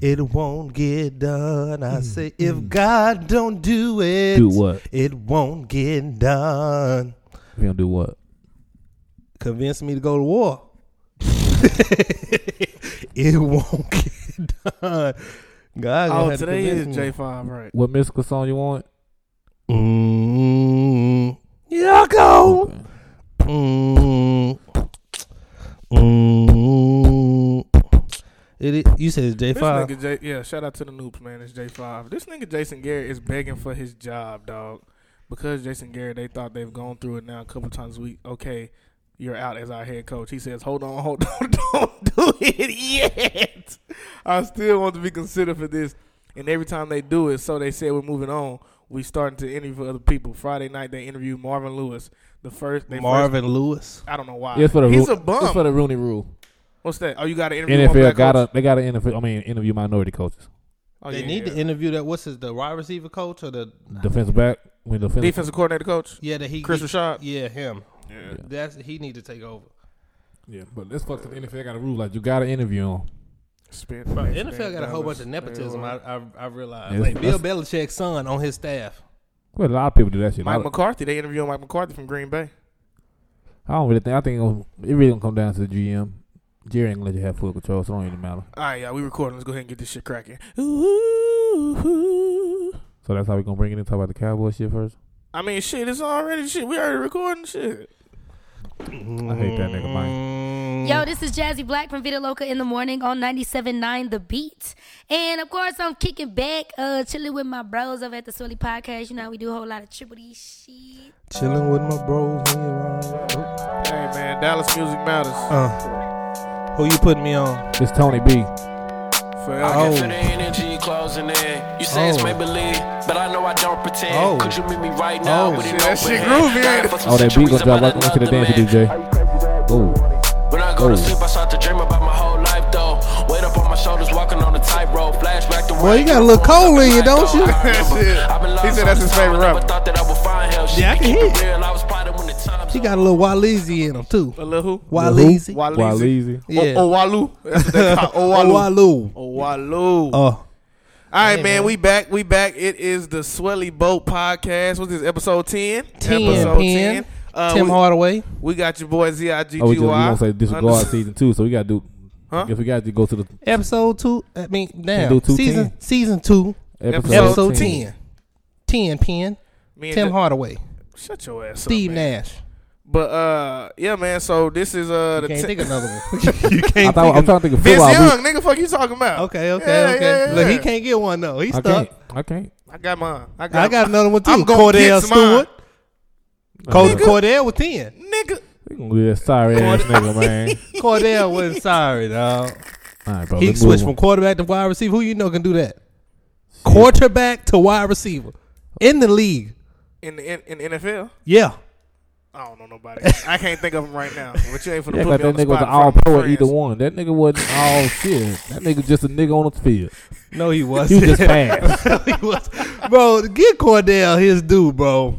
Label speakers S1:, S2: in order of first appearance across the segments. S1: It won't get done. I say, if God don't do it,
S2: Mm, Do what?
S1: it won't get done.
S2: We gonna do what?
S1: Convince me to go to war. it won't get done. God, gonna
S3: Oh,
S1: have to
S3: today is
S1: convince me.
S3: J five, right?
S2: What mystical song you want?
S1: Mm,
S3: Oh,
S1: Yucko.
S3: um,
S2: Okay.
S1: Mm, mm, it, i- you said it's J
S3: This
S1: five.
S3: nigga J, yeah, shout out to the noobs, man. It's J five. This nigga Jason Garrett is begging for his job, dog. Because Jason Garrett, they thought they've gone through it now a couple times a week. Okay, you're out as our head coach. He says, "Hold on, hold on, don't do it yet. I still want to be considered for this." And every time they do it, so they said we're moving on. We starting to interview other people. Friday night they interviewed Marvin Lewis. The first they
S1: Marvin Lewis.
S3: First, I don't know why.
S2: Yeah, it's for the
S3: He's
S2: Ru-
S3: a bum.
S2: It's for the Rooney Rule.
S3: What's that? Oh, you got to interview one
S2: NFL
S3: black
S2: got
S3: coach?
S2: to they got to interview. I mean, interview minority coaches,
S3: Oh,
S1: they
S3: yeah,
S1: need
S3: yeah.
S1: to interview that. What's his the wide receiver coach or the
S2: defensive back. I mean, defensive.
S3: defensive coordinator coach
S1: yeah that he
S3: Chris Rashad.
S1: yeah him
S3: Yeah.
S1: that's he need to take over.
S2: Yeah, but let's fuck the NFL got a rule like you got to interview him.
S3: Spend,
S1: Bro,
S3: spend,
S1: NFL got a whole bunch of nepotism. I I, I realize
S2: Yeah,
S1: like Bill
S2: that's-
S1: Belichick's son on his staff.
S2: Well, a lot of people do that shit. I
S3: Mike
S2: don't-
S3: McCarthy. They interviewed Mike McCarthy from Green Bay.
S2: I don't really think. I think it'll- it really gonna come down to the GM. Jerry ain't gonna let you have full control, so it don't even matter.
S3: All right, y'all, we recording. Let's go ahead and get this shit cracking. Ooh.
S2: So that's how we gonna bring it in. Talk about the Cowboy shit first.
S3: I mean, shit, it's already shit. We already recording shit.
S2: I hate that nigga Mike.
S1: Mm.
S4: Yo, this is Jazzy Black from Vita Loca in the morning on 97.9 The Beat. And of course, I'm kicking back, uh, chilling with my bros over at the Sully Podcast. You know, how we do a whole lot of triple D shit.
S1: Chilling with my bros. me and my-
S3: Hey man, Dallas music matters
S1: Uh, who you putting me on?
S2: It's Tony B.
S3: forever.
S5: Feel the energy closing in. You say it's
S1: Oh.
S5: make believe, but I know I don't pretend.
S1: Oh.
S5: Could you meet me right now?
S1: Oh.
S5: with an
S3: Shit, that
S5: open
S3: shit
S5: hand?
S3: groovy, ain't it?
S5: Got
S2: Oh, that beat gonna drop
S5: situations about
S2: right onto the
S5: another
S2: dance,
S5: man.
S2: DJ. Oh,
S5: When I go
S2: Oh.
S5: to sleep, I start to dream about my whole life, though. Weight up on my shoulders, walking on a tightrope. Flashback to when
S1: Well, you got a little coal in you, don't you?
S3: He said that's his favorite rapper.
S5: Thought that I would find help. Shit,
S1: Yeah, I can
S5: keep
S1: hear
S5: it real, I was proud of when the times
S1: She got a little Waleezy in him too.
S3: A little who?
S1: Waleezy.
S3: Waleezy.
S2: Waleezy.
S1: Yeah.
S3: Oh, Walu. That's what they
S1: oh,
S3: call Owalu.
S1: Owalu.
S3: Owalu. All
S1: Oh,
S3: right,
S1: Hey,
S3: man,
S1: man.
S3: we back. We back. It is the Swelly Boat Podcast. What's this, episode 10?
S1: 10,
S3: Episode 10.
S1: Pen.
S3: Uh,
S1: Tim
S3: we,
S1: Hardaway.
S3: we got your boy Z-I-G-G-Y.
S2: Oh, we just we gonna say disregard
S3: Unders-
S2: season two, so we gotta do.
S3: Huh?
S2: If we gotta do- go to the
S1: Episode two. I mean, damn.
S2: do two
S1: season
S2: ten.
S1: season two.
S2: episode,
S1: Episode
S2: 10.
S1: 10. 10, Pen.
S3: Me and
S1: Tim
S3: Ja-
S1: Hardaway.
S3: Shut your ass
S1: Steve
S3: up, man.
S1: Nash.
S3: But uh, yeah, man. So this is uh, the
S1: Can't
S3: te-
S1: think of another one.
S2: I thought, I'm trying to think of
S3: Vince
S2: football. We-
S3: Young, nigga. Fuck you talking about?
S1: Okay, okay,
S3: Yeah,
S1: okay.
S3: yeah, yeah,
S1: Look, he
S3: yeah.
S1: can't get one though. He's
S2: I
S1: stuck.
S2: can't. I can't.
S3: I got mine. I got.
S1: I got another one too.
S3: I'm gonna
S1: Cordell
S3: get mine.
S1: Stewart. Coach
S2: Nigga.
S1: Cordell was ten.
S3: nigga.
S2: Uh, We gonna be a sorry ass nigga, man.
S1: Cordell wasn't sorry, dog.
S2: All right, bro.
S1: He
S2: let's
S1: switched
S2: move
S1: from
S2: on.
S1: quarterback to wide receiver. Who you know can do that? Quarterback to wide receiver in the league.
S3: In the in, in the NFL,
S1: Yeah,
S3: I don't know nobody. I can't think of him right now. But you ain't finna
S2: Yeah,
S3: put
S2: like
S3: me on
S2: that
S3: the
S2: nigga was an
S3: spot. in front
S2: all
S3: of my
S2: pro at
S3: friends.
S2: either one. That nigga wasn't all shit. That nigga just a nigga on the field.
S1: no, he was.
S2: He was just fast.
S1: he was. Bro, get Cordell his due, bro.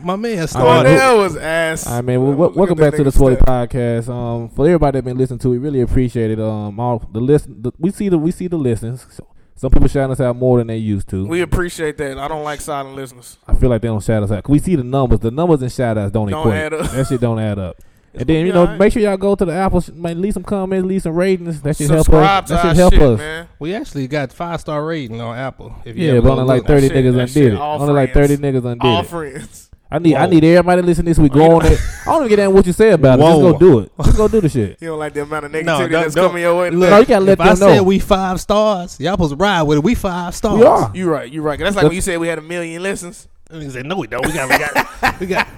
S1: My man
S2: All
S1: started.
S2: right,
S3: Cordell was ass.
S2: All right, man. Well,
S3: Look
S2: wel-
S3: at
S2: welcome
S3: that
S2: back to the
S3: nigga's
S2: Sporty
S3: stats.
S2: Podcast. Um, for everybody that been listening to, we really appreciate it. Um, all the listen, the, we see the we see the listens. So, some people shouting us out more than they used to.
S3: We appreciate that. I don't like silent listeners.
S2: I feel like they don't shout us out. 'Cause We see the numbers. The numbers and shout outs don't,
S3: Don't
S2: equate.
S3: add up.
S2: That shit don't add up.
S3: It's
S2: and then
S3: gonna
S2: you
S3: be
S2: know,
S3: all right.
S2: make sure y'all go to the Apple. sh- Man, leave some comments, leave some ratings. That should help
S3: Subscribe
S2: us.
S3: to
S2: That
S3: our
S2: should help
S3: shit,
S2: us.
S3: man.
S1: We actually got five star rating on Apple. If you
S2: Yeah,
S1: ever
S2: but only like
S1: look.
S2: thirty
S3: shit-
S2: niggas
S3: that
S2: undid
S3: shit
S2: it.
S3: all
S2: Only like
S3: friends.
S2: thirty niggas undid
S3: All
S2: it.
S3: friends.
S2: I need I
S1: Whoa.
S2: need everybody to listen this week.
S3: you
S2: Go on it. I don't even get damn what you say about it. Just
S1: Whoa.
S2: go do it. Just go do the shit.
S3: You don't like the amount of negativity
S1: don't-
S3: that's
S1: don't-
S3: coming your way.
S2: No, you gotta let
S1: if I
S2: them know.
S1: said we five stars, y'all supposed to ride with it. We five stars.
S2: we are.
S3: You right. You right. That's like when you said we had a million listens.
S1: And he said, "No, we don't. We got, we got, we got."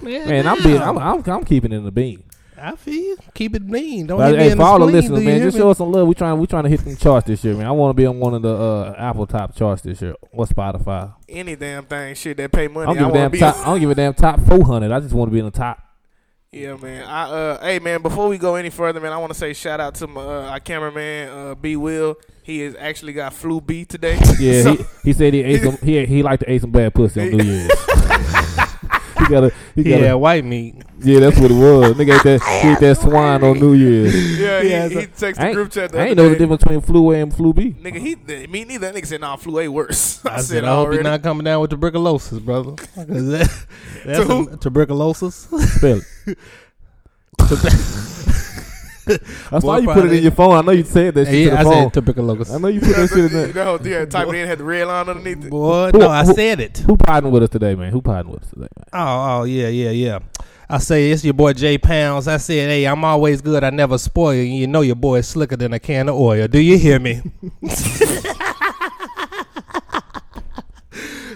S1: Man,
S2: Man, I'm being I'm I'm, I'm keeping it in the bean.
S1: I feel you. Keep it mean. Don't
S2: But,
S1: hit me
S2: hey,
S1: in
S2: for all the
S1: spleen,
S2: listeners,
S1: do you
S2: man,
S1: hear
S2: just
S1: me?
S2: show us some love. We trying we trying to hit some charts this year, man. I want to be on one of the uh, Apple top charts this year or Spotify.
S3: Any damn thing, shit that pay
S2: I
S3: money.
S2: don't
S3: I
S2: give a
S3: want to
S2: damn
S3: be.
S2: top. I don't give a damn top four hundred. I just want to be in the top.
S3: Yeah, man. I uh, hey, man. Before we go any further, man, I want to say shout out to my uh, our cameraman, uh, B. Will. He has actually got flu B today.
S2: Yeah,
S3: So,
S2: he, he said he ate some. He he liked to ate some bad pussy on New Year's. he got a he got
S1: Yeah,
S2: yeah.
S1: white meat.
S2: yeah, that's what it was. Nigga ate that he ate that swine on New Year's.
S3: Yeah,
S1: Yeah,
S3: he,
S1: so-
S3: he texted
S2: I
S3: the
S2: ain't,
S3: group chat. The
S2: I ain't
S3: other
S2: know the
S3: day.
S2: difference between flu A and flu B.
S3: Nigga, he th- me neither. That nigga said, "Nah, flu A worse." I,
S1: I said, I hope you're not coming down with tuberculosis, brother. 'Cause that- that's
S3: To who?
S1: a- tuberculosis.
S2: Spell it. I saw
S1: Boy,
S2: you put it
S1: probably-
S2: in your phone. I know you said that shit to
S1: yeah,
S2: the
S1: I
S2: phone.
S1: said tuberculosis.
S2: I know you put that shit in
S3: You
S2: there.
S3: know, yeah, type it in, had the red line underneath it.
S1: Boy,
S2: Who-
S1: no, I
S2: who-
S1: said it.
S2: Who potting with us today, man? Who potting with us today, man?
S1: Oh, oh, yeah, yeah, yeah. I say it's your boy Jay Pounds. I said, hey, I'm always good. I never spoil you. You know your boy is slicker than a can of oil. Do you hear me?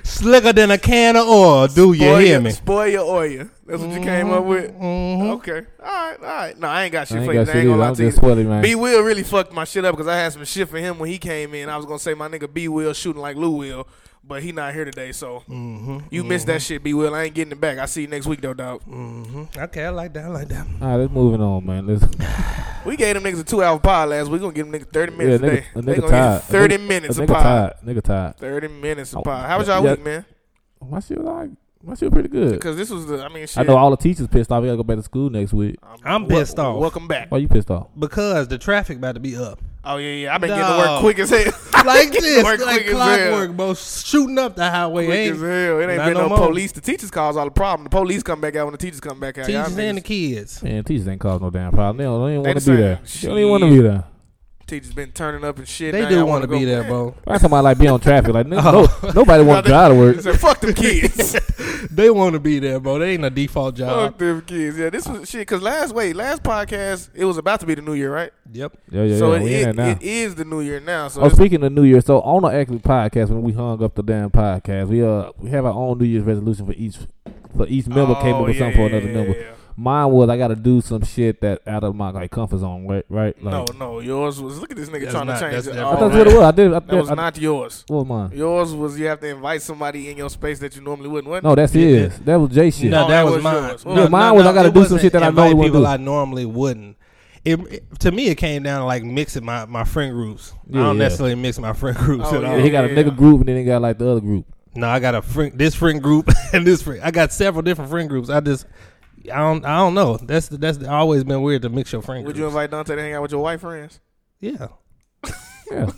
S1: slicker than a can of oil. Do you
S3: Spoil
S1: hear
S3: your-
S1: me?
S3: Spoil your oil. That's what you came up with.
S1: Mm-hmm.
S3: Okay. All right. All right. No, I ain't got shit
S2: I ain't
S3: for you.
S2: got
S3: I
S2: shit
S3: ain't
S2: either.
S3: gonna
S2: I'm
S3: lie to you.
S2: just sweating, man.
S3: B Will really fucked my shit up because I had some shit for him when he came in. I was gonna say my nigga B Will shooting like Lou Will, but he not here today. So you missed that shit, B Will. I ain't getting it back. I see you next week though, dog.
S1: Okay, I like that. I like that.
S2: All right, let's moving on, man. Let's,
S3: We gave them niggas a two hour pod last. We gonna give them niggas thirty
S2: yeah,
S3: minutes
S2: nigga,
S3: today.
S2: a
S3: They
S2: nigga
S3: gonna get
S2: tired.
S3: thirty
S2: a nigga,
S3: minutes
S2: a
S3: a
S2: nigga
S3: pod.
S2: tired. Nigga tired.
S3: Thirty minutes a
S2: Oh,
S3: pod. How was
S2: yeah,
S3: y'all
S2: yeah.
S3: week, man?
S2: My shit was all right. My shit was pretty good.
S3: Because this was the. I mean, shit.
S2: I know all the teachers pissed off. We gotta go back to school next week.
S1: I'm pissed off
S3: Welcome back.
S2: Why you pissed off?
S1: because the traffic about to be up.
S3: Oh yeah, yeah. I've been getting to work
S1: Dog.
S3: quick as hell.
S1: Like
S3: Getting to
S1: this,
S3: work
S1: like
S3: quick as hell.
S1: clockwork, bro. Shooting up the highway.
S3: Quick
S1: Ain't
S3: as hell. It ain't
S1: not
S3: been no,
S1: no more.
S3: police. The teachers cause all the problem. The police come back out when the teachers come back out. Y'all
S1: teachers and the
S3: niggas-
S1: kids.
S2: Man, teachers ain't caused no damn problem. They don't, they don't want to
S3: the
S2: be there.
S3: same.
S2: They don't even want to be there.
S3: teachers been turning up and shit.
S1: They
S3: Now
S1: do
S3: y'all
S1: want to
S3: wanna
S1: be
S3: go-
S1: there, bro. Oh,
S2: I'm talking about like be on traffic. Like
S3: Oh.
S2: no, no, nobody wants to drive to work.
S3: They said, fuck them kids.
S1: They want to be there, bro. They ain't a default job.
S3: fuck them kids. Yeah, this was shit. Cause last wait, last podcast, it was about to be the new year, right?
S1: Yep.
S2: Yeah, yeah,
S3: so
S2: yeah. We in there
S3: it,
S2: now.
S3: it, it is the new year now. So
S2: Oh,
S3: it's-
S2: speaking of New Year, so on the actually podcast when we hung up the damn podcast, we uh we have our own New Year's resolution for each for each member came
S3: Oh,
S2: up with
S3: yeah,
S2: something for
S3: yeah,
S2: another
S3: yeah,
S2: member.
S3: yeah.
S2: Mine was I got to do some shit that out of my like comfort zone, right? Right? Like,
S3: no, no, yours was. Look at this nigga
S1: That's
S3: trying
S1: not-
S3: to change
S1: that's
S3: it.
S1: different.
S2: I
S3: all
S2: thought that's what it
S3: around.
S2: was. I did. I,
S3: That was
S2: I,
S3: not yours.
S2: What was mine?
S3: Yours was you have to invite somebody in your space that you normally wouldn't. wasn't
S2: No, that's
S1: Yeah,
S2: his. That was Jay shit.
S1: No, that
S3: Oh, that
S1: was
S3: was
S1: mine.
S3: yours.
S1: No,
S3: Yeah,
S1: no,
S2: mine
S1: no,
S2: was I gotta
S1: it
S2: do some
S1: wasn't
S2: shit that I
S1: invite
S2: normally wouldn't
S1: people
S2: do.
S1: I normally wouldn't. It, it- to me, it came down to like mixing my, my friend groups.
S2: Yeah,
S1: I don't
S2: yeah.
S1: necessarily mix my friend groups
S3: Oh,
S1: at
S3: yeah.
S1: all.
S2: Yeah, he got a
S3: yeah.
S2: nigga group and then he got like the other group.
S1: No, I got a friend, this friend group and this friend. I got several different friend groups. I just, I don't, I don't know. That's that's always been weird to mix your friend
S3: Would
S1: groups.
S3: you invite Dante to hang out with your white friends?
S1: yeah,
S2: Yeah,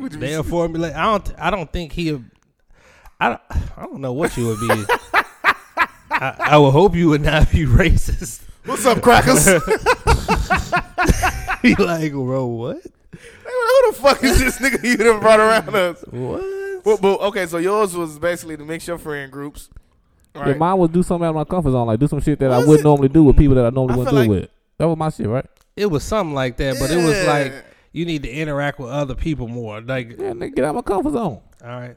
S1: they'll formulate. I don't, I don't think he. I, don't- I don't know what you would be. I, I would hope you would not be racist.
S3: What's up, crackers? Like,
S1: be like, bro, what?
S3: Who the fuck is this nigga you done brought around us?
S1: What?
S3: Well, but okay, so yours was basically to mix your friend groups. Right?
S2: yeah. Mine was do something out of my comfort zone, like do some shit that I
S3: Was
S2: wouldn't
S3: it?
S2: normally do with people that I normally
S3: I
S2: wouldn't do
S3: feel like-
S2: with. That was my shit, right?
S1: It was something like that, but it was
S3: Yeah.
S1: like you need to interact with other people more. Like,
S2: Yeah, nigga, get out of my comfort zone.
S1: all right,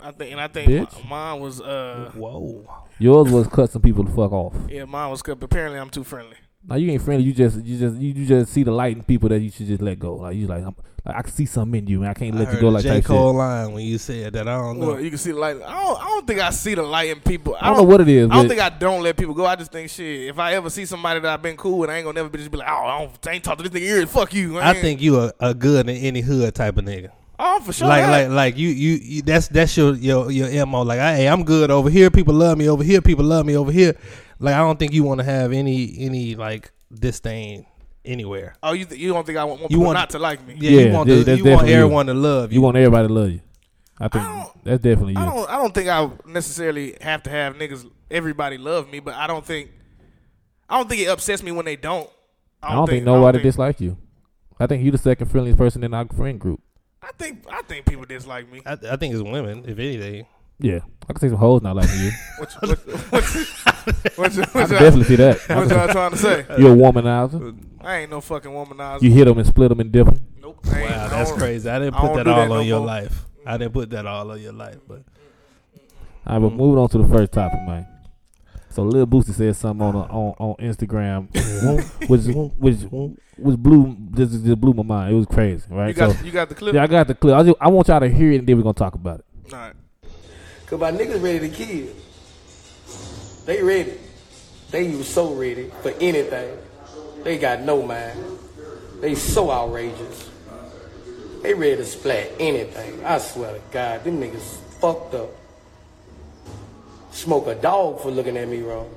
S3: I think, and I think mi-
S2: Bitch.
S3: mine was uh,
S1: whoa,
S2: Yours was cut some people the fuck off.
S3: yeah, mine was good. but Apparently, I'm too friendly.
S2: Now you ain't friendly. You just you just you, you just see the light in people that you should just let go. Like you like, I'm, like I can see something in you, man. I can't let
S1: I
S2: you
S1: heard
S2: go
S1: a
S2: like
S1: J.
S2: that.
S1: Cole
S2: shit.
S1: line when you said that. I don't know.
S3: Well, you can see the light. I don't, I don't think I see the light in people.
S2: I don't know what it is.
S3: I don't
S2: but
S3: think I don't let people go. I just think shit. If I ever see somebody that I've been cool with, I ain't gonna never be just be like, oh, I, don't, I ain't talk to this nigga here. Fuck you.
S1: I
S3: ain't-
S1: think you a, a good in any hood type of nigga.
S3: oh for sure.
S1: like,
S3: that.
S1: like, like you, you, you, that's that's your your your mo. Like, hey, I'm good over here. People love me over here. People love me over here. Like, I don't think you want to have any any like disdain anywhere.
S3: oh, you th- you don't think I want, want
S1: You
S3: people
S1: want-
S3: not to like me?
S1: Yeah,
S2: Yeah,
S1: you want
S2: yeah,
S1: the,
S2: that's
S1: you want
S2: definitely you.
S1: everyone to love you.
S2: you want everybody to love you. I think
S3: don't-
S2: that's definitely
S3: I
S2: you.
S3: don't. I don't think I necessarily have to have niggas. Everybody love me, but I don't think. I don't think it upsets me when they don't.
S2: I don't think
S3: I don't
S2: nobody
S3: think-
S2: dislike you. I think you the second friendliest person in our friend group.
S3: I think I think people dislike me.
S1: I, I think it's women, if anything.
S2: Yeah, I can see some hoes not liking you.
S3: What you- what what you- what you-
S2: I
S3: what
S2: can
S3: y'all-
S2: definitely see that. I
S3: what
S2: can-
S3: y'all trying to say?
S2: you a womanizer.
S3: I ain't no fucking womanizer.
S2: You hit them and split them and dip them.
S3: Nope. I ain't-
S1: Wow,
S3: I
S1: that's
S3: don't-
S1: crazy. I didn't
S3: I
S1: put
S3: don't
S1: that
S3: do
S1: all
S3: that
S1: on
S3: no
S1: your
S3: more.
S1: life. I didn't put that all on your life, but
S2: All
S3: Mm-hmm.
S2: right, but moving on to the first topic, man. So Lil Boosie said something on on, on Instagram, which which which blew just, just blew my mind. It was crazy,
S3: You
S2: right? So
S3: got you got the clip.
S2: yeah, I got the clip. I, just, I want y'all to hear it, and then we're gonna talk about it.
S3: All right.
S6: Cause my niggas ready to kill. They ready. They was so ready for anything. They got no mind. They so outrageous. They ready to splat anything. I swear to God, them niggas fucked up. smoke a dog for looking at me wrong.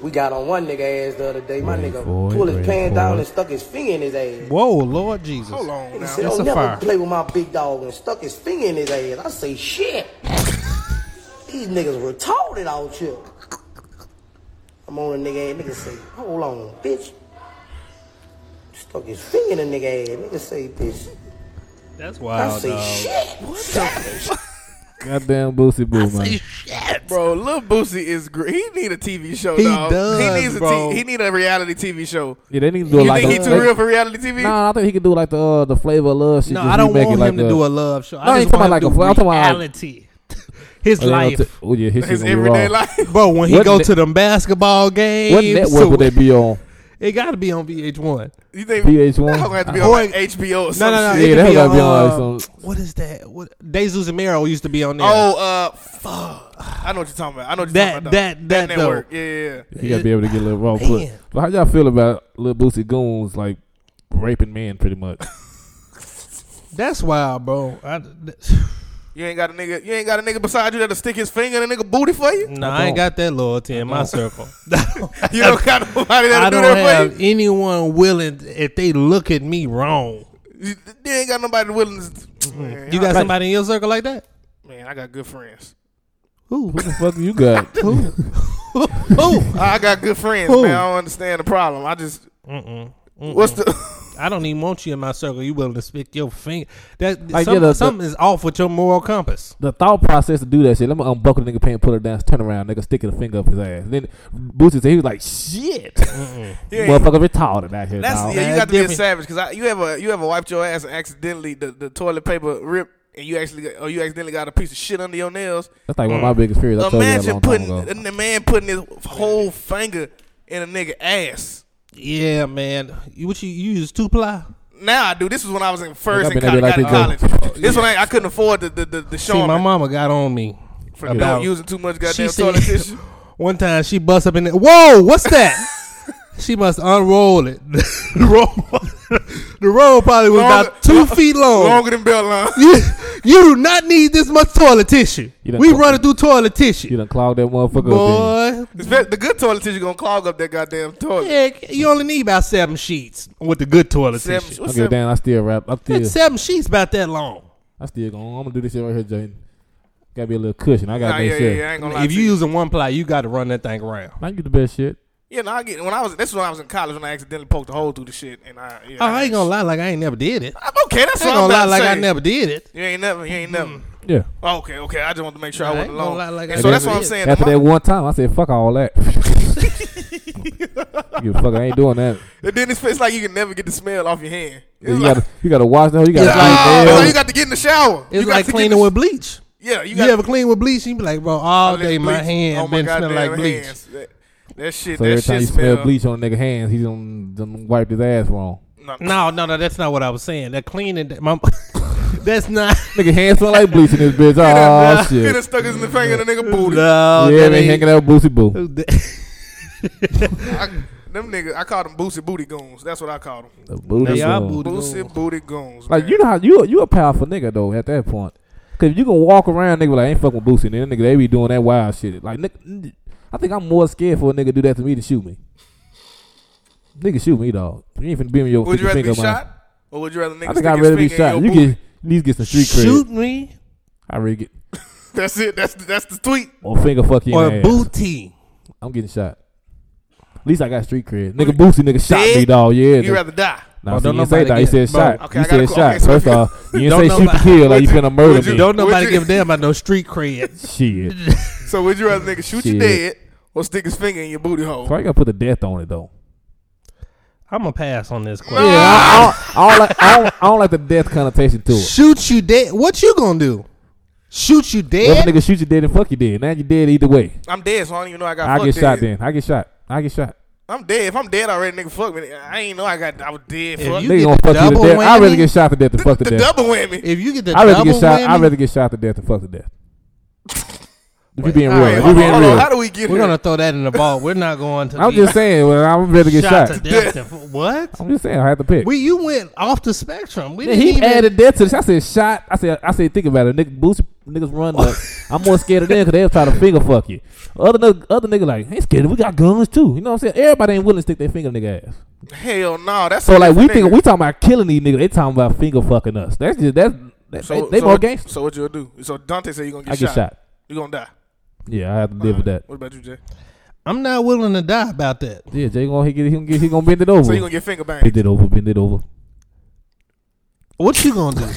S6: We got on one nigga ass the other day. My
S2: Wait
S6: nigga
S2: for it,
S6: pulled his
S2: wait
S6: pants
S2: for
S6: down
S2: it.
S6: and stuck his finger in his ass.
S1: Whoa, Lord Jesus.
S3: Hold on
S6: He
S3: now.
S6: said,
S1: That's
S6: "Don't
S1: a
S6: never
S1: fire.
S6: play with my big dog," and stuck his finger in his ass. I say, "Shit, these niggas retarded out here." I'm on a nigga ass. Nigga say, "Hold on, bitch." Stuck his finger in the nigga ass. Nigga say, "Bitch."
S1: That's
S6: I
S1: wild,
S6: say,
S1: dog.
S6: "Shit."
S2: Goddamn Boosie Boo, man.
S3: Bro, Lil Boosie is great. He need a TV show,
S1: He
S3: dog.
S1: does,
S3: he needs
S1: bro.
S3: A t- he need a reality TV show.
S2: Yeah, they need to do
S3: you
S2: like
S3: think he
S2: the-
S3: too real for reality TV?
S2: Nah, I think he could do like the uh, the flavor of love shit.
S1: No,
S2: just
S1: I don't
S2: remake
S1: want him
S2: it like
S1: to
S2: the,
S1: do a love show.
S2: No,
S1: I
S2: you
S1: just
S2: talking
S1: want him
S2: about
S1: to do
S2: like a- I'm talking about-
S1: reality. His
S2: Oh, yeah,
S1: life.
S2: t- oh yeah, his, shit
S3: His
S2: gonna be
S3: everyday
S2: raw.
S3: life.
S1: Bro, when he
S2: What
S1: go
S2: ne-
S1: to them basketball games,
S2: What network
S1: so-
S2: would they be on?
S1: It got to be on VH1.
S3: You think
S2: VH1?
S3: That gonna have to be
S1: Uh,
S3: on
S1: or-
S3: like HBO or
S1: No,
S3: something?
S1: no, no.
S2: Yeah,
S1: it could
S2: that
S1: be
S2: gotta
S1: on,
S2: be on,
S1: uh,
S2: like, some-
S1: What is that? What Jesus and Mero used to be on there.
S3: Oh, uh, fuck. I know what you're talking about. I know what you're
S1: That-
S3: talking about.
S1: that-
S3: dog.
S1: that
S3: network. Yeah, yeah, yeah.
S2: He gotta be able to get a little raw foot.
S1: Man.
S2: But how y'all feel about Lil Boosie Goons like raping men pretty much?
S1: that's wild, bro. I,
S3: You ain't got a nigga. You ain't got a nigga beside you that'll stick his finger in a nigga booty for you.
S1: no, I ain't got that loyalty in my circle.
S3: You don't got nobody that'll
S1: I
S3: do
S1: don't
S3: that for
S1: have anyone willing if they look at me wrong.
S3: you. you. You ain't got nobody willing. To, man,
S1: You
S3: I-
S1: got somebody in your circle like that?
S3: man. I got good friends.
S1: Who?
S2: what the fuck you got?
S1: Who?
S3: I got good friends,
S1: Who?
S3: man. I don't understand the problem. I just
S1: Mm-mm.
S3: what's the
S1: I don't even want you in my circle. You willing to stick your finger? That
S2: Like,
S1: some-
S2: yeah, the- the-
S1: something is off with your moral compass.
S2: the thought process to do that shit. Let me unbuckle the nigga pants, put it down, turn around, nigga, sticking a finger up his ass. Then Boosie said he was like, "Shit,
S3: Yeah.
S2: motherfucker retarded out here."
S3: That's
S2: dawg.
S3: yeah. You
S1: That's
S3: got to be a
S1: different.
S3: savage because you ever you ever wiped your ass and accidentally the, the toilet paper rip and you actually got- or you accidentally got a piece of shit under your nails.
S2: That's like one of my biggest fears. I told you that a
S3: Mm. Imagine
S2: long
S3: putting
S2: time ago.
S3: and the man putting his whole finger in a nigga ass.
S1: Yeah, man. You what you, you use two ply?
S3: Now I do. This was when I was in first
S2: I've
S3: and
S2: been
S3: college.
S2: there
S3: Got in
S2: like
S3: college.
S2: this, though.
S3: This one I, I couldn't afford the the the, the
S1: Oh, See, my
S3: showman
S1: mama got on me
S3: for
S1: about
S3: don't using too much
S1: She
S3: goddamn
S1: said-
S3: toilet tissue.
S1: One time she bust up in the Whoa, what's that? she must unroll it. the roll the roll probably was
S3: Longer-
S1: about two
S3: lo-
S1: feet long.
S3: Longer than belt line.
S1: You, you do not need this much toilet tissue.
S2: You done
S1: We
S2: fucked
S1: running through toilet
S2: you
S1: tissue.
S2: done clogged that motherfucker up.
S1: Boy,
S3: The good toilet tissue gonna clog up that goddamn toilet.
S1: heck, you only need about seven sheets with the good toilet
S3: Seven-
S1: tissue.
S3: what's
S2: Then. Okay,
S3: seven-
S2: damn, I still rap. I'm
S1: That
S2: still,
S1: seven sheets about that long.
S2: I still going. I'm gonna do this shit right here, Jayden. Gotta be a little cushion. I gotta
S3: Nah,
S2: make
S3: yeah, yeah,
S2: sure.
S3: yeah. I ain't gonna lie
S1: If
S3: to
S1: you using one ply, you got to run that thing around.
S2: I get the best shit.
S3: Yeah, no, I get when I was this is when I was in college when I accidentally poked a hole through the shit and I yeah,
S1: Oh, I ain't gonna lie, like I ain't never did it.
S3: I'm okay, that's
S1: I
S3: what
S1: ain't gonna
S3: I'm
S1: lie,
S3: about to
S1: like I
S3: say.
S1: never did it.
S3: You ain't never, you ain't never.
S2: Yeah.
S3: Oh, okay, okay. I just want to make sure I,
S1: I
S3: wasn't
S1: ain't gonna
S3: alone.
S1: lie, like I
S3: and so
S1: never
S3: that's what I'm
S1: did.
S3: saying.
S2: After
S3: My-
S2: that one time, I said, "Fuck all that." you fuck, I ain't doing that.
S3: and then it's, it's like you can never get the smell off your hand. It's
S2: You
S3: like,
S2: gotta, you gotta wash that. You gotta
S1: It's
S2: clean
S1: like-
S3: oh,
S2: the
S3: it's
S2: air.
S3: like you got to get in the shower.
S1: It's
S3: you got
S1: like
S3: to get
S1: cleaning
S3: in the-
S1: with bleach.
S3: Yeah, you
S1: You,
S3: got
S1: ever clean with bleach? You be like, bro, all day my
S3: bleach.
S1: hand
S3: oh my
S1: been smelling
S3: goddamn
S1: like bleach.
S3: hands. That, that shit,
S2: So
S3: that
S2: every time
S3: shit
S2: you smell
S3: smell.
S2: bleach on a nigga hands, he's done, done wiped his ass wrong.
S3: No,
S1: No, no, no, that's not what I was saying. That cleaning, that, my, that's not.
S2: Nigga hands smell like bleach in this bitch. Oh
S3: He done
S2: shit.
S3: stuck his finger in the nigga booty.
S1: No,
S2: yeah,
S1: that
S2: they
S1: ain't-
S2: hanging out with Boosie Boo.
S3: I, them niggas, I call them Boosie Booty Goons. That's what I call them.
S2: The booty
S1: They are
S2: Boo.
S1: booty
S3: Boosie Booty Goons.
S2: Like
S3: man.
S2: you know how you you a powerful nigga though at that point. Cause you can walk around nigga like I ain't fucking with Boosie. And then nigga they be doing that wild shit. Like nigga, I think I'm more scared for a nigga to do that to me than shoot me. Nigga shoot me dog. You ain't finna be in your
S3: Would
S2: stick
S3: you
S2: your finger
S3: rather be
S2: in my-
S3: shot? Or would you rather niggas
S2: I think
S3: stick
S2: I'd
S3: his
S2: rather be
S3: finger in
S2: shot.
S3: your
S2: You
S3: booty?
S2: get at least get some street cred.
S1: Shoot me
S2: I really get
S3: That's it. That's that's the tweet.
S2: or finger fuck you in
S1: or
S2: the ass.
S1: booty.
S2: I'm getting shot. At least I got street cred. Nigga Boosie nigga shot
S3: Dead?
S2: me, dog. Yeah.
S3: You
S2: nigga.
S3: rather die?
S2: Nah,
S1: Oh,
S2: see,
S1: don't
S2: you didn't say
S1: nobody
S2: that. You
S1: get-
S2: said
S1: bro,
S2: shot.
S3: okay, I
S2: you
S3: gotta
S2: said
S3: call-
S2: shot.
S3: okay, so
S2: First
S3: if you-
S2: off, you didn't
S1: Don't
S2: say shoot to
S1: nobody-
S2: kill. Like you finna murder
S3: would you-
S2: me.
S1: Don't
S3: Would
S1: nobody
S3: you-
S1: give a damn about no street cred.
S2: Shit.
S3: So would you rather nigga shoot
S2: Shit.
S3: you dead or stick his finger in your booty hole?
S2: Probably gotta put the death on it though.
S1: I'm gonna pass on this
S2: Yeah,
S1: question.
S2: I, I, I, don't like, I, don't, I don't like the death connotation to it.
S1: Shoot you dead. What you gonna do? Shoot you
S2: What if
S1: dead?
S2: a nigga shoot you dead and fuck you dead? Now you dead either way.
S3: I'm dead, so I don't even know I got.
S2: I
S3: fucked
S2: get
S3: dead.
S2: shot then. I get shot. I get shot.
S3: I'm dead. If I'm dead already, nigga, fuck me. I ain't know I got. I was dead.
S1: If
S3: Fuck
S1: you
S2: Nigga
S1: get
S2: gonna
S1: the
S2: fuck you to
S1: double
S2: death. I rather
S1: whammy?
S2: get shot to death than fuck to
S3: the
S2: death.
S3: double whammy.
S1: If you get the
S2: I rather
S1: double
S2: get shot. I
S1: whammy,
S2: rather get shot to death than fuck to death. If you're being
S1: All
S2: real,
S1: right,
S2: if you're
S1: hold
S2: being
S1: on,
S2: real,
S3: How do we get
S1: We're
S3: here?
S1: gonna throw that in the ball. We're not going to.
S2: I'm
S1: the
S2: just saying. Well, I'm ready to get
S1: shot
S2: shot.
S1: to death. and- what?
S2: I'm just saying. I had to pick.
S1: We you went off the spectrum. We
S2: Yeah,
S1: didn't
S2: he
S1: even,
S2: added that to this. I said shot. I said I said think about it. Nigga, boost niggas run. Like, I'm more scared of them because they'll try to finger fuck you. Other nigga, other nigga like ain't scared. We got guns too. You know what I'm saying? Everybody ain't willing to stick their finger in nigga ass.
S3: Hell no, that's
S2: So
S3: a
S2: like we
S3: different
S2: think
S3: nigga.
S2: we talking about killing these niggas. They talking about finger fucking us. That's just that's that,
S3: So,
S2: they, they
S3: so
S2: more
S3: what,
S2: gangster.
S3: So what you'll do? So Dante said you're gonna
S2: I
S3: get
S2: get
S3: shot.
S2: shot.
S3: you gonna die.
S2: Yeah, I have to live with that.
S3: What about you, Jay?
S1: I'm not willing to die about that.
S2: Yeah, Jay gonna he get he gonna, get, he gonna bend it over.
S3: Uh-huh. So you gonna get finger banged?
S2: bend it over. Bend it over.
S1: What you gonna do?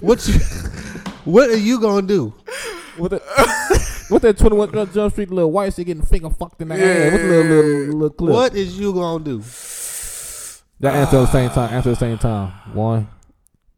S1: what you? What are you gonna do?
S2: What that, what that 21 Jump- Jump Street little white shit getting finger fucked in the ass? What the little, little, little clip?
S1: What is you gonna do?
S2: Y'all answer at the same time. Answer at the same time. One,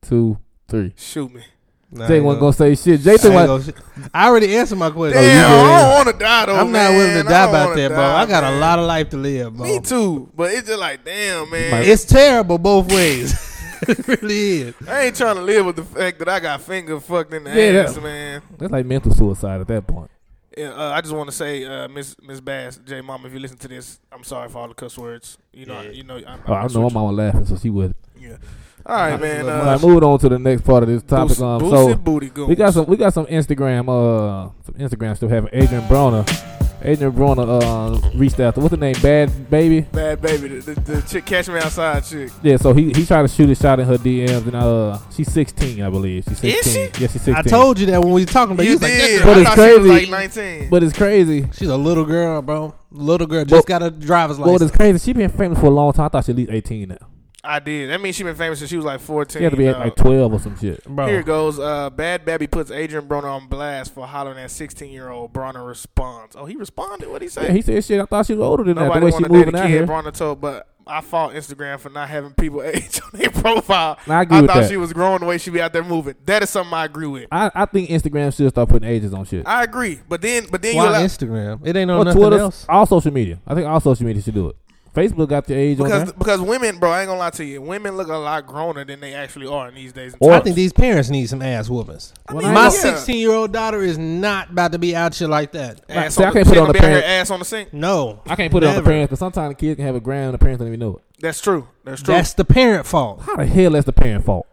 S2: two, three.
S3: Shoot me.
S1: Nah, I
S2: Jay
S1: ain't
S2: wasn't
S1: gonna-
S2: gonna say shit. Jay think
S1: I, ain't
S2: like,
S1: gonna sh- I already answered my question.
S3: Damn, I don't want to die though.
S1: Oh, I'm not willing
S3: man.
S1: to
S3: I
S1: die
S3: don't
S1: about
S3: wanna
S1: that, bro.
S3: die,
S1: I got a
S3: man.
S1: lot of life to live, bro.
S3: Me too, but it's just like, damn, man.
S1: It's terrible both ways. it really is.
S3: I ain't trying to live with the fact that I got finger fucked in the
S2: Yeah,
S3: ass,
S2: that-
S3: man.
S2: that's like mental suicide at that point.
S3: Yeah, uh, I just want to say, uh, Miss Miss Bass, J Mom, if you listen to this, I'm sorry for all the cuss words. You know, you know. I'm,
S2: Oh, I know my mama laughing, so she would.
S3: Yeah. All right, man.
S2: All
S3: Uh,
S2: right, moving on to the next part of this topic.
S3: Boosie-
S2: um,
S3: Boosie
S2: so
S3: booty goons.
S2: we got some, we got some Instagram, uh, some Instagram stuff. Having Adrian Broner, Adrian Broner, uh, reached out to what's the name, Bad Baby.
S3: bad baby. The, the, the chick catch me outside chick.
S2: Yeah, so he he tried to shoot a shot in her DMs, and uh, she's 16, I believe. She's 16.
S3: Is she?
S2: Yeah, she's 16.
S1: I told you that when we was talking about you.
S3: you
S1: was like,
S3: did.
S1: "That's-
S2: But
S3: I
S2: it's
S3: thought she was
S2: crazy.
S3: like 19.
S2: But it's crazy.
S1: she's a little girl, bro. Little girl just got a driver's
S2: Well, it's
S1: license.
S2: crazy. She been famous for a long time. I thought she at least 18 now.
S3: I did. That means she been famous since she was like 14.
S2: She had to be at
S3: dog.
S2: like 12 or some shit.
S1: bro.
S3: Here it goes. Uh, Bad Babby puts Adrian Broner on blast for hollering at 16 year old. Broner responds. Oh, he responded. What he say?
S2: Yeah, he said shit. I thought she was older than that. The
S3: Nobody
S2: way she
S3: want to date a
S2: moving out
S3: kid.
S2: here.
S3: Broner told, but I fault Instagram for not having people age on their profile.
S2: Nah, I agree with
S3: thought
S2: that.
S3: she was growing the way she be out there moving. That is something I agree with.
S2: I, I think Instagram should start putting ages on shit.
S3: I agree. But then, but then you
S1: Why
S3: allow,
S1: Instagram? It ain't on
S2: Or
S1: nothing
S2: Twitter,
S1: else.
S2: all social media. I think all social media should do it. Facebook got the age on
S3: because
S2: there.
S3: because women, bro, I ain't gonna lie to you. Women look a lot growner than they actually are in these days. and
S2: Or-
S3: time.
S1: I think these parents need some ass whoopings.
S2: Well, I
S1: My
S2: ain't
S3: gonna-
S1: 16 year old daughter is not about to be out here like that.
S3: ass
S2: see, I
S3: on
S2: can't
S3: the- she
S2: put it
S3: gonna
S2: on the
S3: be out here
S2: parent.
S3: Ass on the sink.
S1: No,
S2: I can't put it on
S1: Never.
S2: the parents because sometimes the kids can have a grand and the parents don't even know it.
S3: That's true. That's true.
S1: That's the parent fault,
S2: How the hell that's the parent fault?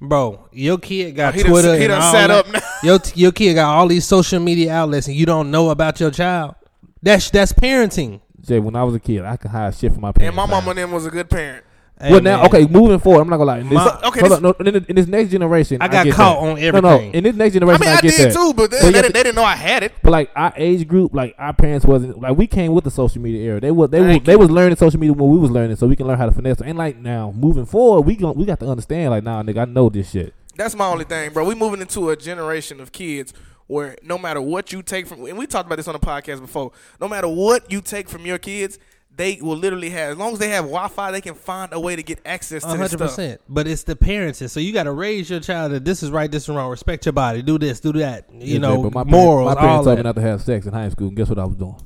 S1: bro. Your kid got
S3: Oh, he done-
S1: Twitter.
S3: he
S1: and
S3: done
S1: all
S3: sat
S1: that.
S3: up now.
S1: Your t- your kid got all these social media outlets, and you don't know about your child. That's that's parenting.
S2: Jay, when I was a kid, I could hide shit from my parents.
S3: and my
S2: man.
S3: mama and them was a good parent.
S2: well,
S1: Hey,
S2: now,
S1: man.
S2: okay, moving forward, I'm not gonna lie. In this,
S1: My-
S3: okay,
S2: hold
S3: this-
S2: on, no, in, this- in this next generation,
S1: I got
S2: get
S1: caught
S2: that.
S1: on
S2: No, no,
S1: everything.
S2: in this next
S3: I
S2: generation,
S3: mean,
S2: I,
S3: I,
S2: get
S3: did
S2: that.
S3: too, but they,
S2: Well,
S3: they,
S2: yeah,
S3: didn't- they didn't know I had it.
S2: But like our age group, like our parents wasn't like we came with the social media era. They was they was,
S3: Thank
S2: they was learning social media when we was learning, so we can learn how to finesse. it. And like now, moving forward, we gon' we got to understand. Like now, nigga, I know this shit.
S3: That's my only thing, bro. We moving into a generation of kids where no matter what you take from, and we talked about this on the podcast before. No matter what you take from your kids, they will literally have as long as they have Wi-Fi, they can find a way to get access to
S1: One
S3: this
S1: hundred
S3: stuff.
S1: percent. But it's the parenting. So you got to raise your child that this is right, this is wrong. Respect your body. Do this, do that. You
S2: Yeah,
S1: know,
S2: but my
S1: morals.
S2: Parents, my parents
S1: all
S2: told
S1: that.
S2: me not to have sex in high school. And guess what I was doing?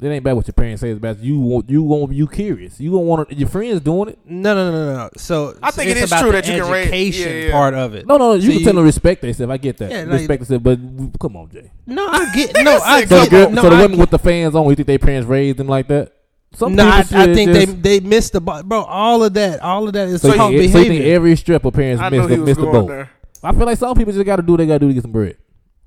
S2: It ain't bad what your parents say. It's bad you want you want you curious. You gonna want your friends doing it.
S1: No, no, no, no, no. So
S3: I think
S1: so it's
S3: it is
S1: about
S3: true
S1: the
S3: that you can raise-
S1: education
S3: yeah, yeah.
S1: part of it.
S2: No, no, you
S1: So
S2: can tell them to respect themselves. I get that.
S1: Yeah, like-
S2: respect themselves, but w- come on, Jay.
S1: No, I get. No, I
S2: So the,
S1: get.
S2: girl,
S1: no,
S2: so the
S1: I
S2: women
S1: get-
S2: with the fans on, you think their parents raised them like that? Some
S1: No, I,
S2: people
S1: I
S2: should
S1: think
S2: just-
S1: they they missed the bo- bro. All of that, all of that is
S2: So,
S1: punk
S2: you, think- so you
S1: behavior.
S2: think every stripper parents
S3: I
S2: miss
S3: knew
S2: the,
S3: he was
S2: miss the
S3: going
S2: boat?
S3: there.
S2: I feel like some people just got to do what they got to do to get some bread.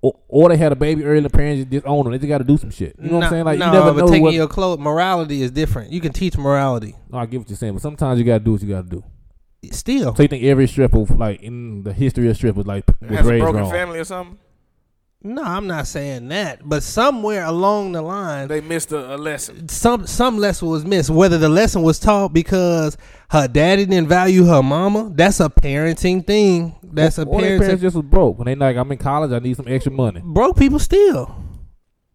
S2: Or, or they had a baby early and the parents just own them. They just got to do some shit. You know what
S1: No,
S2: I'm saying? Like,
S1: no,
S2: you never
S1: but
S2: know
S1: taking
S2: what.
S1: your clothes, morality is different. You can teach morality
S2: No, I get what you're saying, but sometimes you got to do what you got to do.
S1: still.
S2: So you think every stripper, like, in the history of strip was like, was
S3: Has a
S2: raised
S3: broken
S2: wrong.
S3: family or something.
S1: No, I'm not saying that, but somewhere along the line,
S3: They missed a, a lesson.
S1: some some lesson was missed. Whether the lesson was taught because her daddy didn't value her mama, that's a parenting thing. That's a
S2: Or their
S1: parenting.
S2: parents just was broke. When they like, I'm in college, I need some extra money.
S1: broke people still.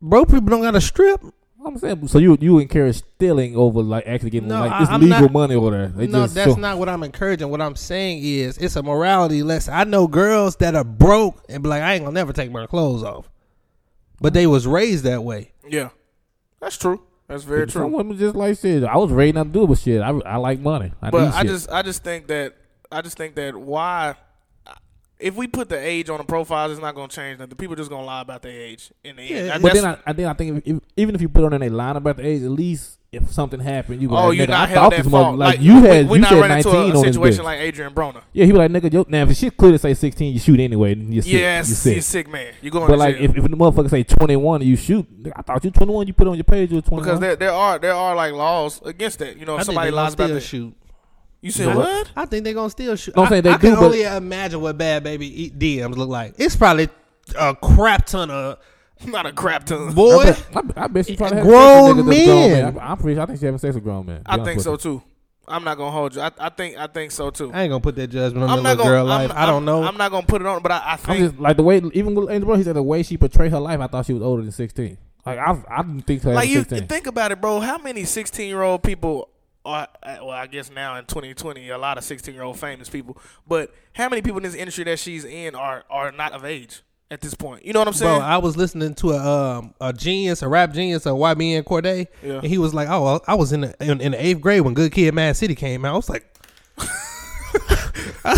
S1: Broke people don't got to strip.
S2: I'm saying, so you you encourage stealing over like actually getting
S1: No,
S2: like
S1: I-
S2: it's
S1: I'm
S2: legal
S1: not-
S2: money over there. They
S1: no,
S2: just,
S1: that's
S2: so-
S1: not what I'm encouraging. What I'm saying is it's a morality lesson. I know girls that are broke and be like, I ain't gonna never take my clothes off. But they was raised that way.
S3: Yeah, that's true. That's very
S2: Some
S3: true.
S2: women just like shit. I was raised not to do it, but shit, I, I like money. I
S3: But
S2: need
S3: I
S2: shit.
S3: just, I just think that, I just think that why. I- if we put the age on the profiles, it's not gonna change nothing. People just gonna lie about their age in the end.
S1: Yeah,
S3: That-
S2: But
S3: that's-
S2: then I, I then I think if, if, even if you put on in a line about the age, at least if something happened, you be
S3: oh,
S2: like,
S3: you're
S2: nigga, I
S3: not
S2: thought
S3: held
S2: this
S3: at
S2: mother
S3: fault.
S2: like, you had
S3: we're
S2: you
S3: not
S2: said
S3: running into
S2: nineteen
S3: a, a
S2: on this
S3: situation
S2: bitch.
S3: like Adrian Broner.
S2: yeah, he be like nigga, yo, now if the shit clearly say sixteen, you shoot anyway, and you're sick.
S3: Yes,
S2: you're sick.
S3: he's sick man. You're going
S2: but
S3: to
S2: like
S3: jail.
S2: if, if the motherfucker say twenty one, you shoot. nigga, I thought you twenty one. You put on your page you twenty
S3: because
S2: one.
S3: there, there are there are like laws against that. You know,
S1: I
S3: if
S1: think
S3: somebody
S1: they gonna
S3: lies about
S1: still
S3: that.
S1: shoot.
S3: You said what?
S1: I think they're gonna still shoot.
S2: No, I'm
S1: I,
S2: saying they
S1: I
S2: do,
S1: can
S2: but-
S1: only imagine what Bad Baby eat DMs look like. It's probably a crap ton of
S3: Not a crap ton.
S1: boy.
S2: I, bet- I, I bet she probably had
S1: Grown
S2: sex with niggas that's grown
S1: men.
S2: man. I, I'm pretty. sure- I think she having sex with grown man.
S3: I think so too. I'm not gonna hold you. I, I think I think so too.
S1: I ain't gonna put that judgment on
S3: I'm
S1: the
S3: not
S1: little
S3: gonna.
S1: girl
S3: I'm,
S1: life.
S3: not-
S1: I don't
S3: I'm-
S1: know.
S3: I'm not gonna put it on, but I, I
S2: I'm
S3: think
S2: just like the way even with Angel Brown, he said the way she portrayed her life. I thought she was older than sixteen. Like I, I didn't think her
S3: like
S2: like
S3: you
S2: sixteen.
S3: think about it, bro. How many 16 year old people are? uh, Well, I guess now in 2020, a lot of 16 year old famous people. But how many people in this industry that she's in are are not of age at this point? You know what I'm
S1: Bro,
S3: saying?
S1: I was listening to a um, a genius, a rap genius, a YBN Corday,
S3: Yeah.
S1: and he was like, "Oh, I was in the, in, in the eighth grade when Good Kid, Mad City came out." I was like, I,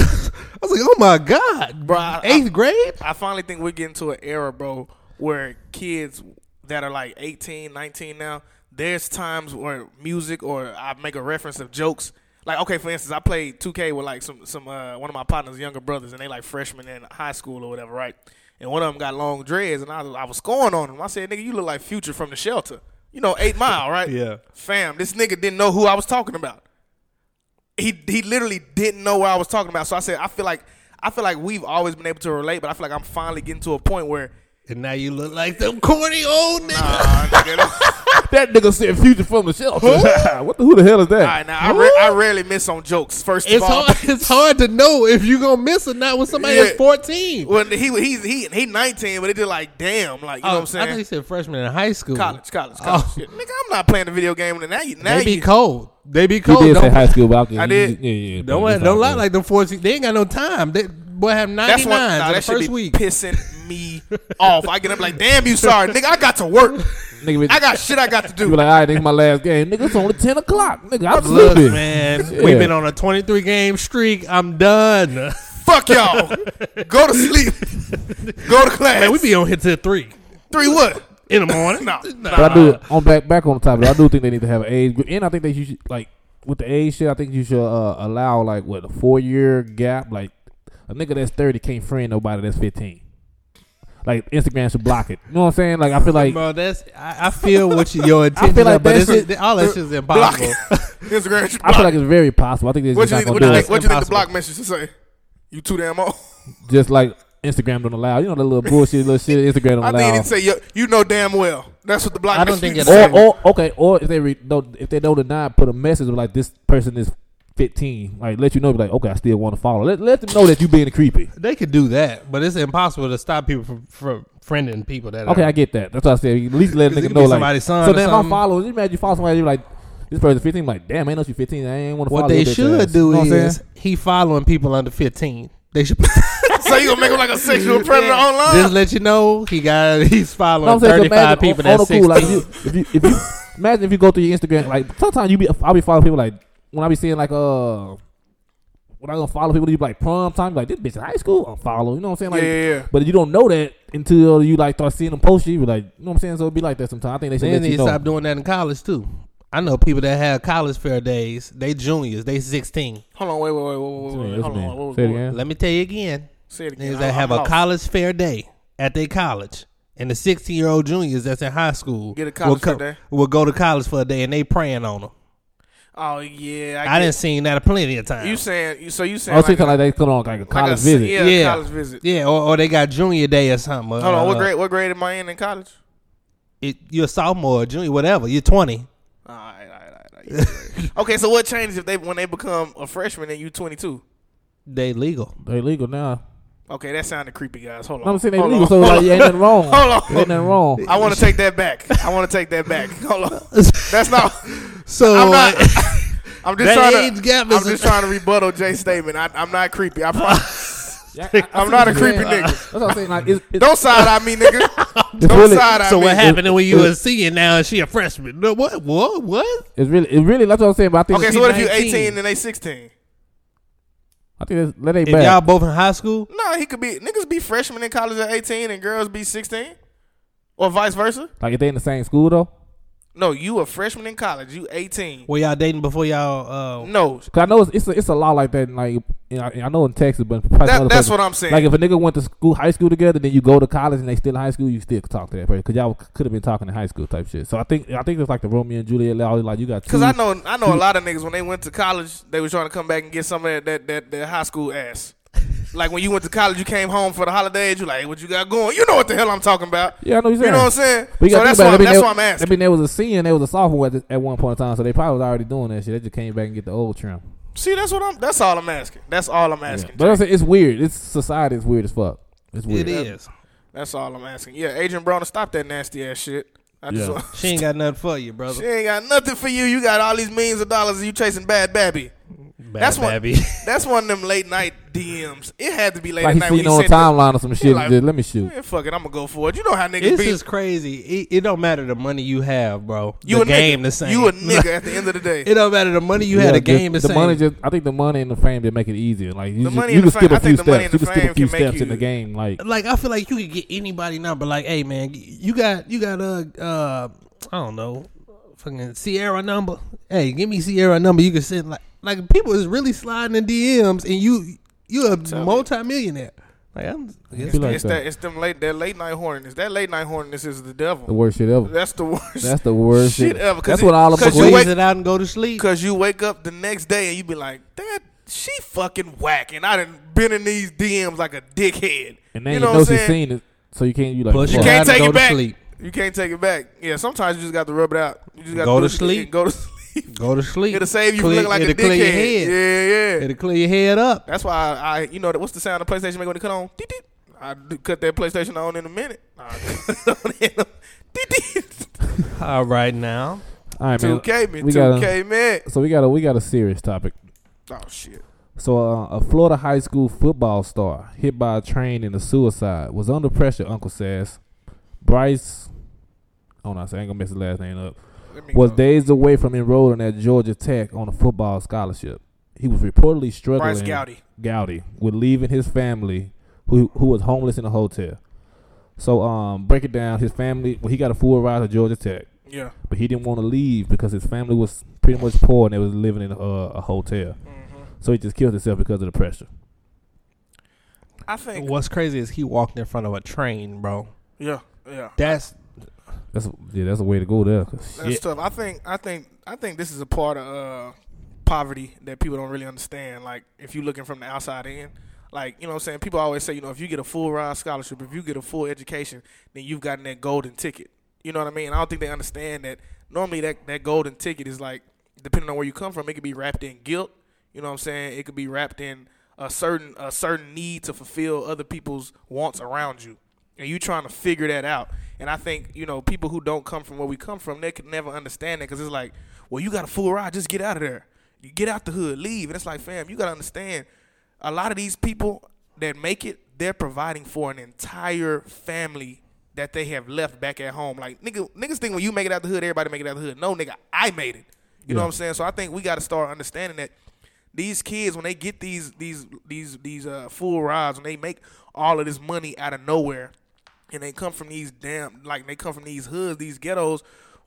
S1: was like, "Oh my god,
S3: Bro, I-
S1: eighth grade."
S3: I finally think we're getting to an era, bro, where kids that are like 18, 19 now, there's times where music or I make a reference of jokes. Like, okay, for instance, I played 2K with like some, some uh, one of my partner's younger brothers, and they like freshmen in high school or whatever, right? And one of them got long dreads, and I, I was scoring on him. I said, nigga, you look like Future from the shelter. You know, Eight Mile, right?
S1: Yeah.
S3: Fam, this nigga didn't know who I was talking about he he literally didn't know what I was talking about. So I said, I feel like I feel like we've always been able to relate, but I feel like I'm finally getting to a point where
S1: And now you look like them corny old niggas.
S3: nah, nigga, that-
S2: that nigga said future from the shelter. what the who the hell is that?
S3: all right, now I, re- I rarely miss on jokes. First of
S1: It's
S3: all,
S1: hard. It's hard to know if you gonna miss or not when somebody
S3: Yeah.
S1: is fourteen.
S3: when he he's he he 19, but it just like damn, like you know what I'm
S1: Oh, I thought
S3: saying?
S1: you said freshman in high school.
S3: College, college,
S1: Oh.
S3: college. Shit. Nigga, I'm not playing the video game. Now you now
S1: They be
S3: you
S1: cold. They be
S2: You
S1: cold.
S2: did say
S1: Don't,
S2: high school, but I, was-
S3: I did.
S2: Yeah, yeah.
S1: don't,
S2: but it's
S1: don't
S2: all
S1: lie
S2: good.
S1: like them fourteen. They ain't got no time. They boy have ninety
S3: That's
S1: nine
S3: one. Nah,
S1: in the
S3: that should
S1: first
S3: be
S1: week.
S3: pissing me off. I get up like, damn, you sorry, nigga. I got to work.
S2: Nigga,
S3: I got shit I got to
S2: You be
S3: do.
S2: like, all right, this is my last game. Nigga, it's only 10 o'clock. Nigga, I'm
S1: Look,
S2: sleeping.
S1: man,
S2: Yeah.
S1: we've been on a 23 game streak. I'm done. Man,
S3: Fuck y'all. Go to sleep. Go to class.
S1: we be on here till three
S3: Three what?
S1: in the morning.
S3: No.
S2: But I
S3: uh,
S2: do, on back back on the topic, I do think they need to have an age group. And I think that you should, like, with the age shit, I think you should uh, allow, like, what, a four year gap? Like, a nigga that's 30 can't friend nobody that's 15. Like, Instagram should block it. You know what I'm saying? Like, I feel like.
S1: Bro, that's I, I feel what you, your
S2: I
S1: intention,
S2: feel like
S1: are, but
S2: that
S1: it's,
S2: shit-
S1: all that shit's
S3: block.
S1: impossible.
S3: Instagram. should
S2: I feel
S3: block.
S2: like it's very possible. I think they're
S3: What
S2: just
S3: you
S2: not
S3: think?
S2: gonna
S3: What you
S2: do
S3: think?
S2: it.
S3: What you think the
S1: Impossible.
S3: block message should say? You too damn old.
S2: Just like Instagram don't allow. You know that little bullshit, little shit Instagram don't
S3: I
S2: allow.
S3: think it say you, you know damn well. That's what the block.
S1: I don't
S3: message
S1: think
S3: should
S1: it-
S3: say.
S2: or, or okay, or if they re, don't, if they don't deny, put a message of like this person is fifteen, like let you know, be like okay, I still want to follow. Let let them know that you being creepy.
S1: They could do that, but it's impossible to stop people from, from friending people that.
S2: Okay,
S1: are,
S2: I get that. That's what I said. At least let a
S1: 'Cause it
S2: nigga
S1: could
S2: know
S1: be
S2: like.
S1: somebody's son
S2: So
S1: or
S2: then if I'm
S1: something.
S2: following, you imagine you follow somebody, you're like this person fifteen, like damn, ain't no you fifteen, I ain't want to follow.
S1: what they
S2: your bitch
S1: should
S2: ass.
S1: do
S2: You know what I'm
S1: is
S2: saying?
S1: he following people under 15. They should
S3: so you gonna make him like a sexual predator online?
S1: just let you know he got he's
S2: You
S1: following
S2: know what I'm saying? So
S1: 35
S2: imagine
S1: people
S2: on,
S1: that's
S2: on the
S1: 16.
S2: cool, like if you, if you, if you imagine if you go through your Instagram, like sometimes you be I'll be following people like when I be seeing like uh. When I gonna follow people, you be like prom time, like this bitch in high school. I'm following, you know what I'm saying? Like,
S3: yeah, yeah, yeah.
S2: But you don't know that until you like start seeing them post it. You be like, you know what I'm saying? So it be like that sometimes. I think they should
S1: Then
S2: let
S1: they
S2: you know.
S1: stop doing that in college too. I know people that have college fair days. They juniors. They 16.
S3: Hold on, wait, wait, wait, wait, wait, wait, wait.
S2: That's
S3: Hold
S2: me.
S3: on, wait, wait,
S2: Say it
S3: wait.
S2: again.
S1: Let me tell you again.
S3: Say it again.
S1: Niggas
S3: I-
S1: that have
S3: I'm
S1: a
S3: lost.
S1: college fair day at their college, and the sixteen year old juniors that's in high school
S3: Get a college
S1: will, co-
S3: fair day.
S1: will go to college for a day, and they praying on them.
S3: Oh yeah,
S1: I,
S3: I,
S1: didn't
S3: get
S1: seen that plenty of times.
S3: You saying you? So you
S2: I
S3: saying
S2: was
S3: like,
S2: thinking
S3: a-
S2: Oh, like they come on like a
S3: like
S2: college
S3: a-
S2: visit.
S3: Yeah,
S1: Yeah.
S3: college visit.
S1: yeah, or, or they got junior day or something.
S3: Hold on, what
S1: Uh,
S3: grade? What grade am I in in college?
S1: It, you're a sophomore, junior, whatever. You're twenty.
S3: All right, all right, all right. okay, so what changes if they when they become a freshman and you 22?
S1: They legal.
S2: They legal now.
S3: Okay, that sounded creepy, guys. Hold on.
S2: I'm saying they
S3: Hold
S2: legal,
S3: on.
S2: so
S3: Hold
S2: like
S3: on.
S2: ain't nothing wrong.
S3: Hold on.
S2: ain't nothing wrong.
S3: I want to take that back. I want to take that back. Hold on. That's not.
S1: So
S3: I'm not. I'm just
S1: Oh, That
S3: trying
S1: age
S3: to.
S1: gap
S3: I'm
S1: is-
S3: just trying to rebuttal Jay's statement. I, I'm not creepy. I promise.
S2: Yeah, I- I see
S3: I'm
S2: what
S3: not a
S2: you're
S3: creepy
S2: saying.
S3: nigga.
S2: That's what I'm saying. Like it's, it's,
S3: Don't side eye me, nigga.
S2: it's
S3: Don't
S2: really,
S3: side eye
S1: so
S3: me.
S1: what happened when you
S2: it-
S1: was senior? Now she a freshman. No, What? What? What?
S2: it's really, it's really. That's what I'm saying. But I think
S3: Okay,
S2: it's-
S3: so what if you
S1: 19?
S3: 18 and they 16?
S2: I think that's, that ain't
S1: If
S2: bad.
S1: y'all both in high school,
S3: No, he could be niggas be freshmen in college at eighteen and girls be sixteen, or vice versa.
S2: like if they in the same school though,
S3: No, you a freshman in college, you eighteen.
S1: were y'all dating before y'all? Uh,
S3: No,
S2: cause I know it's it's a, it's a law like that. in, Like in, I I know in Texas, but probably
S3: That-
S2: other
S3: that's
S2: places.
S3: what I'm saying.
S2: Like if a nigga went to school, high school together, then you go to college and they still in high school, you still could talk to that person because y'all could have been talking in high school type shit. So I think I think it's like the Romeo and Juliet law. Like you got
S3: because
S2: two-
S3: I know I know a lot of niggas when they went to college, they was trying to come back and get some of that that that, that high school ass. like when you went to college, you came home for the holidays. You like what you got going? You know what the hell I'm talking about?
S2: Yeah, I know what you're
S3: You know what I'm
S2: saying.
S3: saying?
S2: But you
S3: So
S2: gotta
S3: that's
S2: think
S3: why
S2: about it. I mean,
S3: that's
S2: they-
S3: why I'm
S2: I
S3: asking.
S2: mean, there was a senior and there was a sophomore at, the, at one point in time, so they probably was already doing that shit. They just came back and get the old trim.
S3: See, that's what I'm. That's all I'm asking. That's all I'm
S2: Yeah.
S3: asking.
S2: But I'm saying it's weird. It's society is weird as fuck. It's weird.
S1: it is.
S3: That's all I'm asking. Yeah, Adrian Broner, stop that nasty ass shit. I just
S2: Yeah.
S3: want-
S1: She ain't got nothing for you, brother.
S3: She ain't got nothing for you. You got all these millions of dollars and you chasing bad babby.
S1: Bad
S3: that's one.
S1: baby.
S3: That's one of them late night DMs. It had to be late
S2: Like
S3: at
S2: he's
S3: night. when
S2: seen
S3: you
S2: on a
S3: sent them.
S2: timeline or some shit.
S3: like-
S2: and just, let me shoot.
S3: Man, fuck it, I'm gonna go for it. You know how niggas
S1: It's
S3: be.
S1: just crazy. It, it don't matter the money you have, bro.
S3: you
S1: the
S3: a
S1: game
S3: nigga.
S1: the same.
S3: You a nigga at the end of the day.
S1: It don't matter the money you
S2: Yeah,
S1: had. The
S2: just-
S1: game the,
S2: the
S1: same.
S2: money just. I think the money and the fame that make it easier. Like you,
S3: The
S2: just-
S3: money
S2: you
S3: and
S2: can
S3: the
S2: skip
S3: fame-
S2: a
S3: I
S2: few
S3: think the money
S2: steps. You can
S3: and the
S2: skip a
S3: fame
S2: few
S3: can make
S2: steps in the
S3: you-
S2: game. Like
S1: like I feel like you could get anybody now, but like, hey man, you got you got a uh, uh, I don't know, fucking Sierra number. Hey, give me Sierra number. You can send like like people is really sliding in DMs, and you you a multimillionaire. Like I'm,
S2: I
S1: it's,
S2: feel like
S3: it's
S2: the,
S3: that. It's them late. That late night horniness. That late night horniness is the
S2: the
S3: devil.
S2: worst shit ever.
S3: That's the worst.
S2: That's the worst
S3: shit
S2: shit
S3: ever. 'Cause
S2: That's
S3: it-
S2: what all of
S3: 'cause
S2: us.
S3: you
S1: squeeze
S3: wait-
S1: it out and go to sleep.
S3: Because you wake up the next day and you be like, that she fucking whack. And I done been in these DMs like a dickhead.
S2: And then
S3: you
S2: you
S3: know
S2: know
S3: what I'm
S2: she's
S3: saying?
S2: seen it, so you can't. You
S1: But
S2: like
S1: you
S2: fuck.
S1: Gotta
S3: Can't take
S1: go
S3: it
S1: to
S3: back.
S1: sleep.
S3: You can't take it back. Yeah, sometimes you just got to rub it out. You just got
S1: Go to
S3: push it
S1: sleep.
S3: and Go to sleep.
S1: Go to sleep.
S3: It'll save you from
S1: Clear-
S3: looking like a
S1: it'll clear your
S3: dickhead.
S1: head.
S3: Yeah, yeah.
S1: It'll clear your head up.
S3: That's why I, I you know, what's the sound the PlayStation make when it cut on? Deet, deet. I do cut that PlayStation on in a minute. I cut it on in a- deet, deet.
S1: All right now.
S2: All right, man.
S3: 2K man,
S2: we gotta-
S3: 2K man.
S2: So we got a we got a serious topic.
S3: Oh shit.
S2: So, uh, a Florida high school football star hit by a train in a suicide was under pressure. Uncle says Bryce. Oh no, I ain't gonna mess his last name up.
S3: Let me
S2: Was
S3: go.
S2: days away from enrolling at Georgia Tech on a football scholarship. He was reportedly struggling.
S3: Bryce Gowdy.
S2: Gowdy with leaving his family, who who was homeless in a hotel. So, um, break it down. His family. Well, he got a full ride to Georgia Tech
S3: Yeah.
S2: but he didn't want to leave because his family was pretty much poor and they was living in a, a hotel. So he just killed himself because of the pressure.
S3: I think.
S1: What's crazy is he walked in front of a train, bro.
S3: Yeah. Yeah.
S1: That's
S2: That's yeah, that's a way to go there. 'cause
S3: That's
S2: shit.
S3: tough. I think I think I think this is a part of uh, poverty that people don't really understand. Like if you're looking from the outside in, like you know what I'm saying. People always say, you know, if you get a full ride scholarship, if you get a full education, then you've gotten that golden ticket. You know what I mean? I don't think they understand that normally that that golden ticket is like depending on where you come from, it could be wrapped in guilt. You know what I'm saying? It could be wrapped in a certain a certain need to fulfill other people's wants around you and you trying to figure that out. And I think you know people who don't come from where we come from, they could never understand that because it's like, well, you got a full ride, just get out of there, you get out the hood, leave. And it's like, fam, you gotta understand, a lot of these people that make it, they're providing for an entire family that they have left back at home. Like nigga, niggas think when you make it out the hood, everybody make it out the hood. No, nigga, I made it. You know what I'm saying? So I think we got to start understanding that these kids when they get these these these these uh, full rides when they make all of this money out of nowhere and they come from these damn like they come from these hoods these ghettos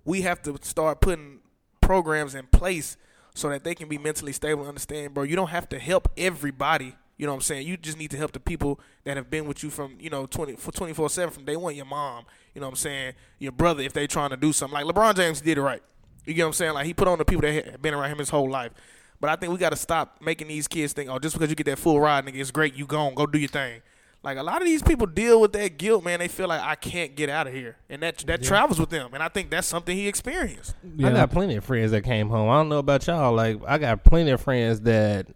S3: we have to start putting programs in place so that they can be mentally stable and understand bro you don't have to help everybody you know what I'm saying? You just need to help the people that have been with you from, you know, 20, for 24-7 from day one. Your mom, you know what I'm saying? Your brother, if they trying to do something. Like LeBron James did it right. You get what I'm saying? Like he put on the people that had been around him his whole life. But I think we got to stop making these kids think, oh, just because you get that full ride, nigga, it's great. You gone, go do your thing. Like a lot of these people deal with that guilt, man. They feel like I can't get out of here, and that that travels with them. And I think that's something he experienced.
S1: I got plenty of friends that came home. I don't know about y'all. Like I got plenty of friends that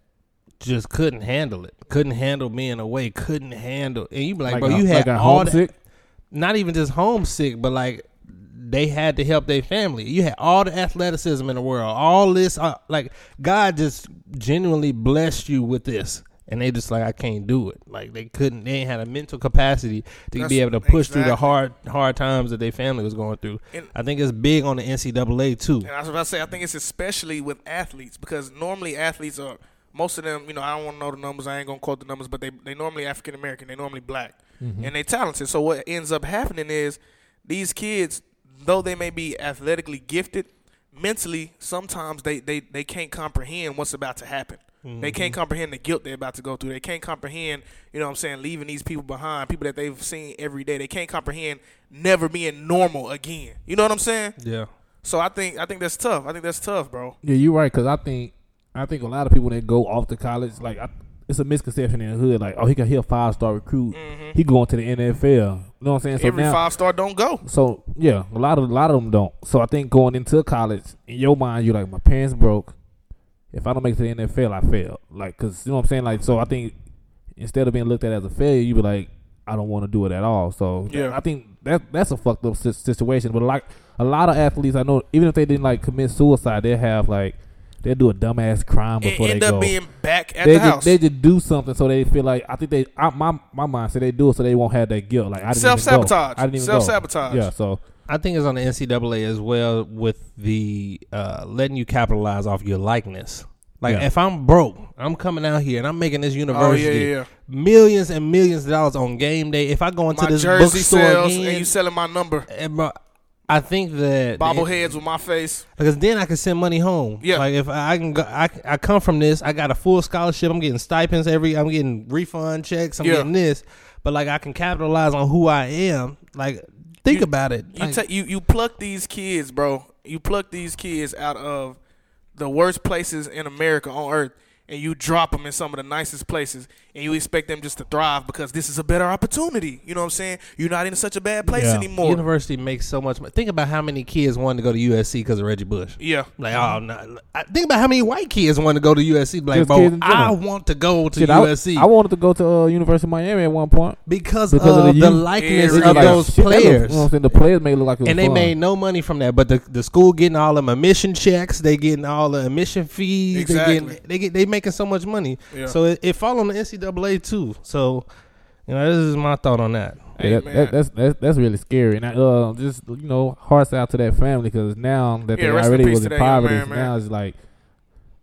S1: just couldn't handle it. Couldn't handle being away. Couldn't handle. And you be like,
S2: Like
S1: bro,
S2: a-
S1: you had
S2: like a
S1: all
S2: homesick?
S1: that. Not even just homesick, but like they had to help their family. You had all the athleticism in the world. All this, uh, like God just genuinely blessed you with this. And they just like I can't do it. Like they couldn't. They ain't had a mental capacity to
S3: That's-
S1: be able to push through the
S3: exactly.
S1: hard hard times that their family was going through.
S3: And-
S1: I think it's big on the NCAA too.
S3: And I was about to say, I think it's especially with athletes because normally athletes are Most of them, you know, I don't want to know the numbers. I ain't gonna quote the numbers, but they they normally African American. They normally black, and they talented. So what ends up happening is these kids, though they may be athletically gifted, mentally sometimes they they they can't comprehend what's about to happen. They can't comprehend the guilt they're about to go through. They can't comprehend, you know what I'm saying, leaving these people behind, people that they've seen every day. They can't comprehend never being normal again. You know what I'm saying?
S1: Yeah.
S3: So I think I think that's tough. I think that's tough, bro.
S2: Yeah, you're right. Cause I think I think a lot of people that go off to college, like I, it's a misconception in the hood. Like, oh, he got he a five star recruit. He going to the NFL. You know what I'm saying? So
S3: Every
S2: now,
S3: five star don't go.
S2: so yeah, a lot of a lot of them don't. So I think going into college, in your mind, you're like, my parents broke. If I don't make it to the NFL, I fail. Like, cause you know what I'm saying. Like, so I think instead of being looked at as a failure, you be like, I don't want to do it at all. So
S3: Yeah.
S2: I think that that's a fucked up si- situation. But like a lot of athletes, I know, even if they didn't like commit suicide, they have like they will do a dumbass crime
S3: It
S2: before
S3: end
S2: they
S3: up
S2: go.
S3: being back at
S2: they
S3: the
S2: just,
S3: house.
S2: they just do something so they feel like I think they I, my my mind said they do it so they won't have that guilt like I didn't even go.
S3: Self-sabotage.
S2: I didn't even go.
S3: Self-sabotage.
S2: Yeah, so
S1: I think it's on the NCAA as well with the uh, letting you capitalize off your likeness. Like
S2: Yeah.
S1: if I'm broke, I'm coming out here and I'm making this university
S3: Oh, yeah.
S1: millions and millions of dollars on game day. If I go into
S3: my
S1: this
S3: jersey
S1: bookstore
S3: sells,
S1: again,
S3: and you selling my number.
S1: and bro, I think that
S3: Bobbleheads with my face.
S1: because then I can send money home.
S3: Yeah.
S1: like if I can go, I, I come from this. I got a full scholarship. I'm getting stipends every. I'm getting refund checks. I'm
S3: Yeah.
S1: getting this, but like I can capitalize on who I am. Like think
S3: You-
S1: about it.
S3: You
S1: Like,
S3: ta- you you pluck these kids, bro. You pluck these kids out of the worst places in America on earth, and you drop them in some of the nicest places, and you expect them just to thrive because this is a better opportunity. You know what I'm saying? You're not in such a bad place
S2: Yeah.
S3: anymore.
S1: University makes so much money. Think about how many kids wanted to go to USC because of Reggie Bush.
S3: yeah,
S1: Like, oh, no. I think about how many white kids wanted to go to USC. Like,
S2: Just
S1: bro,
S2: kids in general.
S1: I want to go to
S2: Shit, I-
S1: USC
S2: I, wanted to go to uh, University of Miami at one point.
S1: because,
S2: because
S1: of,
S2: of the
S1: the
S2: youth.
S1: likeness
S3: Yeah,
S1: of
S2: Like,
S1: those
S2: shit, that look-
S1: players.
S2: you know what I'm saying? The players may look like it was
S1: and they
S2: fun.
S1: made no money from that, but the, the school getting all them admission checks, they getting all the admission fees,
S3: Exactly.
S1: they getting they get they making so much money.
S3: Yeah.
S1: So it, it fall on the NCAA too. So you know, this is my thought on that.
S2: Yeah, that-
S3: Amen.
S2: that- that's, that's that's really scary. And I, uh, just you know, hearts out to that family because now that
S3: Yeah,
S2: they
S3: rest in
S2: already
S3: peace
S2: was
S3: to
S2: in
S3: that young
S2: poverty,
S3: man, man.
S2: now it's like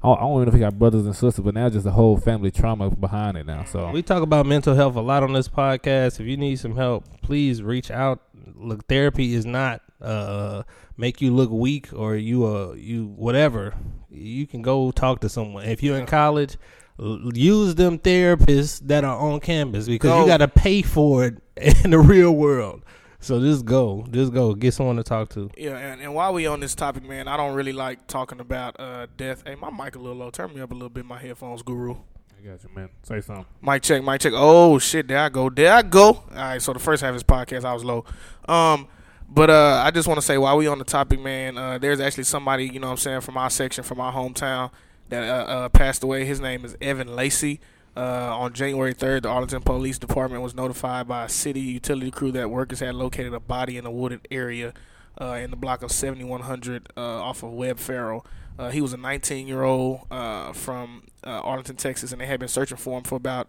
S2: I don't, I don't even know if he got brothers and sisters, but now just the whole family trauma behind it now. So
S1: We talk about mental health a lot on this podcast. If you need some help, please reach out. Look, therapy is not uh make you look weak or you uh you whatever. You can go talk to someone. If you're in college, l- use them therapists that are on campus because
S3: Go.
S1: you got to pay for it in the real world. So just go, just go, get someone to talk to.
S3: yeah. And, and while we on this topic, man, I don't really like talking about uh, death. Hey, my mic a little low. Turn me up a little bit. My headphones, guru.
S2: I got you, man. Say something.
S3: Mic check, mic check. Oh shit, there I go, there I go. All right, so the first half of his podcast, I was low. Um, but uh, I just want to say while we on the topic, man, uh, there's actually somebody you know what I'm saying from our section, from our hometown, that uh, uh, passed away. His name is Evan Lacey. Uh, on January 3rd, the Arlington Police Department was notified by a city utility crew that workers had located a body in a wooded area uh, in the block of 7100 uh, off of Webb Farrell. Uh, he was a 19 year old uh, from uh, Arlington, Texas, and they had been searching for him for about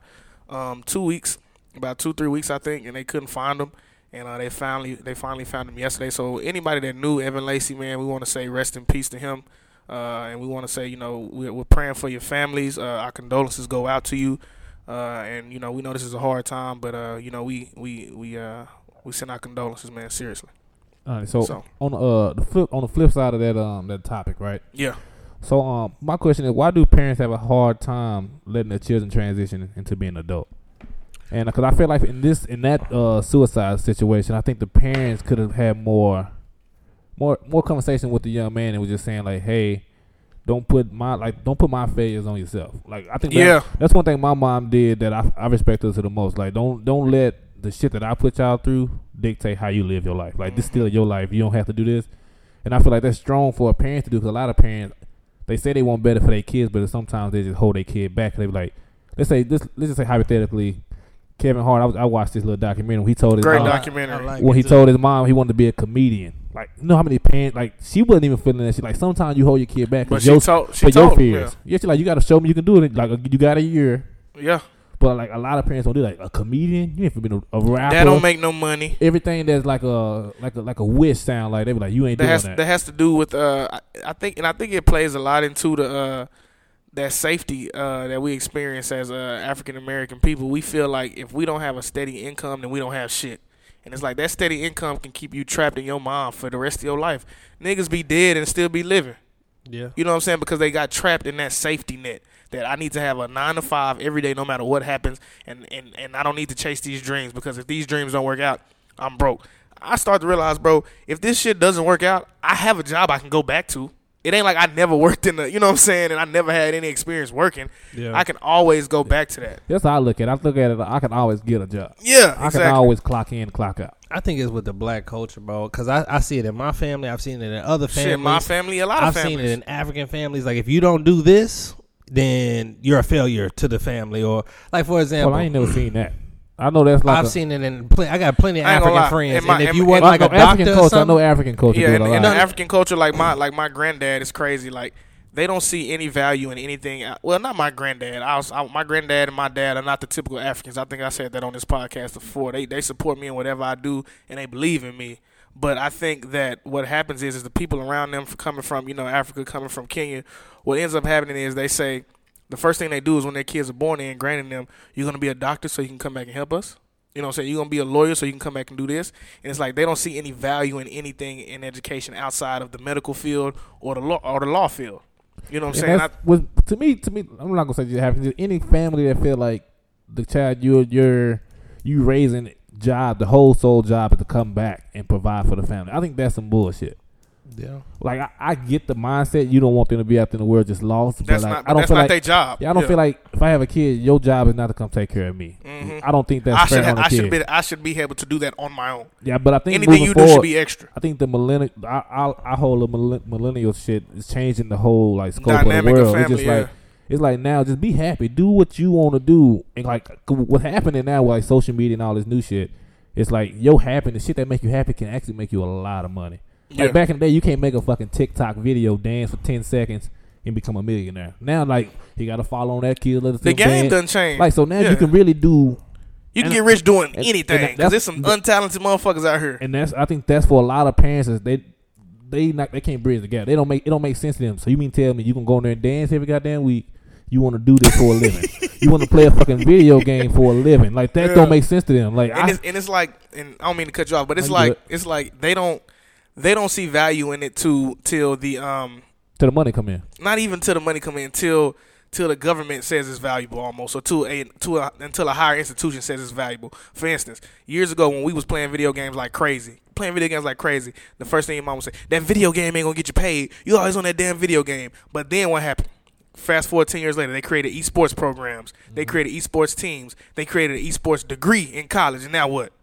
S3: um, two weeks, about two three weeks, I think, and they couldn't find him. And uh, they finally they finally found him yesterday. So anybody that knew Evan Lacey, man, we want to say rest in peace to him. Uh, and we want to say, you know, we're, we're praying for your families. Uh, our condolences go out to you. Uh, and you know, we know this is a hard time, but uh, you know, we we we uh, we send our condolences, man. Seriously,
S2: All right, so,
S3: So.
S2: on uh the flip on the flip side of that um that topic, right?
S3: yeah.
S2: So um my question is why do parents have a hard time letting their children transition into being adult? And because I feel like in this in that uh, suicide situation, I think the parents could have had more, more more conversation with the young man and was just saying like, hey, don't put my like don't put my failures on yourself. Like I think that-
S3: Yeah.
S2: that's one thing my mom did that I I respect her to the most. Like don't don't let the shit that I put y'all through dictate how you live your life. Like this still your life. You don't have to do this. And I feel like that's strong for a parent to do because a lot of parents they say they want better for their kids, but sometimes they just hold their kid back. They be like, let's say this, let's just say hypothetically, Kevin Hart. I, was, I watched this little documentary. He told his
S3: Great
S2: mom,
S3: documentary.
S1: I like
S2: when
S1: it
S2: he
S1: too.
S2: told his mom he wanted to be a comedian. Like, you know how many parents like she wasn't even feeling that shit. Like sometimes you hold your kid back
S3: But
S2: for
S3: she
S2: your,
S3: told- she
S2: for your
S3: told him,
S2: fears. Yeah, she like you got to show me you can do it. Like you got a year,
S3: yeah,
S2: but like a lot of parents don't do that. like a comedian. You ain't been a, a rapper.
S3: that don't make no money.
S2: everything that's like a like a like a wish sound like they be like you ain't
S3: that
S2: doing
S3: has
S2: that.
S3: that has to do with uh I, I think and I think it plays a lot into the uh that safety uh, that we experience as uh, African American people, we feel like if we don't have a steady income, then we don't have shit. And it's like that steady income can keep you trapped in your mind for the rest of your life. Niggas be dead and still be living.
S1: Yeah.
S3: You know what I'm saying? Because they got trapped in that safety net that I need to have a nine to five every day, no matter what happens, and and and I don't need to chase these dreams because if these dreams don't work out, I'm broke. I start to realize, bro, if this shit doesn't work out, I have a job I can go back to. It ain't like I never worked in the, you know what I'm saying, and I never had any experience working.
S1: Yeah.
S3: I can always go back to that.
S2: That's how I look at it. I look at it. I can always get a job.
S3: Yeah,
S2: I
S3: exactly.
S2: can always clock in, clock out.
S1: I think it's with the black culture, bro. Because I, I see it in my family. I've seen it in other families.
S3: Shit, my family, a lot of
S1: I've
S3: families.
S1: seen it in African families. Like if you don't do this, then you're a failure to the family. Or like for example,
S2: Well, I ain't never seen that. I know that's like
S1: I've
S2: a,
S1: seen it in. Pl- I got plenty of
S3: I ain't gonna
S1: African
S3: lie.
S1: friends,
S3: In my-
S1: and if
S3: in-
S1: you
S3: in
S1: wasn't
S3: my-
S1: like a
S2: African
S1: doctor or
S2: culture. I know
S1: something,
S2: African culture.
S3: yeah,
S2: do it
S3: in,
S2: a
S3: in
S2: lot.
S3: the African culture, like my like my granddad is crazy. Like they don't see any value in anything. out- Well, not my granddad. I was I, my granddad and my dad are not the typical Africans. I think I said that on this podcast before. They they support me in whatever I do and they believe in me. But I think that what happens is is the people around them f- coming from you know Africa, coming from Kenya, what ends up happening is they say the first thing they do is when their kids are born, they granting them you're gonna be a doctor so you can come back and help us. You know what I'm saying? You're going to be a lawyer so you can come back and do this. And it's like they don't see any value in anything in education outside of the medical field or the law or the law field. You know what I'm
S2: And
S3: saying?
S2: that's what- to me, to me, I'm not gonna say just happens. Just any family that feel like the child you're you're you raising job, the whole sole job is to come back and provide for the family. I think that's some bullshit.
S1: yeah.
S2: Like I, I get the mindset you don't want them to be out there in the world just lost.
S3: I, that's
S2: but like,
S3: not
S2: I don't
S3: that's
S2: feel
S3: not
S2: like
S3: their job.
S2: yeah, I don't
S3: Uh, Yeah.
S2: feel like if I have a kid, your job is not to come take care of me. I don't think that's
S3: Mm-hmm. I
S2: fair on
S3: should ha-
S2: the
S3: I
S2: kid.
S3: should be I should be able to do that on my own.
S2: yeah, but I think
S3: Anything
S2: moving
S3: you do
S2: forward,
S3: should be extra.
S2: I think the millennial, I, I, I hold the millen- millennial shit is changing the whole like scope
S3: Dynamic
S2: of
S3: of
S2: the world. it's just
S3: family,
S2: like it's like now, just be happy, do what you want to do, and like c- what happening now with like social media and all this new shit. It's like your happiness, shit that make you happy, can actually make you a lot of money.
S3: Yeah.
S2: Like back in the day, you can't make a fucking TikTok video dance for ten seconds and become a millionaire. Now, like you got to follow on that kid. let us
S3: The
S2: see what I'm
S3: game
S2: saying.
S3: doesn't change.
S2: Like so now,
S3: Yeah.
S2: you can really do
S3: You can
S2: and-
S3: get rich doing
S2: and- and
S3: anything
S2: that-
S3: cuz
S2: that's-
S3: there's some untalented motherfuckers out here.
S2: and that's I think that's for a lot of parents is they they not they can't bridge the gap. They don't make it don't make sense to them. So you mean tell me you can go in there and dance every goddamn week? You want to do this for a living? you want to play a fucking video game for a living? Like that
S3: Yeah.
S2: don't make sense to them. Like
S3: and
S2: I,
S3: it's, and it's like, and I don't mean to cut you off, but it's
S2: No, you
S3: like it's like they don't they don't see value in it to till the um
S2: till the money come in.
S3: not even till the money come in till till the government says it's valuable almost or to a to a, until a higher institution says it's valuable for instance years ago when we was playing video games like crazy playing video games like crazy the first thing your mom would say that video game ain't gonna get you paid you always on that damn video game but then what happened Fast forward 10 years later, they created esports programs. They created esports teams. They created an esports degree in college. And now what?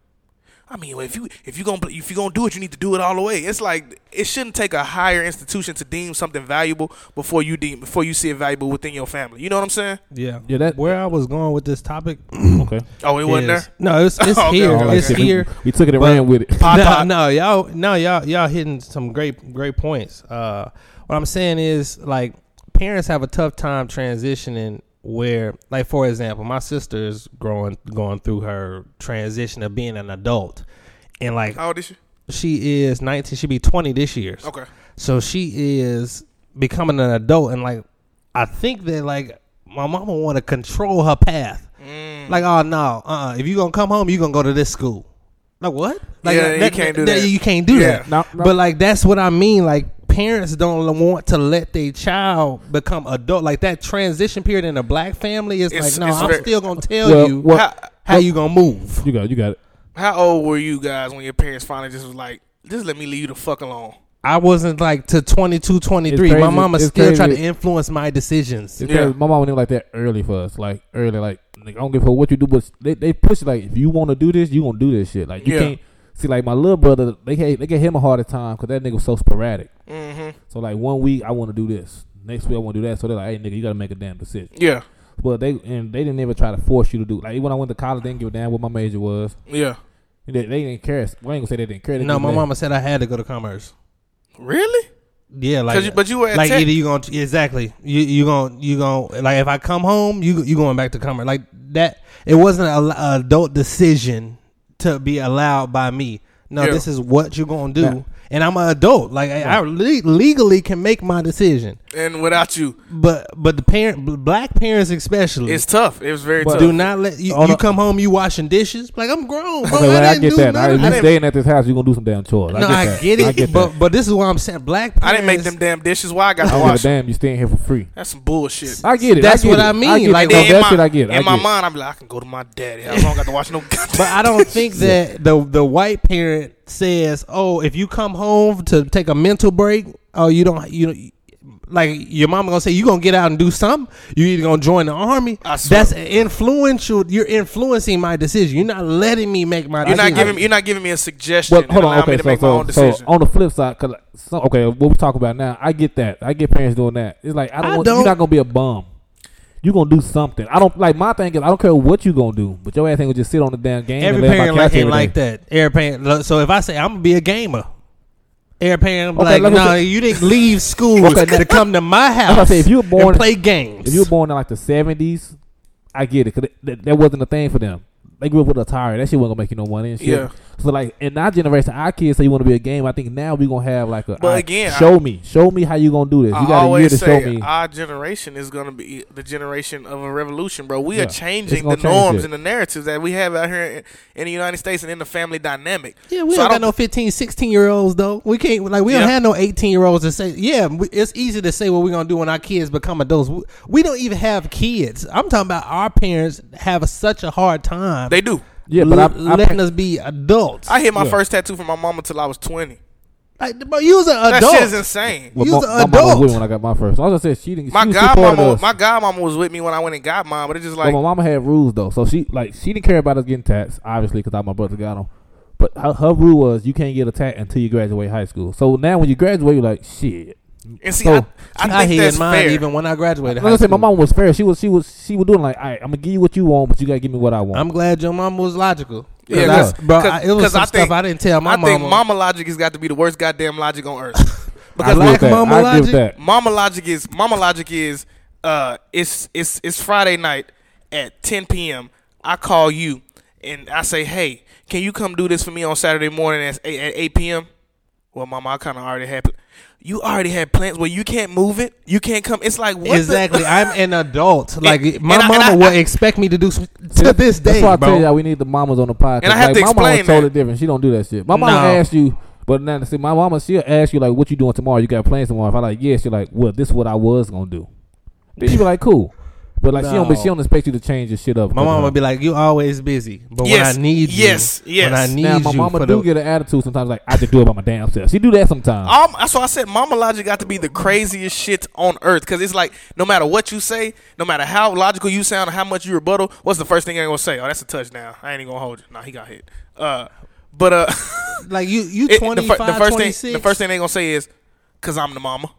S3: I mean, if you if you gonna if you gonna do it, you need to do it all the way. It's like it shouldn't take a higher institution to deem something valuable before you deem before you see it valuable within your family. You know what I'm saying?
S1: Yeah.
S2: Yeah, that-
S1: where I was going with this topic
S2: Okay,
S3: Oh, it wasn't
S1: is
S3: there.
S1: no, it's it's
S3: Okay,
S1: here,
S3: okay,
S2: All that
S1: it's
S2: shit, we-
S1: here.
S2: We, took it and
S1: But-
S2: ran with it.
S1: No, no, y'all, no, y'all, y'all hitting some great, great points. Uh, what I'm saying is, like, parents have a tough time transitioning. Where, like, for example, my sister is growing, going through her transition of being an adult, and like,
S3: How old is she?
S1: she is 19. She be 20 this year.
S3: Okay.
S1: So she is becoming an adult, and like, I think that like my mama want to control her path.
S3: Mm.
S1: Like, oh no, uh, uh if you gonna come home, you gonna go to this school. Like what? Like
S3: Yeah, you can't do that.
S1: You can't do
S3: Yeah.
S1: that.
S2: No, no.
S1: But like that's what I mean. Like parents don't want to let their child become adult. Like that transition period in a black family is
S3: It's-
S1: like, no,
S3: it's
S1: I'm
S3: very-
S1: still gonna tell
S2: Well,
S1: you
S2: well-
S1: how, how you gonna move.
S2: You got, it, you got it.
S3: How old were you guys when your parents finally just was like, just let me leave you the fuck alone?
S1: I wasn't like to 22, 23.
S2: It's
S1: My
S2: crazy.
S1: mama
S2: It's
S1: still tried to
S2: crazy.
S1: influence my decisions.
S2: It's
S3: Yeah.
S2: crazy. My mom was like that early for us, like early, like nigga, I don't give a fuck what you do, but they they push it, like if you want to do this, you gonna do this shit. Like you
S3: Yeah.
S2: can't see like my little brother, they gave, they gave him a harder time because that nigga was so sporadic.
S3: Mm-hmm.
S2: So like one week I want to do this, next week I want to do that. So they're like, hey nigga, you gotta make a damn decision.
S3: Yeah.
S2: But they and they didn't ever try to force you to do. Like when I went to college, they didn't give a damn what my major was.
S3: Yeah.
S2: They, they didn't care. Well, I ain't gonna say they didn't care. They
S1: No,
S2: just
S1: my
S2: let-
S1: mama said I had to go to commerce.
S3: Really?
S1: Yeah,
S3: 'Cause
S1: like
S3: you- but you were at
S1: like
S3: Tech.
S1: either you gonna exactly you you gonna you gonna like if I come home you you going back to commerce like that. It wasn't an adult decision to be allowed by me. No,
S3: Yeah.
S1: this is what you're gonna do,
S2: Now-
S1: and I'm an adult. Like I, I le- legally can make my decision.
S3: And without you,
S1: But but the parent, b- black parents especially,
S3: it's tough. It was very
S2: But-
S3: tough.
S1: do not let you,
S2: Hold
S1: you
S2: on.
S1: come home. You washing dishes. Like I'm grown. Bro.
S2: Okay, well,
S1: I
S2: I,
S1: didn't
S2: get
S1: do
S2: that. I,
S1: nothing.
S2: if you staying at this house, you're gonna do some damn chores.
S1: no, I
S2: that.
S1: get it.
S2: I get
S1: but
S2: that.
S1: but this is why I'm saying black. Parents,
S3: I didn't make them damn dishes. Why I
S2: I
S3: got to
S2: don't give a
S3: wash? them?
S2: damn. You staying here for free.
S3: That's some bullshit.
S2: I get it.
S1: That's
S2: I get
S1: what
S2: it.
S1: I mean,
S2: I get
S1: like,
S2: it. No,
S1: Then
S3: in
S2: that
S3: my,
S2: shit I get.
S3: In
S2: I
S3: my
S2: get it.
S3: mind, I'm like, I can go to my daddy. I don't got to watch no.
S1: But I don't think that the the white parent says, "Oh, if you come home to take a mental break, oh, you don't you." Like your mama gonna say you gonna get out and do something. You either gonna join the army.
S3: I swear.
S1: That's influential. You're influencing my decision. You're not letting me make my.
S3: You're not
S1: decision.
S3: giving. You're not giving me a suggestion.
S2: Well, hold
S3: and
S2: on.
S3: allow me
S2: Okay,
S3: to
S2: so,
S3: make my own
S2: so, so
S3: decision.
S2: on the flip side, cause like, some, okay, what we talking about now? I get that. I get parents doing that. It's like I don't.
S1: I
S2: want,
S1: don't-
S2: You're not gonna be a bum. You gonna do something. I don't like my thing is I don't care what you gonna do, but your ass ain't gonna just sit on the damn game.
S1: Every
S2: and lay on my
S1: parent like,
S2: couch
S1: ain't
S2: every day.
S1: like that. Every parent. lo- So if I say I'm gonna be a gamer, every parent be
S2: Okay,
S1: like,
S2: let
S1: no,
S2: me say-
S1: you didn't leave school
S2: Okay,
S1: to come to my house.
S2: say, if you were born-
S1: and play games,
S2: If you were born in like the seventies, I get it. Cause it- that, that wasn't a thing for them. They grew up with Atari. That shit wasn't gonna make you no money and shit.
S3: Yeah.
S2: So like in our generation, our kids say you want to be a game. I think now we gonna have like a.
S3: But
S2: all right,
S3: again,
S2: show me, show me how you gonna do this.
S3: I
S2: You got a year
S3: always
S2: to
S3: say
S2: show me.
S3: our generation is going to be the generation of a revolution, bro. We
S2: Yeah,
S3: are
S2: it's
S3: changing
S2: gonna
S3: the
S2: change
S3: norms
S2: it.
S3: and the narratives that we have out here in, in the United States and in the family dynamic.
S1: Yeah, we
S3: So I
S1: don't got no 15, 16 year olds though. We can't like we
S3: Yeah.
S1: don't have no eighteen year olds to say. Yeah, we, it's easy to say what we're gonna do when our kids become adults. We, we don't even have kids. I'm talking about our parents have such a hard time.
S3: They do.
S2: yeah, but I,
S1: l-
S2: I,
S1: letting us be adults.
S3: I hit my
S2: Yeah.
S3: first tattoo from my mama till I was twenty.
S1: like, bro, you was an
S3: That
S1: adult.
S3: shit is insane.
S1: You was
S2: my,
S1: an
S2: my mama was
S1: adult.
S2: with me when I got my first. I was gonna say she didn't.
S3: My
S2: she was too part of
S3: godmama,
S2: us.
S3: my godmama was with me when I went and got mine, but it's just like
S2: but my mama had rules though, so she like she didn't care about us getting tats, obviously, because my brother got them. But her, her rule was you can't get a tat until you graduate high school. So now when you graduate, you're like shit.
S3: and see,
S2: so,
S3: I, I
S1: I
S3: think
S1: had
S3: that's
S1: mine
S3: fair.
S1: even when I graduated.
S2: Like I
S1: high
S2: said, my
S1: school.
S2: mom was fair. She was she was she was doing like, all right, I'm gonna give you what you want, but you gotta give me what I want.
S1: I'm glad your mom was logical.
S3: Yeah,
S1: 'Cause I-
S3: 'cause-
S1: bro, I, it
S3: 'cause-
S1: was
S3: 'cause
S1: some
S3: I
S1: stuff
S3: think-
S1: I didn't tell my
S3: I
S1: mama.
S3: think mama logic has got to be the worst goddamn logic on earth.
S2: I
S3: because
S2: agree
S1: like
S2: with that.
S1: mama
S2: I agree with
S1: logic.
S2: that.
S3: Mama logic is mama logic is uh it's it's it's Friday night at 10 p.m. I call you and I say, "Hey, can you come do this for me on Saturday morning at 8, at 8 p.m.?" Well, mama, I kind of already had pl- you already had plans where you can't move it. You can't come. It's like what the-
S1: exactly. I'm an adult. Like
S3: And-
S1: my
S3: and I- and
S1: mama
S3: I-
S1: would
S3: I-
S1: expect me to do some,
S2: See,
S1: to
S2: that-
S1: this day,
S2: That's why I
S1: bro.
S2: tell y'all we need the mamas on the podcast.
S3: And I have
S2: like,
S3: to
S2: my mama
S3: explain
S2: was totally
S3: that.
S2: different. She don't do that shit. My mama
S1: No.
S2: asked you, but now see, my mama she'll ask you like, "What you doing tomorrow? You got plans tomorrow?" If I like, yes, you're like, "Well, this is what I was gonna do." Then she be like, "Cool," but like she don't
S1: No.
S2: she don't expect you to change your shit up.
S1: My mom would be like, "You always busy, but
S3: Yes,
S1: when I need you,
S3: yes, yes.
S1: when I need
S2: now my
S1: you for
S2: mama do
S1: the, Oh,
S2: get an attitude sometimes. Like I just do it by my damn self. She do that sometimes.
S3: Um, so I said, Mama Logic got to be the craziest shit on earth because it's like no matter what you say, no matter how logical you sound, or how much you rebuttal, what's the first thing I'm gonna say? Oh, that's a touchdown. I ain't even gonna hold you. Nah, he got hit. Uh, but uh,
S1: like you you
S3: it- the,
S1: twenty
S3: fir- the
S1: five,
S3: first
S1: twenty
S3: thing
S1: six.
S3: the first thing they gonna say is, "Cause I'm the mama."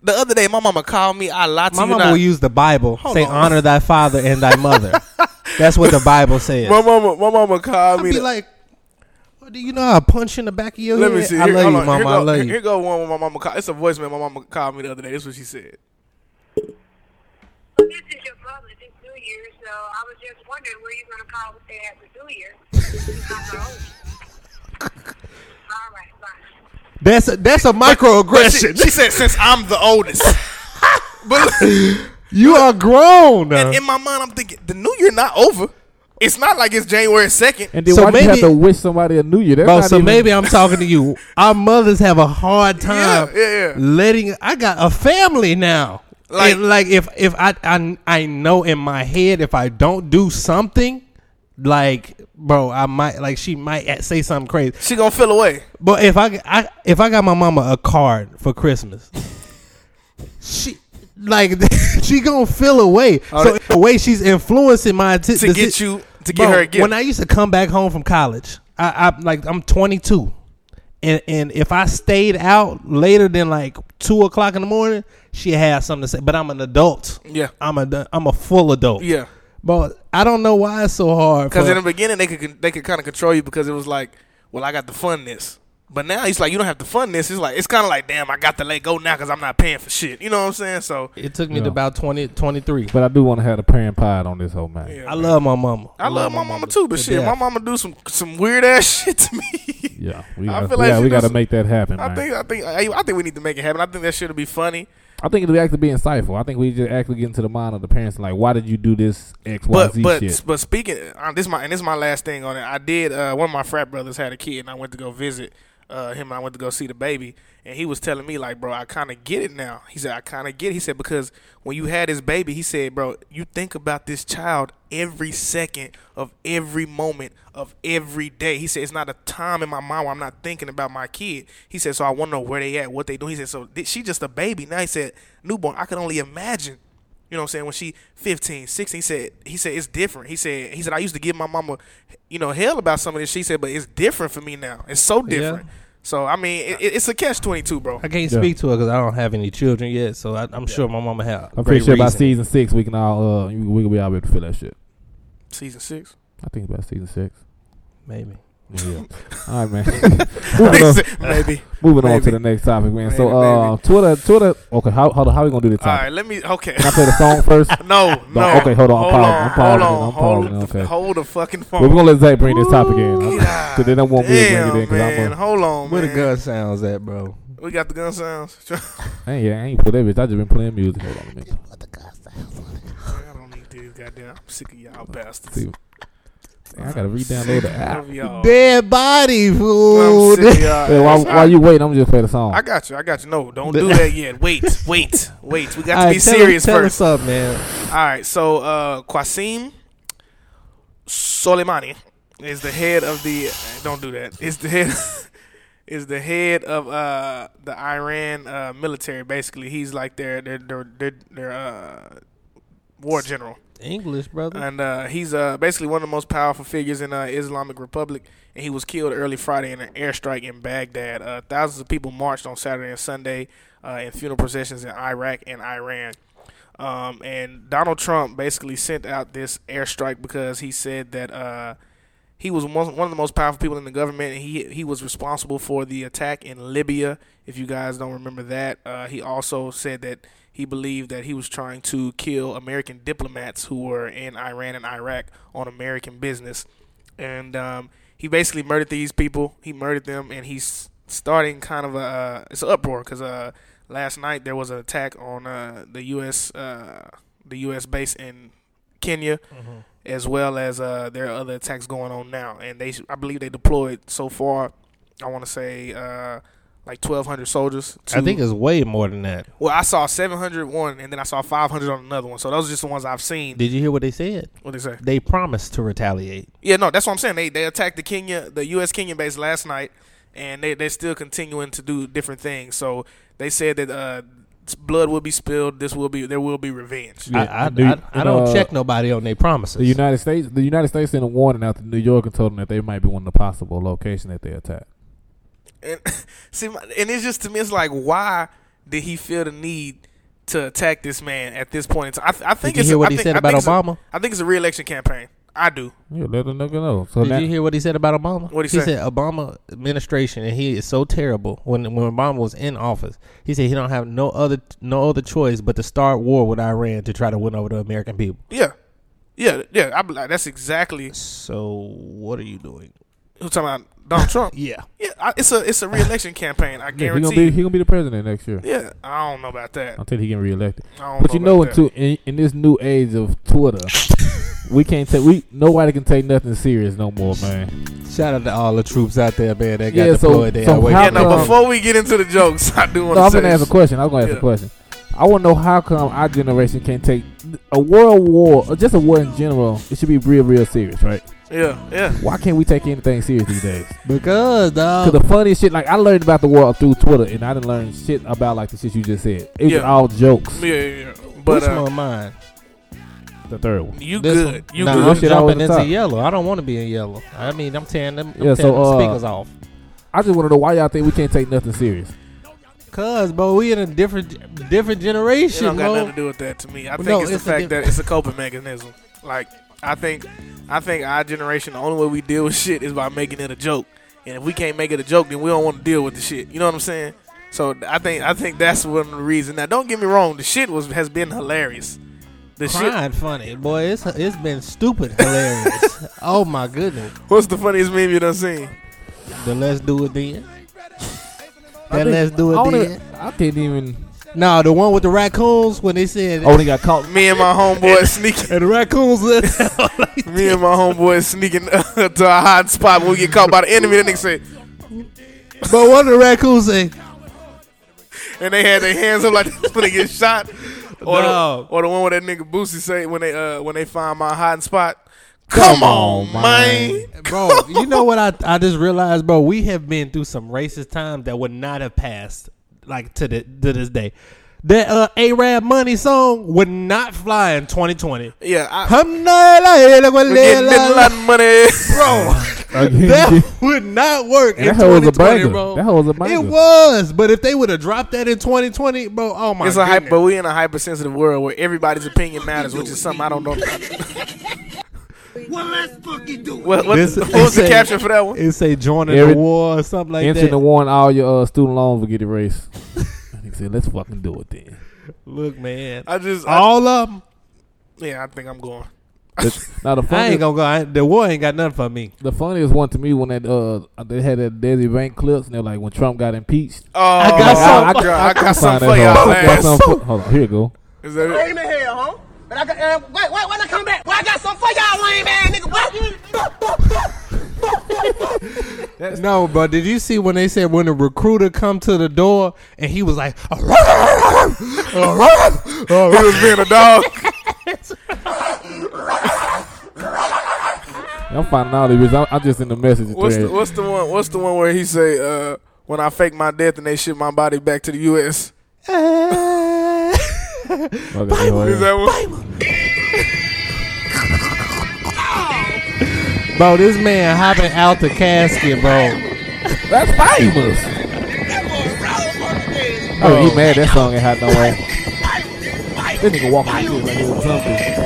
S3: The other day, my mama called me. I lied to
S1: My
S3: you.
S1: mama
S3: not.
S1: will use the Bible,
S3: Hold
S1: say,
S3: on.
S1: "Honor thy father and thy mother." That's what the Bible says.
S3: my mama, my mama called
S1: I'd
S3: me.
S1: be
S3: to-
S1: like, "What "Do you know I punch you in the back of your
S3: uh, Let
S1: head?"
S3: me see.
S1: I
S3: Here-
S1: love
S3: hold
S1: you,
S3: on.
S1: mama.
S3: Here
S1: I
S3: go-
S1: love
S3: Here
S1: you.
S3: go one. Where my mama called. It's a voicemail. My mama called me the other day. This is what she said.
S7: This is your brother. It's New Year, so I was just wondering where you're going to call to say Happy New Year. I know. All right, bye.
S1: That's a, that's a
S3: But she,
S1: microaggression.
S3: she said, "Since I'm the oldest." but.
S1: you are grown.
S3: And in my mind, I'm thinking the new year not over. It's not like it's January second.
S2: and then
S1: so
S2: why do you have
S1: maybe-
S2: to wish somebody a new year? That's
S1: Bro,
S2: not
S1: so
S2: even-
S1: maybe I'm talking to you. Our mothers have a hard time
S3: Yeah, yeah, yeah.
S1: letting. I got a family now.
S3: Like-
S1: Like, like if if I, I I know in my head if I don't do something, like bro, I might like she might at- say something crazy.
S3: She gonna feel away.
S1: But if I, I if I got my mama a card for Christmas, she like she gonna feel away.
S3: Oh,
S1: so
S3: that-
S1: in a way, she's influencing my t-
S3: To get you- to get her a gift.
S1: When I used to come back home from college, I, I like I'm 22, and and if I stayed out later than like two o'clock in the morning, she had something to say. But I'm an adult.
S3: Yeah.
S1: I'm a I'm a full adult.
S3: Yeah,
S1: but I don't know why it's so hard.
S3: because
S1: for-
S3: in the beginning they could they could kind of control you because it was like, well, I got to fund this. But now he's like, you don't have to fund this. It's like it's kind of like, damn, I got to let go now because I'm not paying for shit. You know what I'm saying? So
S1: It took me
S2: Yeah.
S1: to about 20, 23.
S2: But I do want to have the parent pod on this whole man.
S3: yeah,
S1: I
S3: man.
S1: love my mama.
S3: I love my mama too, but
S1: to
S3: shit,
S1: death.
S3: my mama do some some weird ass shit to me.
S2: Yeah, we
S3: I
S2: gotta, we gotta-
S3: feel like she
S2: we
S3: does-
S2: gotta make that happen.
S3: I
S2: man.
S3: think I think I, I think we need to make it happen. I think that shit'll be funny.
S2: I think it would actually be insightful. I think we just actually get into the mind of the parents, like, why did you do this X Y
S3: But
S2: Z
S3: but
S2: shit?
S3: but speaking, uh, this my and this is my last thing on it. I did uh, one of my frat brothers had a kid, and I went to go visit uh, him. And I went to go see the baby, and he was telling me like, bro, I kind of get it now. He said, I kind of get. it. He said because when you had this baby, he said, bro, you think about this child every second of every moment of every day. He said it's not a time in my mind where I'm not thinking about my kid. He said so I want to know where they at, what they doing. He said so th- she just a baby now. He said newborn. I could only imagine. You know what I'm saying? When she 15, 16, he said he said it's different. He said he said I used to give my mama, you know, hell about some of this. She said, but it's different for me now. It's so different. So I mean, it, it- it's a catch 22, bro.
S1: I can't speak to her because I don't have any children yet, so I, I'm sure my mama had.
S2: I'm pretty sure by
S1: reason.
S2: season six we can all uh we we can be able to feel that shit.
S3: Season six.
S2: I think by season six.
S1: Maybe.
S2: Yeah. all right, man. moving on,
S3: Maybe.
S2: moving on to
S3: Maybe.
S2: the next topic, man. so
S3: Maybe,
S2: uh, Twitter, Twitter. Okay, how hold on, how we gonna do this
S3: All
S2: topic?
S3: right, let me. Okay.
S2: Can I play the song first?
S3: No, no.
S2: okay, hold on, I'm pausing, I'm pausing, I'm
S3: hold
S2: pausing,
S3: the-
S2: okay.
S3: Hold the fucking phone.
S2: Well, we're gonna let Zay bring this topic in.
S3: God
S2: Because then I won't be able to
S3: Damn,
S2: bring it in. Cause
S3: man.
S2: I'm a,
S3: hold on,
S1: Where the
S3: man.
S1: gun sounds at, bro?
S3: We got the gun sounds.
S2: I ain't, I ain't put that bitch. I just been playing music. Hold on a minute.
S3: I don't need these goddamn. I'm sick of y'all bastards.
S2: See, Damn, I gotta re-download the app.
S3: Of y'all.
S1: Dead body
S3: I'm
S1: food.
S3: sick of y'all.
S2: Hey, while,
S3: asses.
S2: while you waiting, I'm just play the song.
S3: I got you. I got you. No, don't do that yet. Wait, wait, wait. We got to
S1: All
S3: be
S1: right, tell us-
S3: serious
S1: tell
S3: first.
S1: us up, man.
S3: All right. So, uh, Qasim Soleimani is the head of the. Don't do that. Is the head. Is the head of uh, the Iran uh, military? Basically, he's like their their their their, their uh, war general.
S1: English, brother.
S3: And uh, he's uh, basically one of the most powerful figures in uh, Islamic Republic, and he was killed early Friday in an airstrike in Baghdad. Uh, thousands of people marched on Saturday and Sunday uh, in funeral processions in Iraq and Iran. Um, and Donald Trump basically sent out this airstrike because he said that uh, he was one one of the most powerful people in the government, and he he was responsible for the attack in Libya. If you guys don't remember that, uh, he also said that he believed that he was trying to kill American diplomats who were in Iran and Iraq on American business, and um, he basically murdered these people. He murdered them, and he's starting kind of a uh, it's an uproar because uh, last night there was an attack on uh, the U.S. Uh, the U.S. base in Kenya as well as uh, there are other attacks going on now. And they, I believe, they deployed so far. I want to say uh, like twelve hundred soldiers.
S1: I think it's way more than that.
S3: well, I saw seven hundred one, and then I saw five hundred on another one. So those are just the ones I've seen.
S1: Did you hear what they said?
S3: What they say?
S1: They promised to retaliate.
S3: Yeah, no, that's what I'm saying. They they attacked the Kenya, the U.S. Kenyan base last night, and they they're still continuing to do different things. So they said that uh, blood will be spilled. This will be there will be revenge.
S2: Yeah,
S1: I, I,
S2: do-
S1: I,
S2: you
S1: I don't
S2: know,
S1: check nobody on their promises.
S2: The United States, the United States sent a warning out to New York and told them that they might be one of the possible location that they attack.
S3: And see, my- and it's just to me, it's like, why did he feel the need to attack this man at this point? In time? I, th- I think
S1: you
S3: it's.
S1: hear what
S3: I
S1: he
S3: think-
S1: said
S3: I
S1: about
S3: think it's a-
S1: Obama?
S3: I think it's a reelection campaign. I do.
S2: Yeah, let the nigga know. So
S1: Did
S2: now,
S1: you hear what he said about Obama?
S3: What'd he
S1: he
S3: say?
S1: said Obama administration and he is so terrible. When when Obama was in office, he said he don't have no other no other choice but to start war with Iran to try to win over the American people.
S3: Yeah, yeah, yeah. I, be like, that's exactly.
S1: So what are you doing?
S3: Who's talking about Donald Trump?
S1: Yeah,
S3: Yeah, I, it's a it's a reelection campaign. I
S2: yeah, he gonna
S3: guarantee.
S2: be
S3: you.
S2: he gonna be the president next year
S3: Yeah, I don't know about that.
S2: until he get reelected.
S3: I don't
S2: But you
S3: know
S2: know,
S3: about
S2: in, two, in in this new age of Twitter, we can't take we nobody can take nothing serious no more, man.
S1: shout out to all the troops out there, man. That got
S2: Yeah, so-
S1: deployed. they
S2: so
S1: are waiting
S2: how
S3: Yeah, no.
S2: come-
S1: up.
S3: Before we get into the jokes, I do want
S2: No, I'm
S3: to
S2: gonna ask a question. I'm gonna ask
S3: Yeah.
S2: a question. I want to know how come our generation can't take a world war, or just a war in general. It should be real, real serious, right?
S3: Yeah, yeah.
S2: Why can't we take anything serious these days?
S1: because
S2: Cause
S8: Oh.
S1: dog,
S2: the funniest shit, like I learned about the world through Twitter, and I didn't learn shit about like the shit you just said. It was
S3: Yeah.
S2: all jokes.
S3: Yeah, yeah, yeah.
S1: but
S3: But uh,
S1: one mine?
S2: The third one.
S3: you
S1: This
S3: good?
S1: one.
S3: You
S1: Nah,
S2: Your
S1: I'm
S3: good?
S2: shit always
S1: jumping
S2: the
S1: into
S2: top.
S1: yellow. I don't want to be in yellow. I mean, I'm tearing them. I'm
S2: Yeah, so,
S1: tearing them
S2: uh,
S1: speakers off.
S2: I just want to know why y'all think we can't take nothing serious.
S1: Cause, bro, we in a different different
S3: It
S1: generation,
S3: don't got
S1: bro.
S3: nothing to do with that to me. I think
S1: no,
S3: it's the
S1: it's a
S3: fact
S1: diff-
S3: that it's a coping mechanism. Like I think, I think our generation, the only way we deal with shit is by making it a joke. And if we can't make it a joke, then we don't want to deal with the shit. You know what I'm saying? So th- I think I think that's one of the reasons. Now, don't get me wrong. The shit was has been hilarious. The shit.
S8: Crying funny, boy. It's it's been stupid hilarious. oh my goodness.
S3: What's the funniest meme you done seen?
S8: The let's do it then.
S2: I
S8: That
S2: think-
S8: let's do
S2: I
S8: it
S2: don't
S8: then.
S2: even- I can't even.
S8: No, the one with the raccoons when they said
S2: Oh, they got caught.
S3: Me and my homeboy sneaking.
S8: and the raccoons let's
S3: Me and my homeboy sneaking to a hot spot. When we get caught by the enemy, the nigga say,
S8: But one of the raccoons say
S3: and they had their hands up like this when they get shot. Or,
S8: Dog.
S3: the, or the one where that nigga Boosie say when they uh when they find my hiding spot. Come, on, man.
S8: Bro, you know what I, I just realized, bro, we have been through some racist times that would not have passed like to the to this day. That uh Arab money song would not fly in twenty twenty.
S3: Yeah, I, we getting a lot
S8: That
S3: of money.
S8: Oh would not work in
S2: That hoe was a
S8: 2020,
S2: banger.
S8: bro.
S2: That hoe was a banger.
S8: It was, but if they would have dropped that in 2020, bro, oh my
S3: It's a
S8: goodness.
S3: hyper, but we in a hypersensitive world where everybody's opinion matters, which is something I don't know.
S6: Well, let's fucking do it.
S3: What, what,
S8: This-
S3: what was the
S8: it's a-
S3: caption for that one?
S8: It say joining
S2: Every-
S8: the war or something like
S2: Entering
S8: that.
S2: the warrant, all your uh, student loans will get erased. And he said, "Let's fucking do it then."
S8: Look, man,
S3: I just, I-
S8: all of them.
S3: yeah, I think I'm going.
S2: The- now the
S8: I ain't
S2: funniest,
S8: gonna go. I, the war ain't got nothing for me.
S2: the funniest one to me when that uh they had that Desi Bank clips and they're like when Trump got impeached.
S3: Oh, I
S8: got
S3: got
S8: some-
S3: some. I, got
S2: Find
S3: some
S2: that
S3: for
S2: hoe.
S3: y'all.
S2: I got
S3: ass.
S2: something for- Hold on, here you go.
S3: Is that it?
S6: Lame as hell, huh? But I got, uh, wait, wait, wait, I come back. Well, I got something for y'all lame ass nigga. What?
S8: No, bro. Did you see when they said when the recruiter come to the door and he was like,
S3: He was being a dog.
S2: I'm finding all these. I'm, I'm just in the message
S3: What's the,
S2: thread.
S3: what's the one? What's the one where he say, uh, "When I fake my death and they ship my body back to the U.S."
S2: Okay, hold on.
S3: Is that one?
S8: "Bro, this man hopping out the casket, bro."
S2: That's famous. Oh, he mad that song ain't hot no way. This nigga walking like this like he was something.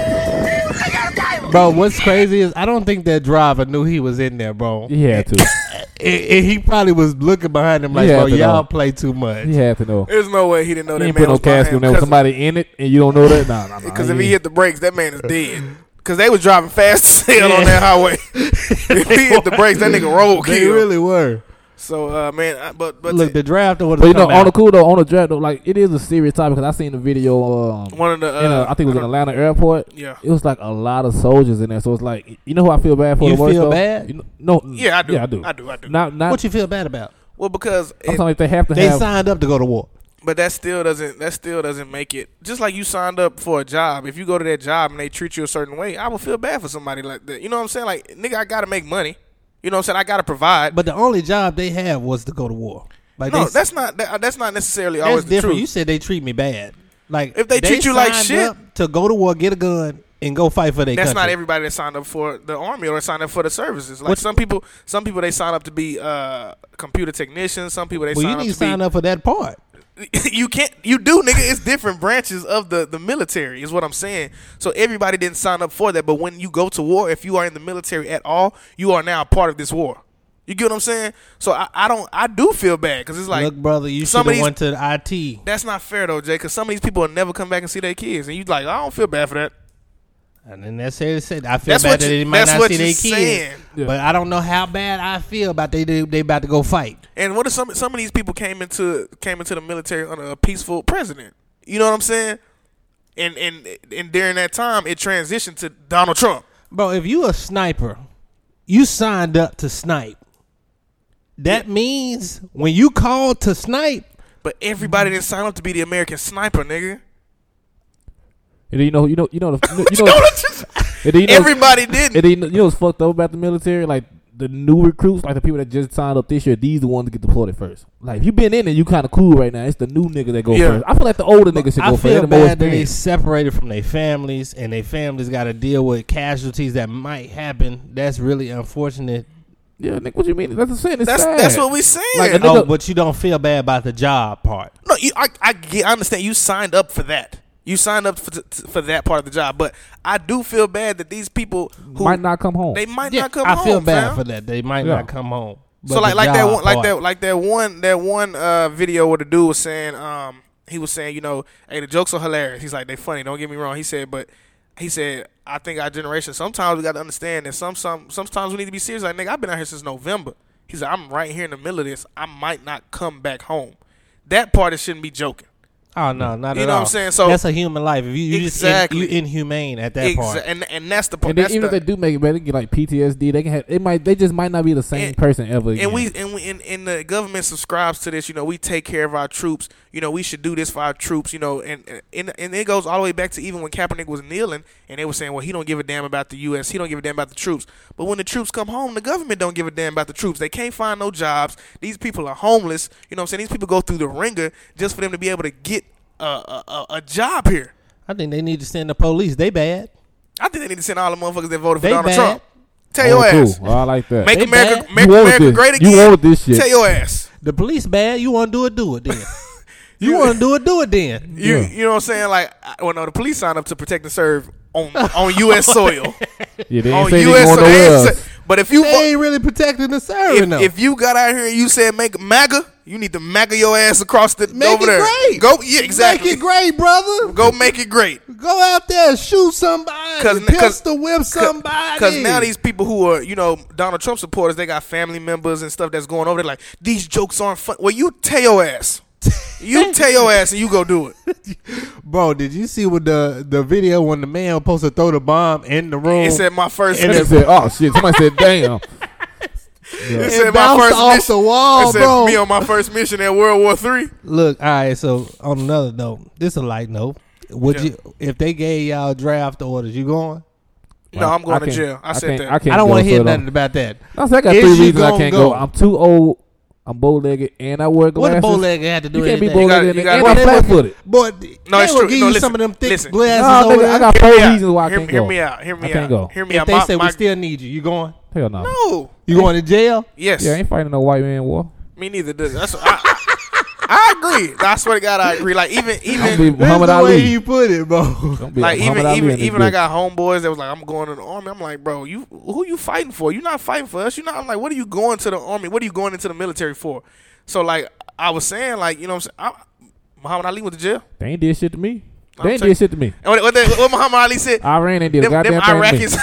S8: Bro, what's crazy is I don't think that driver knew he was in there, bro.
S2: He had to.
S8: And- and he probably was looking behind him like,
S2: Yeah,
S8: bro,
S2: but, uh,
S8: y'all play too much.
S2: He had to know.
S3: There's no way he didn't know
S2: He
S3: that
S2: ain't
S3: man
S2: put no
S3: was behind
S2: casket in
S3: him.
S2: there with
S3: 'Cause-
S2: somebody in it, and you don't know that. Nah, nah, nah.
S3: Because if he hit the brakes, that man is dead. Because they was driving fast as hell on that highway. if he hit the brakes, that nigga road
S8: They
S3: kill.
S8: really were.
S3: So, uh, man, I, but but
S8: Look, the draft would
S2: But you
S8: have
S2: know,
S8: come
S2: on the
S8: out.
S2: cool though, on the draft though, like it is a serious topic because I seen the video. Um,
S3: one of the uh,
S2: in a, I think it was in Atlanta airport.
S3: Yeah.
S2: it was like a lot of soldiers in there, so it's like you know who I feel bad for.
S8: You
S2: the worst
S8: feel
S2: though?
S8: bad?
S2: You know, no,
S3: Yeah, I do.
S2: Yeah, I do.
S3: I do, I do.
S2: Not, not.
S8: What you feel bad about?
S3: well because
S2: I'm
S3: it-
S2: talking if they have to
S8: They
S2: have.
S8: signed up to go to war.
S3: but that still doesn't that still doesn't make it just like you signed up for a job. If you go to that job and they treat you a certain way, I would feel bad for somebody like that. You know what I'm saying? Like nigga, I gotta make money. You know what I'm saying? I gotta provide.
S8: But the only job they had was to go to war. Like
S3: no,
S8: they,
S3: that's not that, that's not necessarily
S8: that's
S3: always the
S8: different.
S3: truth.
S8: You said they treat me bad. Like
S3: If they treat you like
S8: signed
S3: shit-
S8: up to go to war, get a gun, and go fight for their
S3: That's
S8: country.
S3: not everybody that signed up for the army or signed up for the services. Like
S8: What-
S3: some people, some people they sign up to be uh, computer technicians. Some people they
S8: Well,
S3: sign
S8: you
S3: up
S8: need
S3: to
S8: to
S3: be.
S8: sign up for that part.
S3: you can't. You do, nigga. It's different branches of the the military. Is what I'm saying. So everybody didn't sign up for that. But when you go to war, if you are in the military at all, you are now a part of this war. You get what I'm saying? So I, I don't. I do feel bad because it's like,
S8: Look, brother, you should
S3: some of
S8: have
S3: these-
S8: went to the IT.
S3: That's not fair though, Jay. Because some of these people will never come back and see their kids, and you like, I don't feel bad for that.
S8: And then that's it. Said I feel
S3: That's
S8: bad
S3: what
S8: that
S3: you-
S8: they might
S3: that's
S8: not
S3: what
S8: see
S3: you
S8: their kids,
S3: saying.
S2: Yeah.
S8: but I don't know how bad I feel about they they, they about to go fight.
S3: And what if some some of these people came into came into the military under a peaceful president? You know what I'm saying? And and and during that time, it transitioned to Donald Trump.
S8: Bro, if you a sniper, you signed up to snipe. That means when you called to snipe,
S3: But everybody didn't sign up to be the American sniper, nigga.
S2: And then you know, you know, you know, the, you know,
S3: You know what I'm just-
S2: and then Oh. you know-
S3: Everybody
S2: And
S3: didn't.
S2: then you know, you know what's fucked up about the military? Like the new recruits, like the people that just signed up this year, these the ones that get deployed first. Like if you been in it, you kind of cool right now. It's the new nigga that go
S3: Yeah.
S2: first. I feel like the older niggas should
S8: I
S2: go first. They
S8: feel
S2: the more
S8: bad that they
S2: experienced.
S8: separated from their families, and their families got to deal with casualties that might happen. That's really unfortunate.
S2: Yeah, nigga, what you mean? That's the saying. It's
S3: That's
S2: sad.
S3: that's what we saying.
S2: Like, And they
S8: Oh,
S2: go-
S8: but you don't feel bad about the job part.
S3: no, you, I I, get, I understand. You signed up for that. You signed up for, t- for that part of the job. But I do feel bad that these people who
S2: might not come home.
S3: they might
S8: Yeah,
S3: not come
S8: I
S3: home.
S8: feel bad
S3: fam.
S8: for that. They might
S2: Yeah.
S8: not come home. but
S3: So like
S8: the
S3: like that
S8: job
S3: one like
S8: part.
S3: that like that one that one uh video where the dude was saying um he was saying you know hey the jokes are hilarious he's like they funny don't get me wrong he said but he said I think our generation sometimes we got to understand that some some sometimes we need to be serious like nigga I've been out here since November he's like I'm right here in the middle of this I might not come back home that part it shouldn't be joking
S8: Oh no, not
S3: You know
S8: at
S3: what
S8: all.
S3: I'm saying? So-
S8: that's a human life. If you, you
S3: Exactly.
S8: just in, you inhumane at that
S3: Exa-
S8: part.
S3: and and that's the part
S2: And then
S3: that's
S2: even
S3: the,
S2: if they do make it better, they get like PTSD. They can have. It might. They just might not be the same
S3: And-
S2: person ever. Again.
S3: and we and we and, and the government subscribes to this. You know, we take care of our troops. You know, we should do this for our troops. You know, and and and it goes all the way back to even when Kaepernick was kneeling, and they were saying, well, he don't give a damn about the U.S. He don't give a damn about the troops. But when the troops come home, the government don't give a damn about the troops. They can't find no jobs. These people are homeless. You know, what I'm saying these people go through the ringer just for them to be able to get a a, a, a job here.
S8: I think they need to send the police. They bad.
S3: I think they need to send all the motherfuckers that voted for
S8: They
S3: Donald
S8: bad.
S3: Trump. Tell
S2: oh,
S3: your ass.
S2: cool. Oh, I like that.
S3: Make
S8: They
S3: America,
S8: bad.
S3: make
S2: You want
S3: America
S2: this.
S3: great
S2: You
S3: again.
S2: want this shit.
S3: Tell your ass.
S8: The police bad. You want to do it? Do it then. you want to do it? Do it then.
S3: You
S2: Yeah.
S3: you know what I'm saying? Like, I- well, no, the police signed up to protect and serve on on U.S. soil,
S2: yeah, they ain't
S3: on
S2: say they
S3: U.S.
S2: going
S3: So they
S2: nowhere
S3: ain't
S2: else.
S3: say- but if you
S8: They ain't really protecting the serving
S3: if,
S8: though.
S3: if you got out here and you said make MAGA, you need to MAGA your ass across the
S8: Make
S3: over
S8: it
S3: there.
S8: great.
S3: Go yeah, exactly.
S8: Make it great, brother.
S3: Go make it great.
S8: Go out there and shoot somebody.
S3: Cause-
S8: Cause,
S3: cause-
S8: pistol whip somebody.
S3: Because now these people who are, you know, Donald Trump supporters, they got family members and stuff that's going over. They're like, these jokes aren't fun. Well, you tell your ass. You tell your ass and you go do it.
S8: bro, did you see with the the video when the man was supposed to throw the bomb in the room?
S3: It said my first.
S8: Oh. And
S2: They
S3: It
S2: said, "Oh shit!" Somebody said, "Damn."
S3: said my
S8: bounced
S3: first
S8: off
S3: mission.
S8: the wall,
S3: it
S2: Oh,
S3: said
S8: bro.
S3: me on my first mission at World War Three.
S8: Look, all right. So on another note, this a light note. Would
S3: Yeah.
S8: you if they gave y'all draft orders? You going?
S3: No, I'm going to
S2: can't-
S3: jail. I, said
S2: can't,
S3: that.
S2: I, can't
S8: I don't want
S2: go,
S8: to
S2: so
S8: hear
S2: it don't-
S8: nothing about that.
S2: I said I got
S8: Is
S2: three
S8: you
S2: reasons I
S8: gonna
S2: can't
S8: go?
S2: go. I'm too old. I'm bow legged and I wear
S8: What
S2: glasses.
S8: the bow legged had to do?
S2: You can't be
S8: anything?
S2: bow legged
S3: You
S2: and
S3: gotta- you
S2: I'm
S3: gotta-
S2: flat footed.
S8: Boy, th-
S3: No,
S8: they
S3: it's
S8: will
S3: true.
S8: give
S3: No,
S8: you
S3: listen,
S8: some of them thick
S3: listen.
S8: glasses
S2: No, nigga,
S8: over
S2: I
S8: there.
S2: got
S3: Hear me
S2: four
S3: out.
S2: reasons why I
S3: hear,
S2: can't
S3: hear
S2: go.
S3: me out. Hear me
S2: I can't
S3: out.
S2: go.
S3: Hear me
S8: If
S3: out.
S8: they
S3: My-
S8: say
S3: my-
S8: we still need you, you going?
S2: Hell no.
S3: no.
S8: You going to jail?
S3: Yes.
S2: Yeah, I ain't fighting no white man war.
S3: me neither. Does that's. I, I, I agree. I swear to God, I agree. Like even
S2: I'm be
S3: even
S2: Muhammad
S8: That's the way
S2: Ali.
S8: he put it, bro.
S2: Don't be
S3: like even
S2: Muhammad Ali in
S3: even
S2: this
S3: even I
S2: bitch.
S3: got homeboys that was like, I'm going to the army. I'm like, bro, you who you fighting for? You're not fighting for us. You're not. I'm like, what are you going to the army? What are you going into the military for? So like I was saying, like you know, what I'm saying, I, Muhammad Ali went to jail.
S2: They ain't did shit to me.
S3: I'm
S2: They ain't
S3: telling-
S2: did shit to me.
S3: And what, what, they, what Muhammad Ali said,
S2: Iran ain't did a
S3: them, them
S2: goddamn thing to me.
S3: Iraqis,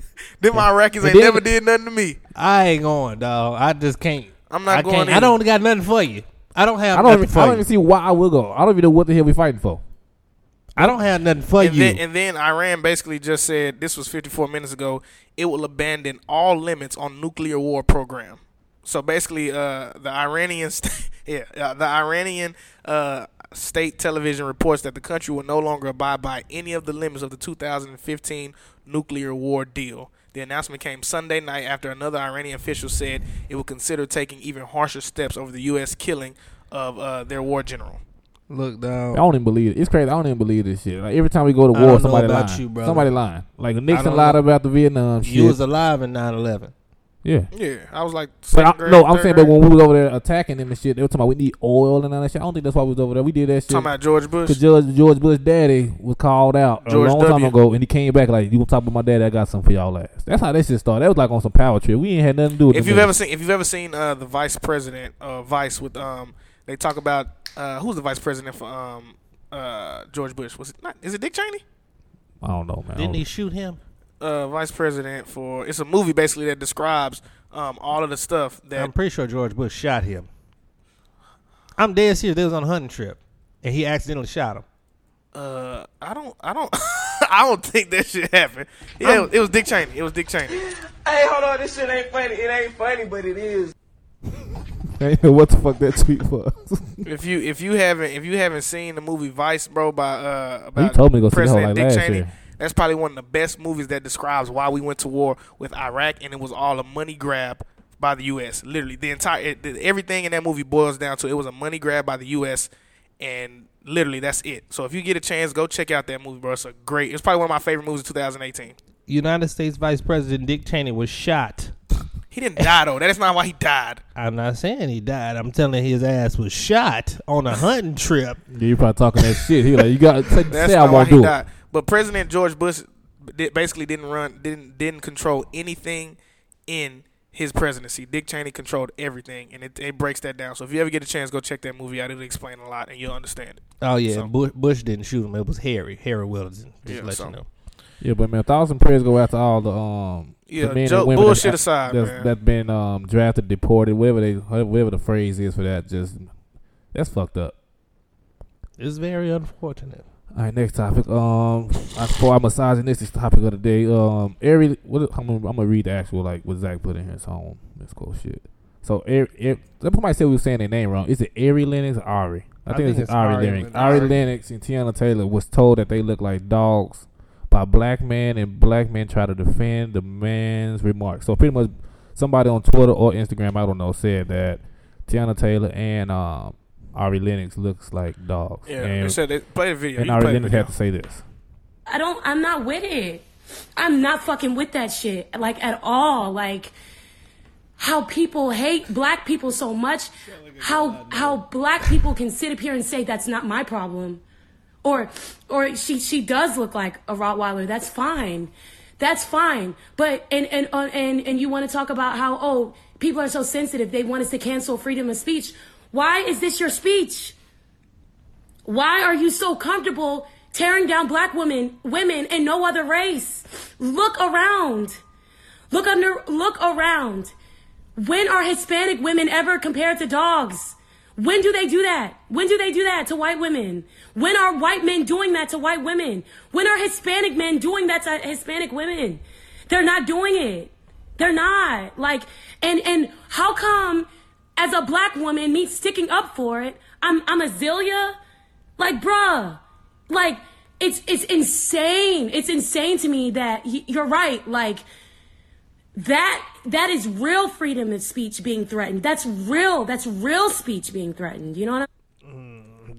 S3: them Iraqis ain't
S2: then-
S3: never did nothing to me.
S8: I ain't going, dog. I just can't.
S3: I'm not
S8: I
S3: going
S8: can't- I
S3: either.
S8: don't got nothing for you. I don't have
S2: I don't.
S8: nothing
S2: Even,
S8: for
S2: I don't
S8: you.
S2: even see why I would go. I don't even know what the hell we fighting for.
S8: I don't have nothing for
S3: and
S8: you.
S3: Then, and then Iran basically just said this was 54 minutes ago. It will abandon all limits on nuclear war program. So basically, uh, the Iranian st- yeah, uh, the Iranian uh, state television reports that the country will no longer abide by any of the limits of the 2015 nuclear war deal. The announcement came Sunday night after another Iranian official said it will consider taking even harsher steps over the U.S. killing of uh, their war general.
S8: Look,
S2: I
S8: dog.
S2: don't even believe it. It's crazy. I don't even believe this shit. Like every time we go to
S8: I
S2: war,
S8: don't know
S2: somebody
S8: about
S2: lying.
S8: you, brother.
S2: somebody lying. Like Nixon
S8: don't
S2: lied
S8: know.
S2: about the Vietnam shit.
S8: You was alive in 9-11.
S2: yeah.
S3: Yeah, I was like,
S2: But I, no,
S3: second grade,
S2: I'm
S3: third
S2: saying,
S3: grade.
S2: but when we was over there attacking them and shit, they were talking about we need oil and all that shit. I don't think that's why we was over there. We did that shit
S3: talking about George Bush.
S2: because George George Bush daddy was called out
S3: George
S2: a long time
S3: W.
S2: ago, and he came back like, "You gonna talk about my daddy? I got something for y'all ass." That's how that shit started. That was like on some power trip. We ain't had nothing to do with.
S3: if
S2: them
S3: you've
S2: niggas.
S3: ever seen if you've ever seen uh, the vice president uh, vice with um they talk about uh, who's the vice president for um uh, George Bush was it not is it Dick Cheney
S2: I don't know, man. I
S8: Didn't
S2: don't-
S8: he shoot him?
S3: uh, vice president for it's a movie basically that describes um, all of the stuff that
S8: I'm pretty sure George Bush shot him. I'm dead serious. They was on a hunting trip, and he accidentally shot him.
S3: uh, I don't I don't I don't think that shit happened yeah it was, it was Dick Cheney it was Dick Cheney
S6: Hey, hold on, this shit ain't funny. It ain't funny, but it is.
S2: what the fuck that tweet for?
S3: if you if you haven't if you haven't seen the movie Vice bro by uh
S2: he
S3: about
S2: told me to go see the whole
S3: President
S2: like
S3: Dick
S2: last
S3: Cheney.
S2: year.
S3: That's probably one of the best movies that describes why we went to war with Iraq, and it was all a money grab by the U.S. Literally, the entire it, the- everything in that movie boils down to it was a money grab by the U.S. and literally that's it. So if you get a chance, go check out that movie, bro. It's a great. It's probably one of my favorite movies of 2018.
S8: United States Vice President Dick Cheney was shot.
S3: He didn't die though. That is not why he died.
S8: I'm not saying he died. I'm telling his ass was shot on a hunting trip.
S2: Yeah, you probably talking that shit. He like, you got to
S3: That's
S2: say I
S3: not why
S2: won't
S3: he
S2: do it.
S3: died. But President George Bush did, basically didn't run, didn't didn't control anything in his presidency. Dick Cheney controlled everything, and it, it breaks that down. So if you ever get a chance, go check that movie out. It'll explain a lot, and you'll understand it.
S8: Oh yeah,
S3: So-
S8: Bush, Bush didn't shoot him. It was Harry, Harry Wilson. Just
S3: Yeah,
S8: let
S3: so-
S8: you know.
S2: Yeah, but man, thousand prayers go out to all the um
S3: Yeah,
S2: the men
S3: joke-
S2: and women
S3: bullshit
S2: that,
S3: aside,
S2: that's,
S3: man.
S2: that's been um drafted, deported, whatever they whatever the phrase is for that. Just that's fucked up.
S8: It's very unfortunate.
S2: All right, next topic. Um, I- for our misogynistic topic of the day, um, every what I'm gonna, I'm gonna read the actual like what Zach put in here. So I don't misquote shit. So Ari, Ari, somebody said we were saying their name wrong. Is it Ari Lennox or Ari? I think, it's, Ari, Lennox. Ari Lennox and Tiana Taylor was told that they look like dogs by black men, and black men try to defend the man's remarks. So pretty much, somebody on Twitter or Instagram, I don't know, said that Tiana Taylor and um, Ari Lennox looks like dogs.
S3: Yeah,
S2: And-
S3: they said they play the video.
S2: and
S3: You can
S2: Ari
S3: play the
S2: Lennox
S3: video.
S2: had to say this.
S7: I don't. I'm not with it. I'm not fucking with that shit. Like at all. Like how people hate black people so much. How how black people can sit up here and say that's not my problem, or or she she does look like a Rottweiler. That's fine. That's fine. But and and uh, and and you want to talk about how oh people are so sensitive. They want us to cancel freedom of speech. Why is this your speech? Why are you so comfortable tearing down black women, women and no other race? Look around. Look under look around. When are Hispanic women ever compared to dogs? When do they do that? When do they do that to white women? When are white men doing that to white women? When are Hispanic men doing that to Hispanic women? They're not doing it. They're not. Like and and how come as a black woman me sticking up for it? I'm I'm a Zilia. Like, bruh, like it's it's insane. It's insane to me that y- you're right. Like that that is real freedom of speech being threatened. That's real. That's real speech being threatened. You know what I'm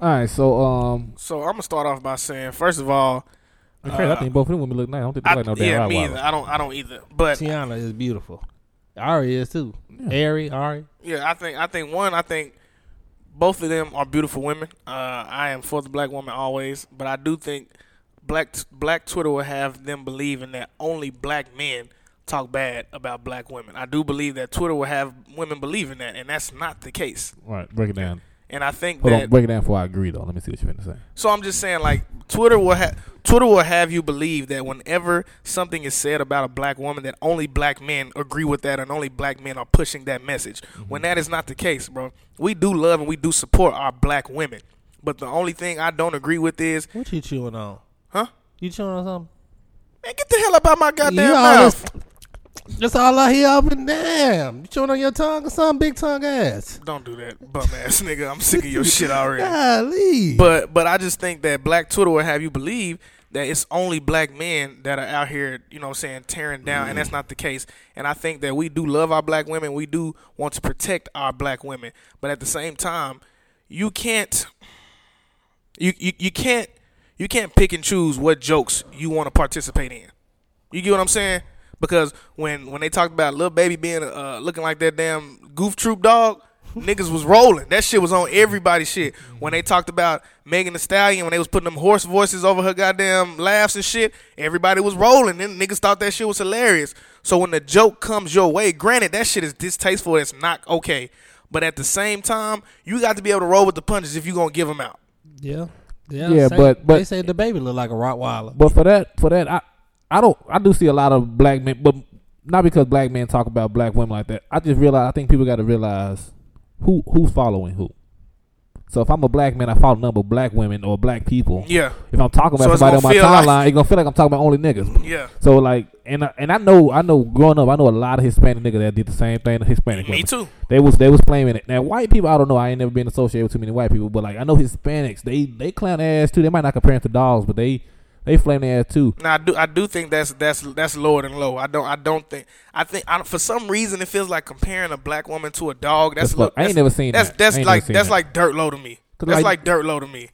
S2: All right, so um,
S3: So I'm gonna start off by saying, first of all,
S2: in fact, I think both of them women look nice. I don't think they
S3: I,
S2: look like no
S3: yeah,
S2: damn
S3: me
S2: yeah,
S3: either. I don't, I don't either. But
S8: Tiana is beautiful. Ari is too. Ari, Ari.
S3: yeah, I think, I think one, I think both of them are beautiful women. Uh, I am for the black woman always, but I do think black black Twitter will have them believing that only black men talk bad about black women. I do believe that Twitter will have women believing that, and that's not the case.
S2: All right, break it down.
S3: And I think
S2: Hold
S3: that
S2: on, break it down before I agree though. Let me see what you're gonna say.
S3: So I'm just saying, like Twitter will ha- Twitter will have you believe that whenever something is said about a black woman, that only black men agree with that, and only black men are pushing that message. When that is not the case, bro. We do love and we do support our black women, but the only thing I don't agree with is,
S8: What you chewing on?
S3: huh?
S8: You chewing on something?
S3: Man, get the hell up out my goddamn
S8: you
S3: mouth.
S8: That's all I hear up and damn. You chewing on your tongue or something, big tongue ass.
S3: Don't do that, bum ass nigga. I'm sick of your shit already.
S8: Golly.
S3: But but I just think that black Twitter will have you believe that it's only black men that are out here, you know what I'm saying, tearing down and that's not the case. And I think that we do love our black women. We do want to protect our black women. But at the same time, you can't you you, you can't you can't pick and choose what jokes you want to participate in. You get what I'm saying? Because when when they talked about little baby being uh, looking like that damn goof troop dog, niggas was rolling. That shit was on everybody's shit. When they talked about Megan the Stallion, when they was putting them horse voices over her goddamn laughs and shit, everybody was rolling. And niggas thought that shit was hilarious. So when the joke comes your way, granted that shit is distasteful. It's not okay. But at the same time, you got to be able to roll with the punches if you gonna give them out.
S8: yeah. Yeah,
S2: Yeah,
S8: say-
S2: but- but-
S8: they said the baby looked like a Rottweiler.
S2: But for that, for that, I, I don't, I do see a lot of black men, but not because black men talk about black women like that. I just realize, I think people got to realize who who's following who. So if I'm a black man, I follow a number of black women or black people.
S3: Yeah.
S2: If I'm talking
S3: So
S2: about
S3: it's
S2: somebody on
S3: gonna
S2: my
S3: feel like-
S2: timeline, it's gonna feel like I'm talking about only niggas.
S3: Yeah.
S2: So like, and I, and I know, I know, growing up, I know a lot of Hispanic niggas that did the same thing. to Hispanic,
S3: Me
S2: women.
S3: too.
S2: They was they was claiming it. Now white people, I don't know. I ain't never been associated with too many white people, but like I know Hispanics, they they clown their ass too. They might not compare them to dogs, but they they flame their ass too.
S3: Now I do I do think that's that's that's lower than low. I don't I don't think I think I, for some reason it feels like comparing a black woman to a dog. That's,
S2: That's
S3: low.
S2: what- I ain't
S3: that's-
S2: never seen
S3: That's
S2: that.
S3: that's
S2: I ain't
S3: like
S2: never seen
S3: that's
S2: that.
S3: like dirt low to me.
S2: Cause
S3: That's like,
S2: like-
S3: dirt low to me.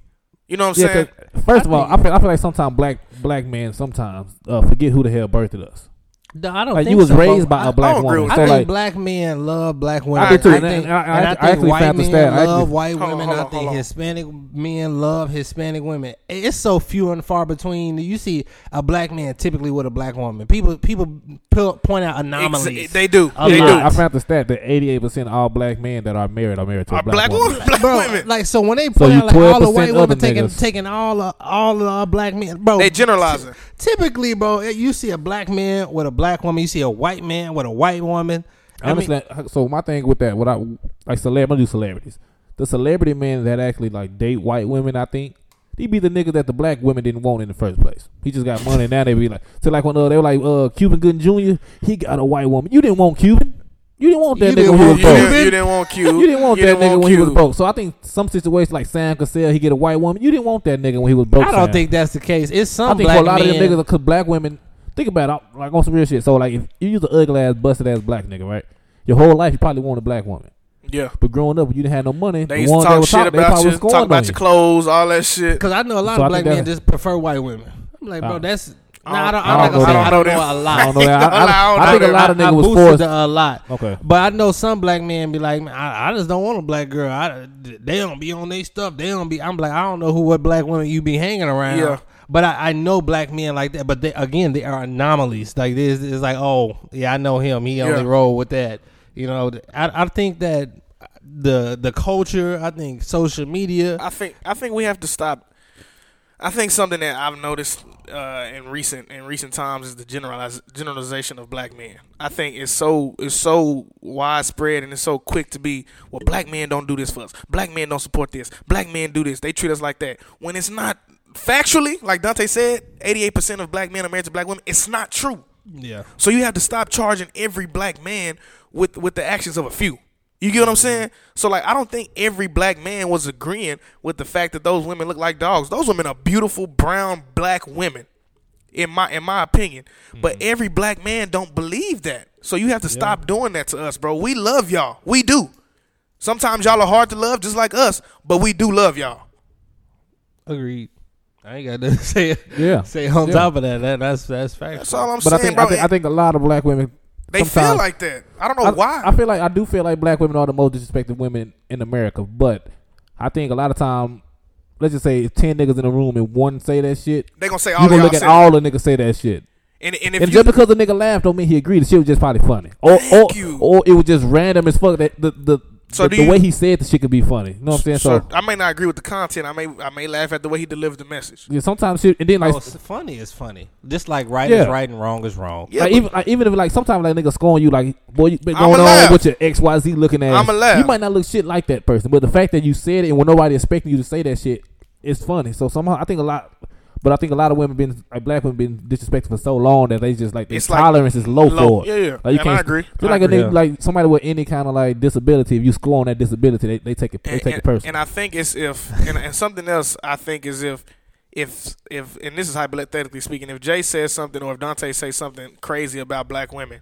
S3: You know what I'm
S2: Yeah, 'cause
S3: saying?
S2: first of all, I feel I feel like sometimes black black men sometimes uh, forget who the hell birthed us.
S1: No, I don't
S2: Like
S1: think
S2: you was
S1: so,
S2: raised
S1: but
S2: by
S1: I-
S2: a black
S3: don't agree
S2: woman,
S3: with
S2: so
S1: I think
S2: like
S1: black men love black women.
S2: I do too,
S1: I
S2: and I-
S1: think,
S2: and I-
S1: and I
S2: I
S1: think
S2: actually
S1: white
S2: found this
S1: men
S2: stat. I
S1: love
S2: actually-
S1: white
S3: Hold on,
S1: women.
S3: hold on,
S1: I think
S3: hold on.
S1: Hispanic men love Hispanic women. It's so few and far between. You see a black man typically with a black woman. People people pu- point out anomalies.
S3: Exa- they do.
S1: A
S3: they
S1: lot.
S3: do.
S2: I found the stat that 88 percent of all black men that are married are married to a
S3: Are
S2: black,
S3: black
S2: woman.
S3: women, black
S1: bro,
S3: women.
S1: like so when they point
S2: you
S1: out like all the
S2: 12%
S1: white
S2: other
S1: women taking
S2: niggas.
S1: taking all uh, all uh, black men, bro.
S3: They generalizing.
S1: Typically, bro, eh, you see a black man with a black woman. You see a white man with a white woman.
S2: I
S1: mean-
S2: understand. so my thing with that, what I like, celeb, I'm gonna do celebrities. The celebrity men that actually like date white women, I think they be the nigga that the black women didn't want in the first place. He just got money, and now they be like, so like when uh, they were like uh, Cuban Gooding Jr., he got a white woman. You didn't want Cuban. You didn't want that
S1: You
S2: nigga
S1: didn't
S2: when he
S1: want
S2: was
S3: you,
S2: broke.
S1: Cuban.
S3: didn't, you didn't want Q.
S2: You didn't want that nigga
S3: want
S2: when he was
S3: Q.
S2: broke. So I think some situations like Sam Cassell, he get a white woman. You didn't want that nigga when he was broke.
S1: I don't
S2: Sam.
S1: think that's the case. It's some
S2: I think
S1: black
S2: for a lot
S1: men,
S2: of them niggas, cause black women, think about it, like on some real shit. So like, if you use an ugly ass, busted ass black nigga, right? Your whole life, you probably want a black woman.
S3: Yeah.
S2: But growing up, when you didn't have no money,
S3: They
S2: the
S3: used to
S2: ones that
S3: talk
S2: was
S3: shit
S2: talk, they
S3: about
S2: probably
S3: you,
S2: was scoring
S3: talk
S2: on
S3: about
S2: you.
S3: your clothes, all that shit.
S1: Because I know a lot
S2: So I
S1: of black
S2: think
S1: men
S2: that-
S1: just prefer white women. I'm like, bro,
S2: Uh,
S1: that's.
S3: I
S1: Nah, I
S3: don't-
S1: don't,
S2: I
S1: I'm not
S2: don't
S1: gonna say
S2: know
S1: I
S3: them.
S1: don't know a
S2: I don't
S1: lot.
S2: know that. I, I,
S3: I don't
S2: I think
S3: know
S2: a lot
S1: I,
S2: of niggas
S1: I
S2: was
S1: boosted
S2: forced.
S1: to a lot.
S2: Okay.
S1: But I know some black men be like, man, I, I just don't want a black girl. I, they don't be on their stuff. They don't be. I'm like, I don't know who what black women you be hanging around.
S3: Yeah.
S1: But I, I know black men like that. But they, again, they are anomalies. Like this is like, oh yeah, I know him. He only
S3: Yeah.
S1: roll with that. You know, I, I think that the the culture. I think social media.
S3: I think I think we have to stop. I think something that I've noticed uh, in recent in recent times is the generalize, generalization of black men. I think it's so it's so widespread and it's so quick to be well. Black men don't do this for us. Black men don't support this. Black men do this. They treat us like that. When it's not factually, like Dante said, eighty eight percent of black men are married to black women. It's not true.
S1: Yeah.
S3: So you have to stop charging every black man with with the actions of a few. You get what I'm saying? So like I don't think every black man was agreeing with the fact that those women look like dogs. Those women are beautiful brown black women in my in my opinion. But
S2: Mm-hmm.
S3: every black man don't believe that. So you have to stop doing that to us, bro. We love y'all. We do. Sometimes y'all are hard to love just like us, but we do love y'all.
S1: Agreed. I ain't got nothing to say.
S2: Yeah.
S1: Say on
S2: Yeah.
S1: top of that, that that's oh, that's fact.
S3: That's all I'm
S2: But I
S3: saying,
S2: think,
S3: bro.
S2: I think I think a lot of black women.
S3: they feel
S2: sometimes-
S3: like that. I don't know
S2: I,
S3: why.
S2: I feel like I do feel like black women are the most disrespected women in America, but I think a lot of time, let's just say if ten niggas in a room and one say that shit,
S3: they gonna say
S2: you
S3: all
S2: gonna
S3: y'all
S2: look at
S3: said.
S2: all the niggas say that shit.
S3: and, and if
S2: and
S3: you,
S2: just because the nigga laughed don't mean he agreed. The shit was just probably funny, or or,
S3: Thank you.
S2: or it was just random as fuck. That the the,
S3: So
S2: the,
S3: do
S2: the way
S3: you-
S2: he said the shit could be funny. You know what I'm saying? So,
S3: So I may not agree with the content. I may I may laugh at the way he delivered the message.
S2: yeah, sometimes shit, and then like,
S1: Oh, s- funny is funny. Just like right
S2: Yeah.
S1: is right and wrong is wrong.
S3: Yeah,
S2: like,
S3: but-
S2: even like even if like sometimes like niggas scorn you like boy you been
S3: I'ma
S2: going on
S3: laugh.
S2: with your X Y Z looking at
S3: I'ma laugh.
S2: you might not look shit like that person, but the fact that you said it and when nobody expecting you to say that shit, it's funny. So somehow I think a lot. But I think a lot of women been like black women been disrespected for so long that they just like their
S3: It's like
S2: tolerance is low,
S3: low.
S2: for it.
S3: Yeah, yeah.
S2: Like you
S3: And I
S2: can't,
S3: agree.
S2: Just
S3: I
S2: like
S1: agree.
S2: a nigga, like somebody with any kind of like disability, if you score on that disability, they, they take it they
S3: And,
S2: take
S3: and,
S2: it personal.
S3: and I think it's if and, and something else I think is if if if and this is hypothetically speaking, if Jay says something or if Dante says something crazy about black women,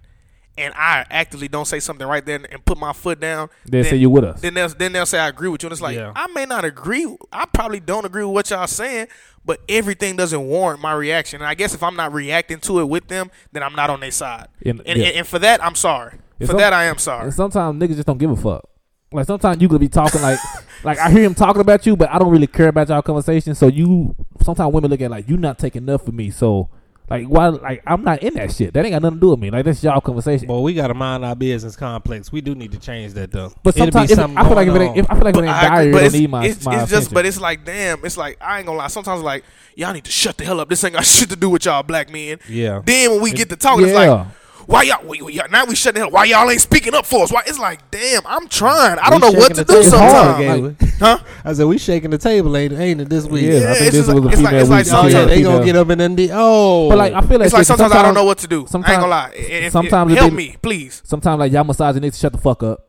S3: and I actively don't say something right then and put my foot down,
S2: They say you with us.
S3: Then they'll then they'll say I agree with you, and it's like
S1: Yeah.
S3: I may not agree. I probably don't agree with what y'all saying, but everything doesn't warrant my reaction. And I guess if I'm not reacting to it with them, then I'm not on their side.
S2: And-
S3: And and,
S2: yeah.
S3: and, for that, I'm sorry.
S2: It's
S3: for
S2: some-
S3: that, I am sorry.
S2: And sometimes niggas just don't give a fuck. Like sometimes you could be talking like, like I hear him talking about you, but I don't really care about y'all conversation. So you sometimes women look at like you not taking enough of me. So like why like I'm not in that shit. That ain't got nothing to do with me. Like that's y'all conversation.
S1: Well, we got to mind our business complex. We do need to change that though.
S2: but
S1: It'll be
S2: sometimes if,
S1: something
S2: I feel like if it
S1: going
S2: ain't,
S1: on.
S2: if, I feel like if it ain't
S3: I
S2: dire,
S3: agree,
S2: it
S3: but
S2: don't
S3: it's,
S2: need my
S3: it's,
S2: my
S3: it's just,
S2: attention.
S3: but it's like, damn, it's like I ain't gonna lie. Sometimes like y'all need to shut the hell up. This ain't got shit to do with y'all black men.
S1: Yeah.
S3: Then when we get to talking, it's
S2: yeah.
S3: like. Why y'all, we, we- y'all- Now we shut the hell. Why y'all ain't speaking up for us? Why it's like, damn, I'm trying. I don't
S1: We
S3: know what to
S1: shaking
S3: do
S1: the table
S3: sometimes.
S1: again.
S2: Like-
S3: Huh?
S1: I said we shaking the table, ain't, ain't it? This week.
S2: yeah, I
S3: it's
S2: think this was
S3: just
S2: a
S3: like- it's like-
S2: female.
S3: it's like
S2: we-
S1: Oh,
S3: sometimes-
S1: yeah,
S2: female-
S1: they gonna get up in the oh,
S2: But like I feel like,
S3: It's like
S2: shit,
S3: sometimes, I don't know what to do. I ain't
S2: sometimes-
S3: gonna lie. It- it- it-
S2: sometimes if
S3: help
S2: they-
S3: me, please.
S2: Sometimes like y'all misogynists shut the fuck up.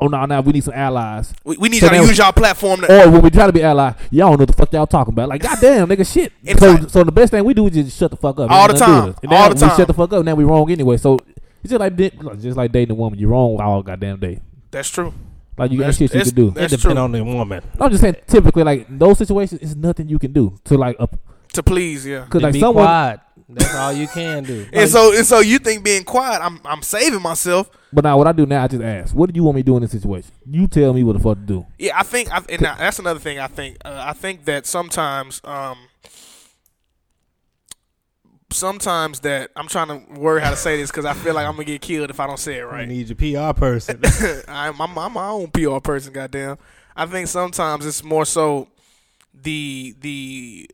S2: Oh no, now we need some allies.
S3: We, we need
S2: So
S3: y'all
S2: they-
S3: to use y'all platform. To,
S2: Or when we try to be ally, y'all don't know what the fuck y'all talking about. Like, goddamn, nigga, shit.
S3: It's
S2: So,
S3: like-
S2: so the best thing we do is just shut the fuck up.
S3: All
S2: Ain't
S3: the
S2: nothing to do
S3: time.
S2: with us. And now
S3: All the
S2: We
S3: time.
S2: shut the fuck up. Now we wrong anyway. So it's just like di- like, just like dating a woman. You wrong all goddamn day.
S3: that's true.
S2: Like you got
S3: That's-
S2: shit you
S3: that's-
S2: can do.
S3: that's
S1: it depend
S3: true.
S1: on the woman.
S2: No, I'm just saying, typically, like in those situations, it's nothing you can do to like, up
S3: To please, yeah.
S2: cause
S1: Then
S2: like
S1: be
S2: someone,
S1: quiet.
S8: That's all you can do.
S3: and so and so you think being quiet, I'm I'm saving myself.
S2: But now what I do now, I just ask, what do you want me to do in this situation? You tell me what the fuck to do.
S3: Yeah, I think I, and now, that's another thing. I think uh, I think that sometimes, um, sometimes that I'm trying to worry how to say this because I feel like I'm gonna get killed if I don't say it
S8: I
S3: right.
S8: need your PR person.
S3: I'm, I'm, I'm my own PR person. Goddamn, I think sometimes it's more so the the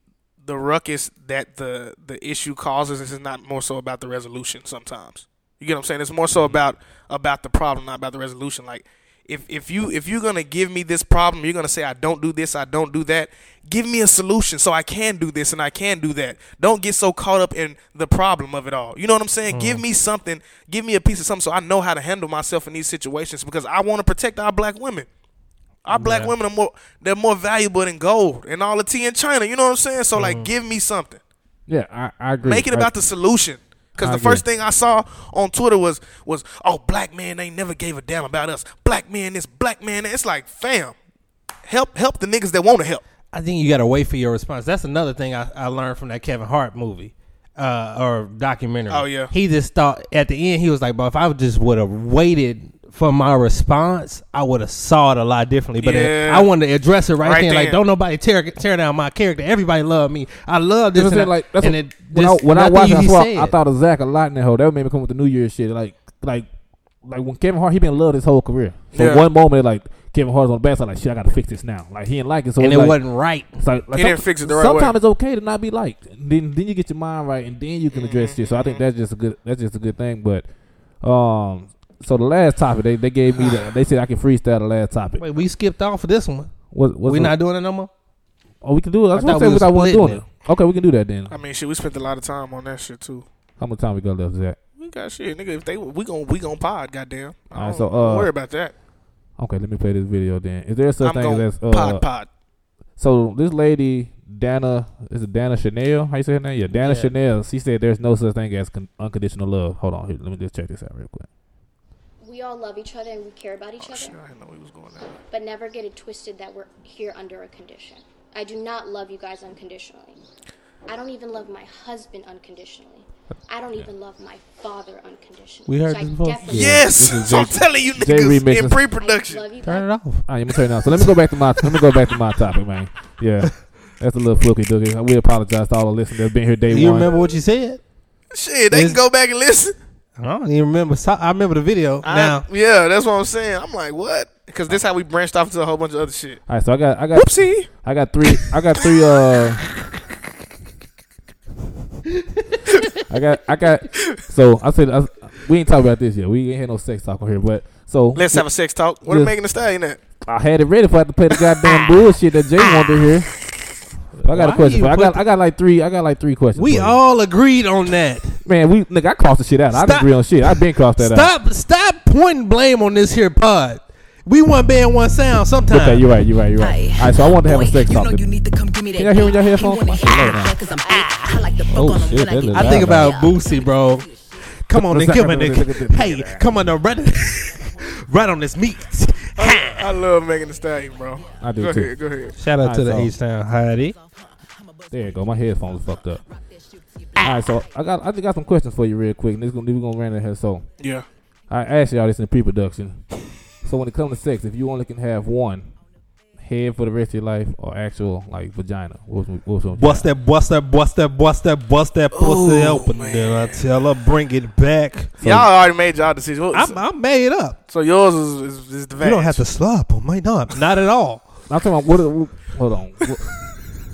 S3: the ruckus that the the issue causes. This is not more so about the resolution. Sometimes you get what I'm saying. It's more so about about the problem, not about the resolution. Like if if you if you're gonna give me this problem, you're gonna say I don't do this, I don't do that. Give me a solution so I can do this and I can do that. Don't get so caught up in the problem of it all. You know what I'm saying? Give me something. Give me a piece of something so I know how to handle myself in these situations because I want to protect our black women. Our black women are more they're more valuable than gold and all the tea in China. You know what I'm saying? So like, give me something.
S2: Yeah, I, I agree.
S3: Make it
S2: I-
S3: about the solution. Because
S2: I
S3: the
S2: agree.
S3: first thing I saw on Twitter was was oh black man they never gave a damn about us. Black man this, black man that. It's like fam, help help the niggas that want to help.
S8: I think you got to wait for your response. That's another thing I, I learned from that Kevin Hart movie uh, or documentary.
S3: Oh, yeah.
S8: He just thought at the end he was like, "But if I would just would have waited for my response, I would have saw it a lot differently." But uh,
S3: Yeah.
S8: I wanted to address it right,
S3: Right
S8: then. Like,
S3: then.
S8: don't nobody tear tear down my character. Everybody love me. I love this.
S2: You know what I'm
S8: and I-
S2: saying? Like that's
S8: and
S2: what,
S8: it,
S2: when I,
S8: just
S2: when I
S8: nothing
S2: watched it,
S8: he
S2: that's why
S8: said.
S2: I, thought of Zach a lot in that whole. That made me come with the New Year's shit. Like like like when Kevin Hart, he been in love his whole career. For
S3: Yeah.
S2: one moment, like Kevin Hart's on the bad side, like shit, I gotta fix this now. Like he didn't like it, so
S8: and
S2: it's
S8: it
S2: like,
S8: wasn't right.
S2: it's like- like
S3: He didn't fix it the right way.
S2: sometimes it's okay to not be liked. And Then then you get your mind right, and then you can address
S3: Mm-hmm.
S2: shit. So I think that's just a good that's just a good thing. But um, so the last topic they, they gave me the, they said I can freestyle the last topic.
S8: Wait, we skipped off of this one.
S2: What, what's
S8: We're
S2: the-
S8: not doing it no more.
S2: Oh, we can do it.
S8: I
S2: That's what I
S8: thought
S2: said
S8: we was
S2: without one
S8: splitting
S2: doing it. Okay, we can do that then.
S3: I mean shit, we spent a lot of time on that shit too.
S2: How much time we got left, Zach?
S3: We got shit, nigga. If they we gon' we gon' pod, goddamn. I
S2: All right,
S3: don't,
S2: so,
S3: don't
S2: uh,
S3: worry about that.
S2: Okay, let me play this video then. Is there such
S3: I'm
S2: thing
S3: gonna
S2: as uh,
S3: pod pod. Oh,
S2: so this lady Dana is it Dana Chanel? How you say her name? Yeah, Dana
S8: Yeah.
S2: Chanel. She said there's no such thing as con- unconditional love. Hold on, here, let me just check this out real quick.
S7: We all love each other and we care about each
S3: Shit,
S7: other,
S3: I didn't know we was going there.
S7: but never get it twisted that we're here under a condition. I do not love you guys unconditionally. I don't even love my husband unconditionally. I don't even love my father unconditionally.
S8: We heard
S7: so
S8: this
S7: I
S8: before.
S7: definitely
S3: Yes,
S2: this is
S3: so I'm
S2: Jay-
S3: telling you
S2: Jay
S3: niggas
S2: remixes.
S3: in
S7: I
S3: pre-production.
S7: love you
S8: Turn it off.
S2: All right, let me turn it off. So let me go back to my let me go back to my topic, man. Yeah, that's a little fluky dookie. We apologize to all the listeners that's been here day
S8: Do you
S2: one.
S8: remember what you said?
S3: Shit, they
S8: Is-
S3: can go back and listen.
S8: I don't even remember. So- I remember the video
S3: I-
S8: now.
S3: yeah, that's what I'm saying. I'm like, what? Because this how we branched off into a whole bunch of other shit.
S2: All right, so I got I got
S3: Whoopsie.
S2: I got three I got three uh. I got, I got. So I said, I, we ain't talking about this yet. We ain't had no sex talk on here, but so
S3: Let's have a sex talk. What
S2: Yeah.
S3: making the stallion at?
S2: I had it ready if I had to play the goddamn bullshit that Jay wanted to hear. I got
S8: Ah. Why
S2: a question.
S8: you
S2: For you. I
S8: put
S2: got I got like three. I got like three questions. for
S8: We
S2: you.
S8: all agreed on that.
S2: man. We nigga, I crossed the shit out. I didn't
S8: Stop.
S2: agree on shit. I been crossed that out.
S8: Stop! Stop pointing blame on this here pod. We one band, one sound. Sometimes
S2: Okay, you're right. You're right. You're right. All right, so I wanted to have a sex
S4: you
S2: talk.
S4: know you need to come give me that.
S2: Can y'all hear with your headphones?
S4: You wanna
S2: Slow
S4: hit
S2: down.
S4: that Cause I'm big. I like to fuck
S2: Oh,
S4: on 'em
S2: shit,
S4: when
S2: that
S4: I get
S2: is
S8: I
S2: loud.
S8: think about Boosie, bro. Come on
S2: What's
S8: and
S2: that?
S8: come on, nigga. Hey, come on, now, right, right on this meat.
S3: I, I love making the stallion, bro.
S2: I do
S3: Go
S2: too.
S3: ahead, go ahead.
S8: Shout out
S2: Alright,
S8: to the
S2: so-
S8: H Town Heidi.
S2: There you go. My headphones fucked up.
S4: Ah.
S2: All right, so I got I just got some questions for you real quick. And this gonna we gonna run in here. So
S3: Yeah.
S2: I asked y'all this in pre-production. So when it comes to sex, if you only can have one head for the rest of your life or actual like vagina, what's what's what's-
S8: Bust that, bust that, bust that, bust that, bust that pussy open. Then I tell her, bring it back.
S3: y'all already made y'all decision. What-
S8: I'm, I'm made up.
S3: so yours is, is, is the
S8: You don't
S3: vag.
S8: have to slap on my knob. Not at all.
S2: I'm talking about what? Are, hold on. What-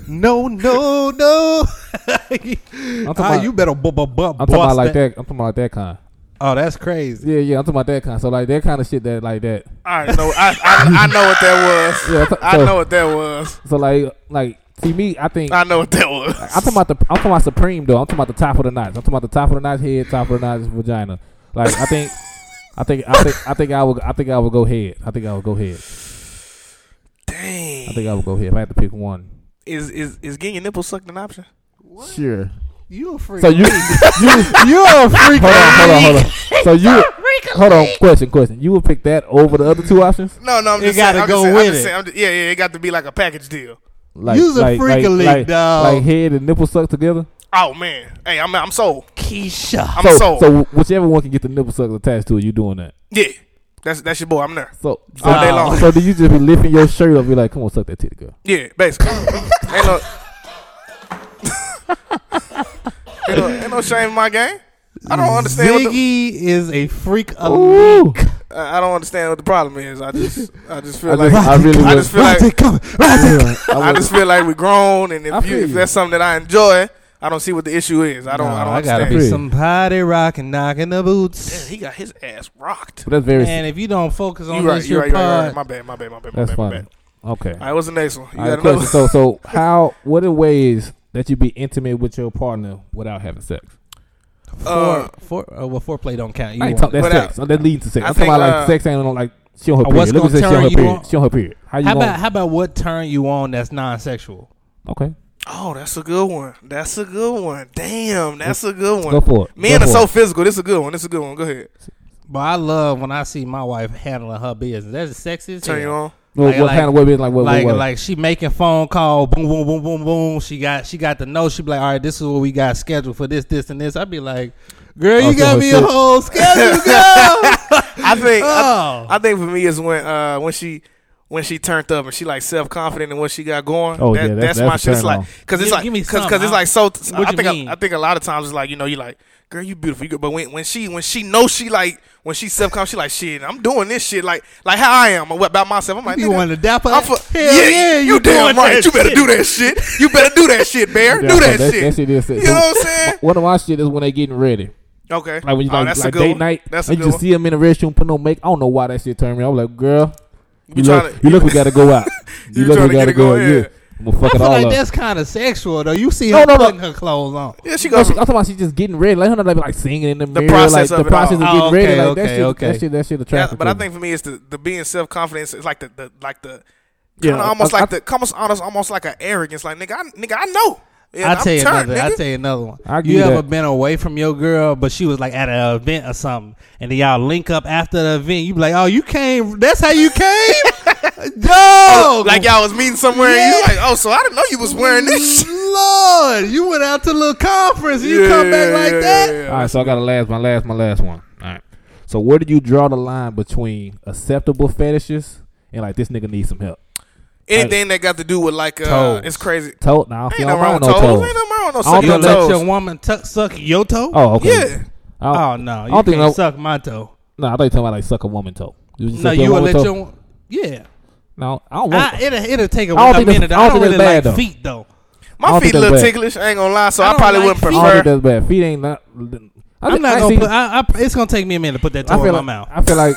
S8: No, no, no.
S2: talking
S8: Ah,
S2: about-
S8: you better bu- bu- bu-
S2: I'm talking about
S8: bust
S2: like that. I'm talking about like that kind.
S8: Oh, that's crazy.
S2: Yeah, yeah. I'm talking about that kind. So like that kind of shit that like that.
S3: I already know. I, I, I know what that was.
S2: Yeah. So,
S3: I know what that was.
S2: So like like see me, I think.
S3: I know what that was.
S2: I'm talking about the I'm talking about Supreme though. I'm talking about the top of the notch. I'm talking about the top of the notch head, top of the notch vagina. Like I think, I think, I think, I think I would, I think I would go head. I think I would go head.
S3: Dang.
S2: I think I would go head. If I had to pick one,
S3: Is is is getting your nipple sucked an option?
S2: sure.
S8: You a freak.
S2: So you, you, you're a freak. Hold on, hold on, hold on. So you, hold on. Question, question. You would pick that over the other two options?
S3: No, no. I'm
S8: You
S3: just saying-
S8: gotta
S3: I'm just
S8: go
S3: saying- I'm
S8: with
S3: just
S8: it.
S3: saying- I'm just- yeah, yeah. It got to be like a package deal.
S2: Like,
S8: You's a freak-a-leak,
S2: like,
S8: dog.
S2: Like head and nipple sucked together.
S3: Oh man, hey, I'm I'm sold.
S8: Keisha,
S3: I'm
S2: so,
S3: sold.
S2: so whichever one can get the nipple sucker attached to it, you doing that.
S3: yeah, that's that's your boy. I'm there.
S2: So
S3: all day long.
S2: So do you just be lifting your shirt up? Be like, come on, suck that titty, girl.
S3: Yeah, basically. ain't no. ain't, no, ain't no shame in my game. I don't understand. What the,
S8: Ziggy is a freak of
S3: I I don't understand what the problem is. I just, I just feel
S2: I
S3: like,
S2: just- I really
S3: I
S2: would-
S3: just feel like,
S2: Yeah, I
S3: I
S2: would-
S3: just feel like we grown, and
S2: I
S3: if you,
S2: feel
S3: if
S2: you.
S3: that's something that I enjoy, I don't see what the issue is. I don't, I don't
S8: I gotta
S3: understand.
S8: be somebody rocking, knocking the boots.
S3: Man, he got his ass rocked.
S2: But that's very.
S8: And if you don't focus on
S3: You right,
S8: this,
S3: you
S8: your
S3: right, you right, you right.
S8: pod,
S3: My bad, my bad, my bad, my
S2: that's
S3: bad. my
S2: funny.
S3: bad.
S2: Okay.
S3: All right, what's the next one? You
S2: All right,
S3: got another
S2: question. So, so how? What are ways that you be intimate with your partner without having sex?
S3: Uh,
S8: four, four, uh, well, foreplay don't count. You
S2: I ain't
S8: want-
S2: talking that's
S3: But, uh,
S2: sex. Oh, that leads to sex.
S3: I
S2: I'm talking
S3: think,
S2: about like
S3: uh,
S2: sex ain't on like she on her
S8: Uh, what's
S2: period. Let me
S8: gonna
S2: say she
S8: turn
S2: on her
S8: you
S2: period.
S8: on?
S2: She on her period. How you
S8: how
S2: gonna?
S8: about how about what turn you on that's non-sexual?
S2: okay.
S3: oh, that's a good one. That's a good one. Damn, that's a good one.
S2: Go for it.
S3: Men
S2: Go
S3: are
S2: for
S3: so
S2: it.
S3: physical. This is a good one. This is a good one. Go ahead.
S8: But I love when I see my wife handling her business. That's sexy. as
S3: Turn
S8: hell.
S3: you on.
S2: Well,
S8: Like-
S2: what
S8: like-
S2: kind of women like what?
S8: like
S2: what, what?
S8: like she making phone call, boom, boom, boom, boom, boom. She got she got the note. She be like, all right, this is what we got scheduled for this, this, and this. I'd be like, girl, you
S2: Oh, so
S8: got
S2: her
S8: me
S2: shit-
S8: a whole schedule, girl.
S3: I think
S8: Oh.
S3: I, I think for me is when uh when she when she turned up and she like self confident in what she got going.
S2: Oh, yeah, that's- that's a
S3: my shit. It's
S2: turn
S3: like
S2: on.
S3: because it's
S8: Give-
S3: like
S8: give me
S3: because
S8: something.
S3: it's like so.
S8: What
S3: I
S8: you
S3: think
S8: mean?
S3: I, I think a lot of times it's like you know you like girl you beautiful you good but when when she when she knows she like when she self conscious she like shit I'm doing this shit like like how I am about myself I'm like
S8: You
S3: nigga,
S8: want to dap her?
S3: I'm for,
S8: Hell
S3: yeah, you, damn
S8: doing
S3: right.
S8: that
S3: You better
S8: shit.
S3: do that shit. You better do that shit, Bear.
S2: Yeah,
S3: do
S2: so
S3: that, shit.
S2: That shit is sex.
S3: You know what I'm saying?
S2: One of my shit is when they getting ready.
S3: Okay.
S2: Like when you
S3: Oh,
S2: like,
S3: that's a
S2: like
S3: good
S2: date
S3: one.
S2: night,
S3: That's a
S2: and
S3: good
S2: you just
S3: one.
S2: see them in the restroom put no make. I don't know why that shit turned me. I'm like, girl, you
S3: tryna-
S2: look, you look, we gotta go out.
S3: You
S2: You look,
S3: tryna
S2: we
S3: get
S2: gotta
S3: it going,
S2: go out. Yeah,
S3: yeah.
S2: I'm gonna
S8: I
S2: fuck it
S8: feel
S2: all
S8: like
S2: up.
S8: that's kind of sexual though. You see
S2: No,
S8: her
S2: no, no.
S8: putting her clothes on.
S3: Yeah, she
S2: No,
S3: goes.
S2: she, I'm talking about she just getting ready. Like her not like, like singing in the, mirror.
S3: process
S2: like
S3: of
S2: the
S3: it all.
S2: process of
S8: Oh,
S2: getting ready.
S8: okay,
S2: Like that
S8: okay,
S2: shit,
S8: okay.
S2: that shit, that shit
S3: Yeah,
S2: attractive.
S3: but I
S2: to me.
S3: think for me it's the, the being self confident. It's like the, the like the
S2: Yeah,
S3: kind of almost
S2: I-
S3: like
S2: I-
S3: the almost almost almost like an arrogance. Like nigga, I, nigga, I know. Yeah,
S8: I
S3: I'm
S8: tell you
S3: turned,
S8: another. I
S3: nigga.
S8: tell you another one.
S2: I give
S8: you
S2: you
S8: ever
S2: that.
S8: been away from your girl, but she was like at an event or something, and then y'all link up after the event. You be like, "Oh, you came. That's how you came, dog.
S3: like y'all was meeting somewhere, and you
S8: Yeah.
S3: like, oh, so I didn't know you was wearing this. shit.
S8: Lord, you went out to a little conference. and You come back like that.
S2: All right, so I got to last my last my last one. All right. So where do you draw the line between acceptable fetishes and like this nigga needs some help?
S3: Anything that got to do with like uh,
S8: Toes.
S3: it's crazy.
S2: Toe? Nah, I don't
S3: Ain't
S2: feel
S3: no wrong
S2: wrong
S3: with
S2: no
S3: toes.
S2: toes.
S3: Ain't no wrong
S2: I
S3: with
S2: don't
S3: sucking your
S8: You let
S3: toes.
S8: your woman tuck, suck your toe?
S2: Oh, okay.
S3: Yeah.
S2: I don't-
S8: Oh, no, you
S2: don't
S8: can't
S2: think no-
S8: suck my toe.
S2: No, I thought you were talking about like suck a woman toe. You just
S8: No,
S2: suck your
S8: you would
S2: woman
S8: let
S2: toe?
S8: your wo- yeah.
S2: No, I don't want.
S8: I, it'll, it'll take a,
S2: I don't
S8: a
S2: think that's-
S8: minute.
S2: I don't
S8: I don't,
S2: think that's
S8: really
S2: bad,
S8: like
S2: though.
S8: feet though.
S3: My
S2: don't
S3: feet
S2: think
S3: a little
S2: that's bad.
S3: ticklish. I ain't gonna lie, so
S8: I
S3: I
S8: don't
S3: probably
S8: like
S3: wouldn't
S8: feet.
S2: I don't think
S3: prefer.
S2: that's bad. Feet ain't not. I
S8: I'm
S2: think-
S8: not
S2: I
S8: gonna
S2: see-
S8: put. I, I, it's gonna take me a minute to put that
S2: I
S8: toe
S2: feel
S8: in my
S2: like,
S8: mouth.
S2: I feel like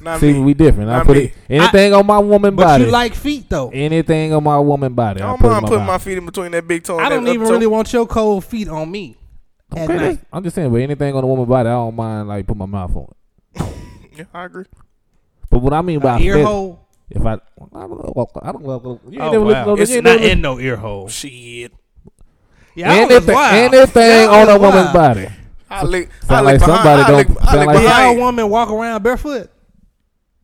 S3: Not
S2: see
S3: me.
S2: we different. I
S3: Not
S2: put
S3: me.
S2: it, anything on my woman
S8: But
S2: body.
S8: you like feet though.
S2: anything on my woman body.
S3: I
S2: I
S3: don't
S2: put it in
S3: mind
S2: my
S3: putting my
S2: mouth.
S3: feet in between that big toe. and
S8: I
S3: that
S8: don't
S3: up
S8: even
S3: toe.
S8: really want your cold feet on me at
S2: Okay,
S8: night.
S2: that's- I'm just saying, but anything on a woman body, I don't mind like put my mouth on. it.
S3: Yeah, I agree.
S2: But what I mean by
S8: Ear
S2: fit-
S8: hole.
S2: If I, I don't know. I don't know. You ain't
S8: Oh,
S2: never
S8: wow.
S2: looked-
S8: It's
S2: you ain't
S8: not
S2: never looked-
S8: in no ear hole.
S3: Shit.
S8: Yeah, I was
S2: anything,
S8: wild.
S2: anything
S8: Y'all
S2: on a
S8: was
S2: woman's
S8: wild.
S2: body.
S3: I lick. I
S2: sound like
S3: lick behind.
S2: somebody
S3: I
S2: don't-
S3: lick, I
S2: sound
S3: lick
S2: like-
S8: Did y'all
S3: behind.
S8: woman walk around barefoot?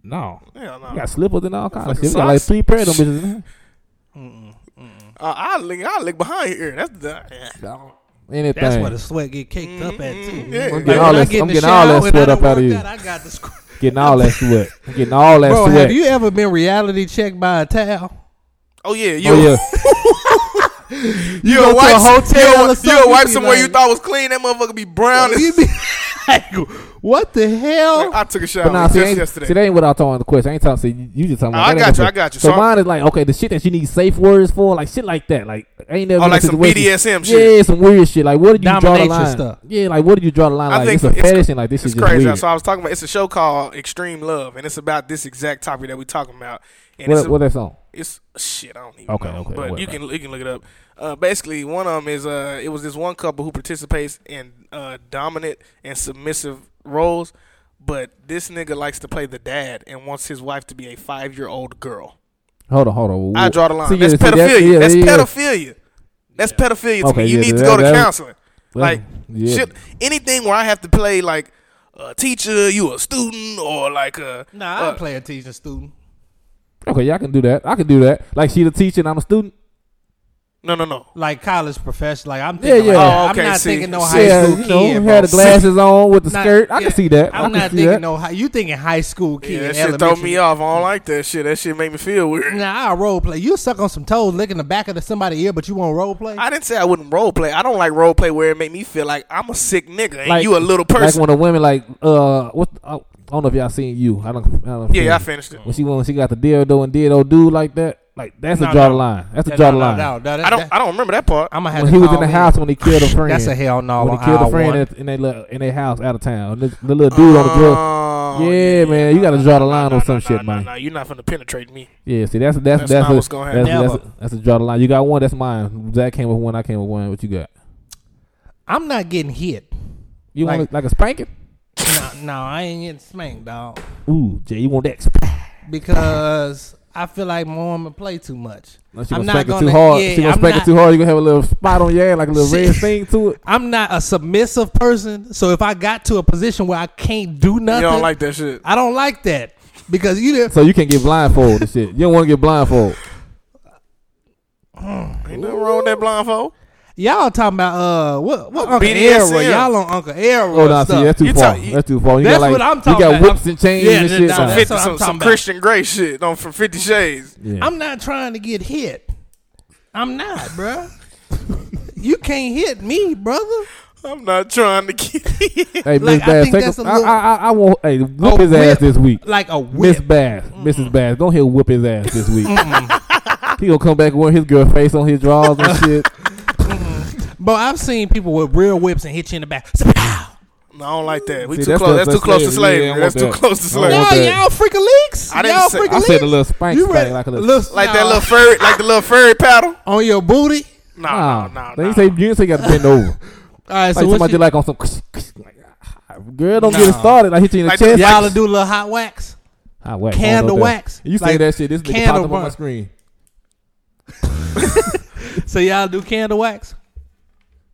S2: No,
S3: Hell no.
S2: you got slippers and all kinds of
S3: Fucking
S2: shit. We got like
S3: socks.
S2: three pair of them bitches. in there.
S3: Uh, I lick. I lick behind your ear. That's the.
S2: Anything.
S8: That's where the sweat get caked up at too.
S3: Yeah.
S8: Like,
S2: getting
S8: when
S2: all
S8: I
S2: that-
S8: get in
S2: I'm
S8: the
S2: getting all that
S8: shower and I
S2: sweat
S8: done
S2: up outta
S8: worked
S2: you.
S8: out, I got the squ-
S2: getting all that sweat. Getting all that
S8: Bro,
S2: sweat.
S8: have you ever been reality checked by a towel?
S3: Oh yeah. You.
S2: oh yeah.
S3: You a
S8: go to a
S3: wipe,
S8: hotel
S3: you a-
S8: or
S3: you
S8: something,
S3: a wipe
S8: you
S3: somewhere you
S8: like-
S3: thought was clean. That motherfucker be brown. as-
S8: You be like, what the hell?
S3: I took a shower
S2: But nah, see,
S3: just
S2: ain't,
S3: yesterday.
S2: see, that ain't what I'm talking about. The question, I ain't talking. See, you just talking.
S3: Oh,
S2: About,
S3: I
S2: that
S3: got
S2: ain't
S3: you,
S2: what-
S3: I got you.
S2: So,
S3: So-
S2: mine is like okay, the shit that you need safe words for, like shit like that. Like I ain't never. been
S3: Oh,
S2: in
S3: like
S2: a
S3: some
S2: situation-
S3: BDSM
S2: Yeah,
S3: shit.
S2: some weird shit. Like where do you draw the
S8: Domination
S2: line?
S8: stuff.
S2: Yeah, like where do you draw the line?
S3: I
S2: like
S3: think
S2: it's a
S3: it's-
S2: fetish and like this
S3: it's
S2: is just
S3: crazy.
S2: weird.
S3: So I was talking about. It's a show called Extreme Love, and it's about this exact topic that we talking about. And it's
S2: What,
S3: a-
S2: what that song?
S3: It's shit. I don't even
S2: Okay,
S3: know.
S2: okay,
S3: But
S2: whatever.
S3: you can you can look it up. Uh, basically, one of them is uh, it was this one couple who participates in uh, dominant and submissive roles, but this nigga likes to play the dad and wants his wife to be a five year old girl.
S2: Hold on, hold on.
S3: I draw the line.
S2: See,
S3: that's
S2: yeah, see,
S3: pedophilia.
S2: yeah,
S3: that's
S2: yeah.
S3: pedophilia. That's pedophilia to
S2: Okay,
S3: me. You
S2: yeah,
S3: need to
S2: that-
S3: go to
S2: that-
S3: counseling.
S2: that-
S3: like
S2: yeah.
S3: shit, anything where I have to play like a teacher, you a student, or like a
S8: Nah, I
S3: uh,
S8: play a teaching student.
S2: Okay, y'all can do that. I can do that. Like she the teacher and I'm a student.
S3: No, no, no.
S8: Like college professional. Like I'm
S2: Yeah,
S8: thinking.
S2: yeah.
S8: like,
S2: Oh,
S8: I'm
S2: okay,
S8: not
S2: see.
S8: thinking no
S2: See,
S8: high
S2: yeah,
S8: school
S2: you know,
S8: kid.
S2: had
S8: bro.
S2: the glasses on with the
S8: Not-
S2: skirt. I can see that. I
S8: I'm
S2: can
S8: not
S2: see
S8: thinking
S2: that.
S8: no. High, you thinking high school kid?
S3: Yeah, that shit throw me off. I don't like that shit. That shit make me feel weird.
S8: Nah, I role play. You suck on some toes, licking the back of the somebody's ear, but you won't role play.
S3: I didn't say I wouldn't role play. I don't like role play where it make me feel like I'm a sick nigga and
S2: Like
S3: you a little
S2: Like
S3: person.
S2: when a woman like uh what I don't know if y'all seen you. I don't. I don't
S3: Yeah,
S2: feel-
S3: I finished it.
S2: When she when she got the dildo and did old dude like that. Like that's a
S8: No,
S2: draw
S8: no.
S2: the line. That's
S8: Yeah,
S2: a draw the
S8: no, no,
S2: line.
S8: no, no, that-
S3: I don't.
S8: that-
S3: I don't remember that part.
S8: I'm gonna have
S2: When
S8: to
S2: he was
S8: call
S2: in the
S8: in.
S2: house when he killed a friend.
S8: That's a hell no
S2: When he
S8: on
S2: killed a
S8: aisle
S2: friend
S8: one.
S2: at- in their little- in their house out of town. And the little dude
S3: Oh,
S2: on the drug. Yeah, man, you got to draw the line on some shit, man.
S3: Nah, you're not finna penetrate me.
S2: Yeah, see, that's that's
S3: That's
S2: that's
S3: not
S2: a,
S3: what's gonna
S2: that's,
S3: happen.
S2: that's, a, that's a draw the line. You got one, that's mine. Zach came with one, I came with one. What you got?
S8: I'm not getting hit.
S2: You
S8: Like-
S2: want like a spanking?
S8: no, no, I ain't getting spanked, dog.
S2: Ooh, Jay, you want that?
S8: Because I feel like my woman play too much.
S2: Unless you gonna spank it too hard.
S8: yeah,
S2: she gonna
S8: I'm
S2: spank
S8: not-
S2: it too hard. You gonna have a little spot on your ass, like a little red thing to it.
S8: I'm not a submissive person, so if I got to a position where I can't do
S3: You
S8: nothing,
S3: don't like that shit.
S8: I don't like that because you did.
S2: So you can get blindfolded and shit. You don't want to get blindfolded.
S3: Ain't nothing wrong with that blindfold.
S8: Y'all talking about uh what what Uncle
S3: BDSM.
S8: Era? Y'all on Uncle Era?
S2: Oh, nah,
S8: stuff.
S2: see, that's too
S3: You
S2: far.
S3: talk- you-
S2: that's too far. You
S8: That's
S2: got like
S8: what I'm
S2: you
S8: talking
S2: got
S8: about.
S2: whips and chains
S8: Yeah,
S2: and
S8: that-
S2: shit.
S8: that-
S2: Nah.
S3: Some,
S8: that's
S3: 50,
S8: what I'm
S3: some, some
S8: talking about.
S3: Christian Grey shit on from Fifty Shades.
S2: Yeah.
S8: I'm not trying to get hit. I'm not, bruh. you can't hit me, brother.
S3: I'm not trying to get.
S2: Hey,
S8: Like,
S2: Miss
S8: I
S2: Bass,
S8: think
S2: take
S8: that's
S2: a,
S8: a
S2: I,
S8: little-
S2: I, I, I want hey whip
S8: A
S2: his ass
S8: whip,
S2: this week.
S8: Like a
S2: Miss
S8: whip.
S2: Bass, Mrs. Bass, go ahead and whip his ass this week. he gonna come back and wear his girl face on his drawers and shit.
S8: But I've seen people with real whips and hit you in the back.
S3: No, I don't like that. We
S2: See,
S3: too
S2: that's
S3: close.
S2: what
S3: That's
S2: I
S3: too close to
S2: said.
S3: slavery.
S2: Yeah, I
S3: that's
S2: want
S3: too
S2: that.
S3: close to
S2: I
S3: slavery.
S2: want
S8: Y'all,
S2: that.
S8: y'all freaking leaks.
S3: I didn't
S8: y'all
S3: say-
S8: freaking
S2: I said a
S8: leaks?
S2: little spank
S8: You
S2: spank,
S8: ready-
S2: like a little-
S8: look,
S3: Like that
S8: nah.
S3: little furry, like the little furry paddle.
S8: on your booty.
S3: No,
S2: Nah,
S3: no,
S2: they
S3: no,
S2: ain't
S3: no.
S2: say you didn't say you got to bend over.
S8: All right,
S2: like
S8: so what
S2: somebody
S8: you,
S2: did like on some. like, ah, Girl, don't get it started. I hit you in the
S3: Like,
S2: chest.
S8: y'all do a little hot wax.
S2: Ah, whack.
S8: Candle
S2: Hold up there.
S8: wax.
S2: You say
S8: Like,
S2: that shit? This nigga popped
S8: candle
S2: up on my
S8: burn.
S2: screen.
S8: So y'all do candle wax.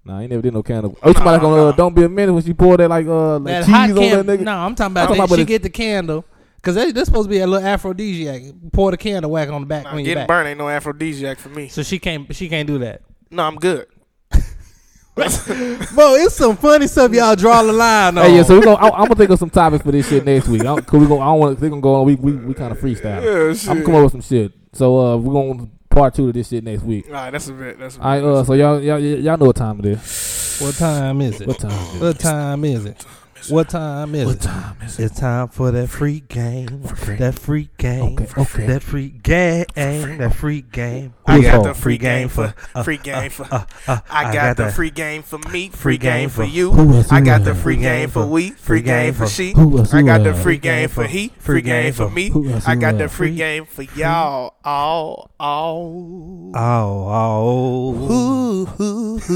S2: Nah, I ain't never did no candle. Oh, somebody like on uh, don't be a minute when she poured that like uh like
S8: That
S2: cheese
S8: hot
S2: on that
S8: candle.
S2: nigga.
S8: No, I'm talking
S2: I'm
S8: about
S2: talking
S8: that.
S2: about
S8: she
S2: it-
S8: get the candle because they this supposed to be a little aphrodisiac. Pour the candle wax on the back
S3: Nah,
S8: on your
S3: getting
S8: back.
S3: burned ain't no aphrodisiac for me.
S8: So she can't she can't do that.
S3: No, I'm good.
S8: Bro, it's some funny stuff y'all draw the line on.
S2: Hey, yeah, so we gonna, I, I'm gonna think of some topics for this shit next week. I'm, Cause we gonna, I don't want to. They gonna go on. We we, we kind of freestyle. I'm gonna come up with some shit. So uh, we're gonna part two to this shit next week.
S3: All right, that's a bit. That's a bit.
S2: All right, uh, so y'all y'all y'all know what time it is.
S8: what time is it?
S2: What time? It is?
S8: What time is it? What time is it?
S2: time is
S8: It's time for that free game. That free game.
S2: Okay, okay.
S8: That free game. That free game.
S3: I got
S2: Who's
S3: the
S2: on?
S3: free game for
S8: uh,
S3: free game for.
S8: uh, uh,
S3: I got the free game for me, free game for
S2: Who
S3: you.
S2: else
S3: I
S2: you
S3: got
S2: got?
S3: the free
S8: Free
S3: game
S8: game
S3: for
S8: for-
S3: we, free game for she.
S2: Who else
S3: I
S2: you
S3: got the
S2: got?
S3: free game for he, free game for me.
S2: Who else
S3: I
S2: you
S3: got the
S2: got?
S3: free game for y'all, all, all.
S8: Oh,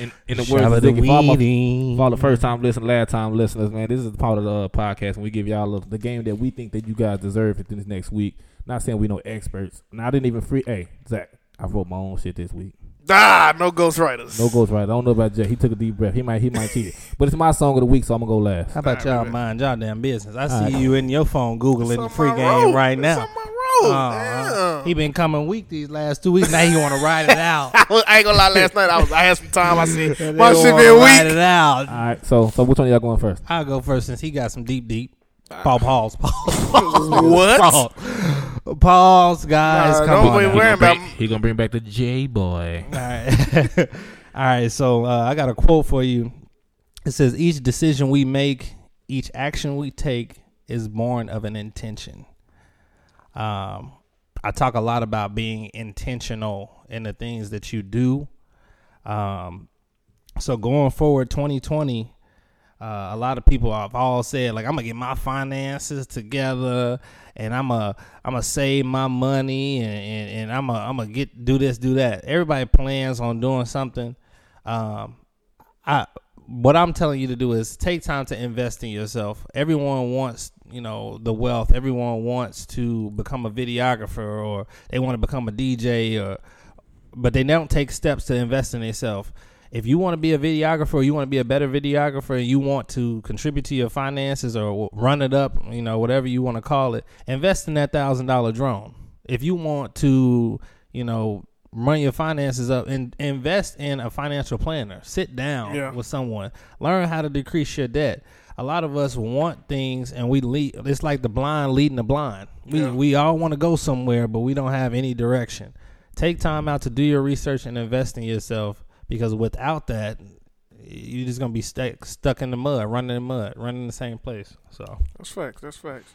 S2: In, in the
S8: Shout
S2: words
S8: out
S2: of
S8: to
S2: Ziggy, for all my-
S8: Weedy.
S2: for all the first time listeners, last time listeners, man, this is part of the uh, podcast, and we give y'all the- the game that we think that you guys deserve it this next week. Not saying we no experts. And I didn't even free. Hey, Zach, I wrote my own shit this week.
S3: Ah, no ghostwriters.
S2: No goes right. I don't know about Jay. He took a deep breath. He might he might cheat it. But it's my song of the week, so I'm gonna go last.
S8: How about y'all mind y'all damn business? I
S2: All
S8: see
S2: right.
S8: you in your phone googling the
S3: It's on
S8: free
S3: my
S8: game
S3: road.
S8: right
S3: It's
S8: now.
S3: on my road.
S8: Uh-huh.
S3: Oh, Damn.
S8: He been coming weak these last two weeks. Now he want to ride it out.
S3: I, was, I ain't gonna lie. Last night I was. I had some time. I said
S8: They
S3: my shit
S8: wanna
S3: been
S8: Ride
S3: weak.
S8: it out.
S2: All right, so so which one of y'all going first?
S8: I'll go first since he got some deep, deep. Paul, pause, pause,
S3: What?
S8: pause, pause, guys.
S3: Nah,
S8: come
S3: don't
S8: on.
S3: be
S8: now.
S3: worrying about.
S2: He gonna bring back the J boy.
S8: All right. All right. So uh, I got a quote for you. It says, Each decision we make, each action we take is born of an intention. Um, I talk a lot about being intentional in the things that you do. Um, so going forward, 2020, uh, a lot of people have all said like I'm gonna get my finances together and I'm a I'm gonna save my money and, and, and I'm a I'm gonna get do this do that. Everybody plans on doing something. Um, I what I'm telling you to do is take time to invest in yourself. Everyone wants you know the wealth. Everyone wants to become a videographer or they want to become a DJ or but they don't take steps to invest in themselves. If you want to be a videographer, or you want to be a better videographer, and you want to contribute to your finances or w- run it up, you know, whatever you want to call it, invest in that thousand dollar drone. If you want to, you know,
S1: run your finances up and invest in a financial planner. Sit down
S3: Yeah.
S1: with someone. Learn how to decrease your debt. A lot of us want things and we lead it's like the blind leading the blind. We
S3: Yeah.
S1: we all want to go somewhere but we don't have any direction. Take time out to do your research and invest in yourself because without that you're just going to be stuck stuck in the mud, running in the mud, running in the same place. So
S3: That's facts. That's facts.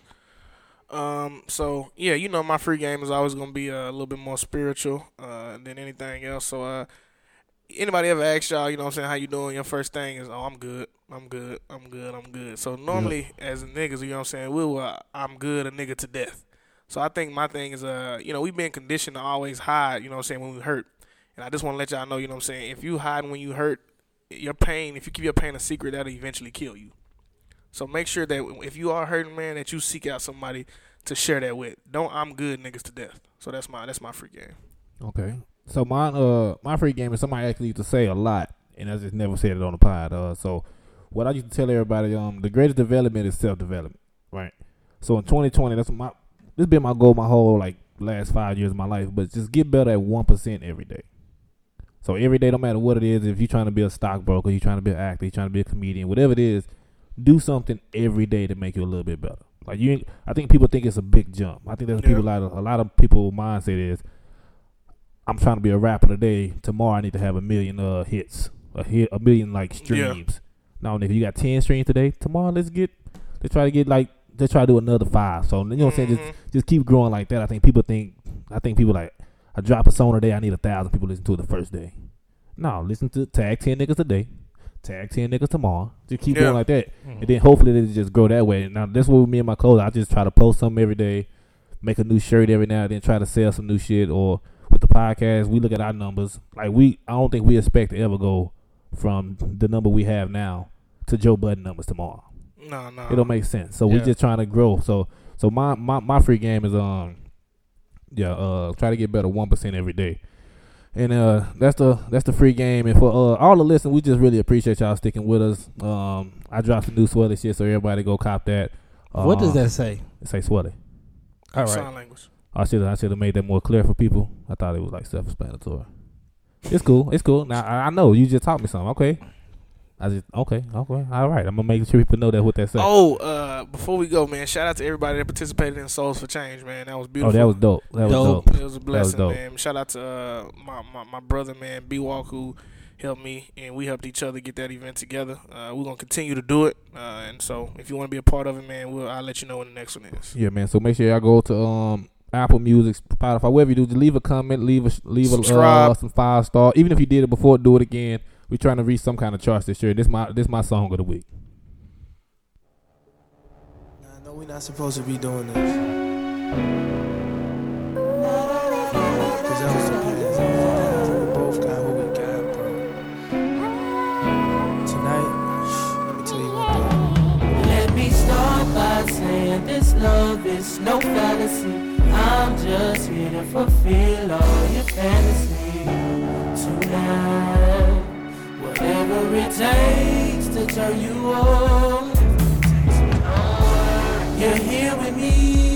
S3: Um, so yeah, you know my free game is always gonna be uh, a little bit more spiritual uh, than anything else. So uh, anybody ever ask y'all, you know what I'm saying, how you doing? Your first thing is, oh, I'm good, I'm good, I'm good, I'm good. So normally as niggas, you know what I'm saying, we will uh, I'm good a nigga to death. So I think my thing is, uh, you know, we've been conditioned to always hide, you know what I'm saying, when we hurt. And I just want to let y'all know, you know what I'm saying, if you hide when you hurt, your pain, if you keep your pain a secret, that'll eventually kill you. So make sure that if you are hurting, man, that you seek out somebody to share that with. Don't I'm good niggas to death. So that's my that's my free game.
S2: Okay. So my uh my free game is somebody actually used to say a lot, and I just never said it on the pod. Uh, so what I used to tell everybody, um, the greatest development is self development, right? So in 2020, that's my this been my goal my whole like last five years of my life, but just get better at one percent every day. So every day, no matter what it is, if you're trying to be a stockbroker, you're trying to be an actor, you're trying to be a comedian, whatever it is, do something every day to make you a little bit better. Like you, ain't- I think people think it's a big jump. I think that's what people a lot of a lot of people mindset is. I'm trying to be a rapper today. Tomorrow I need to have a million uh hits, a hit, a million like streams. Now if you got ten streams today, tomorrow let's get let's try to get like let's try to do another five. So you know what I'm saying? Just just keep growing like that. I think people think I think people like I drop a song today. I need a thousand people to listen to it the first day. No, listen to tag ten niggas today, tag ten niggas tomorrow. Just keep
S3: Yeah.
S2: going like that, and then hopefully they just grow that way. Now that's what me and my clothes. I just try to post something every day, make a new shirt every now and then, try to sell some new shit. Or with the podcast, we look at our numbers. Like we, I don't think we expect to ever go from the number we have now to Joe Budden numbers tomorrow.
S3: No, no.
S2: It don't make sense. So we
S3: Yeah.
S2: just trying to grow. So so my my my free game is um yeah uh try to get better one percent every day. And uh that's the that's the free game and for uh all the listeners, we just really appreciate y'all sticking with us. Um I dropped some new sweater shit so everybody go cop that.
S1: What does
S2: Uh,
S1: that say?
S2: It say sweater.
S1: All right.
S3: Sign language.
S2: I should I should have made that more clear for people. I thought it was like self explanatory. It's cool. It's cool. Now I, I know you just taught me something. Okay. I just okay, okay, all right. I'm gonna make sure people know that what that says.
S3: Oh, uh, before we go, man, shout out to everybody that participated in Souls for Change, man. That was beautiful.
S2: was dope. Oh, That was Dope. dope.
S3: It was a
S2: That was
S3: blessing,
S2: dope.
S3: man. Shout out to uh, my, my, my brother, man, B Walk, who helped me, and we helped each other get that event together. Uh, we're gonna continue to do it, uh, and so if you want to be a part of it, man, we'll, I'll let you know when the next one is.
S2: Yeah, man. So make sure y'all go to um Apple Music, Spotify, whatever you do. Just leave a comment, leave a leave a uh,
S3: Subscribe.
S2: some five star. Even if you did it before, do it again. We're trying to reach some kind of charts this year. This my this my song of the week.
S9: I know we're not supposed to be doing this. Cause that was the past. We both got who we got, bro. Tonight, let me tell you one thing.
S8: Let me start by saying this love is no fallacy. I'm just here to fulfill all your fantasies tonight. Whatever it takes to turn you on. You're here with me.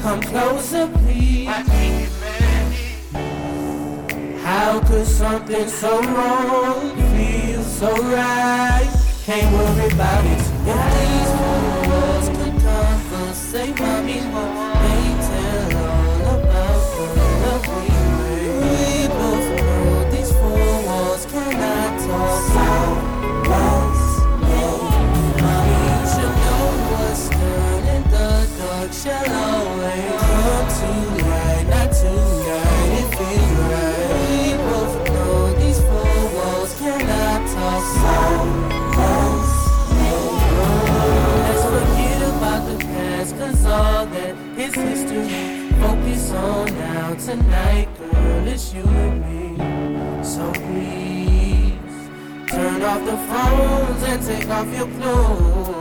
S8: Come closer, please. How could something so wrong feel so right? Can't worry about it. If these four walls could converse, say mommy won't. They tell all about the love we made. We both know these four walls cannot talk. So once made, mommy should know what's done in the dark shall always come to light. Not tonight, it feels right. We both know these four walls cannot talk. So once Let's forget about the past, cause all that is history. Focus on now, tonight, girl, it's you and me. So please, turn off the phones and take off your clothes.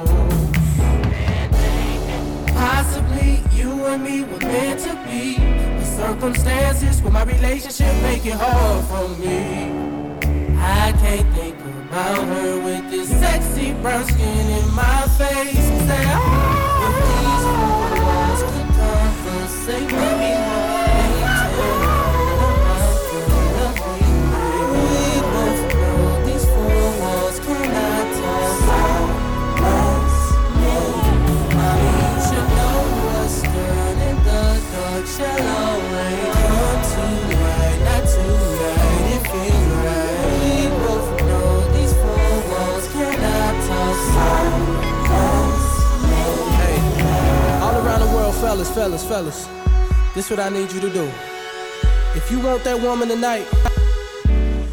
S8: Possibly you and me were meant to be. The circumstances with my relationship make it hard for me. I can't think about her with this sexy brown skin in my face. Say, oh, if these four walls could converse, say, mommy, won't they tell
S1: fellas, fellas, fellas, this what I need you to do. If you want that woman tonight,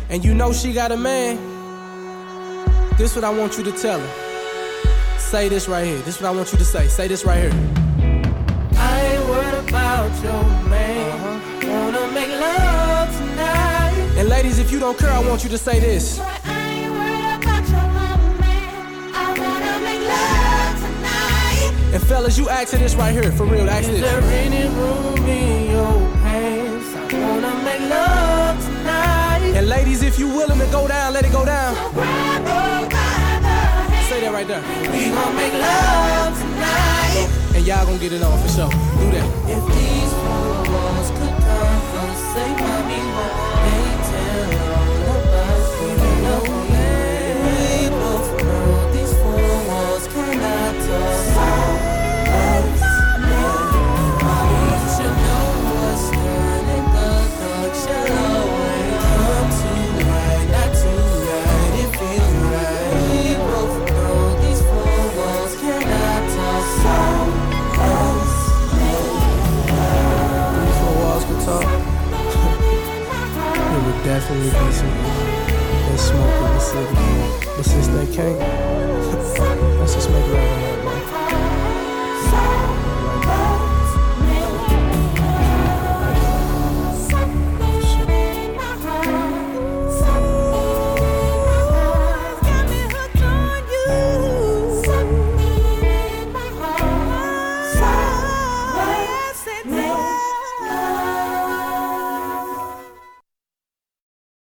S1: and you know she got a man, this what I want you to tell her. Say this right here. This what I want you to say. Say this right here.
S8: I ain't worried about your
S1: Uh-huh.
S8: man. Wanna make love tonight.
S1: And ladies, if you don't care, I want you to say this.
S8: I wanna make love tonight.
S1: And fellas, you ask her this right here, for real, ask this.
S8: Is there any room in your pants? I wanna make love tonight.
S1: And ladies, if you willing to go down, let it go down. Say that right there.
S8: We gon' make love tonight.
S1: And y'all gonna get it on for sure. Do that.
S8: If these four walls could compensate, mommy won't they tell all of us we don't know it. We both know these four walls cannot tolerate us. Mommy, you should know what's done and the dark shall always come to light, not to light, it feels right. We both know these four walls cannot tolerate us.
S1: These four walls could talk. it would definitely be some weed and smoke in the city. But since they can't, let's just make love.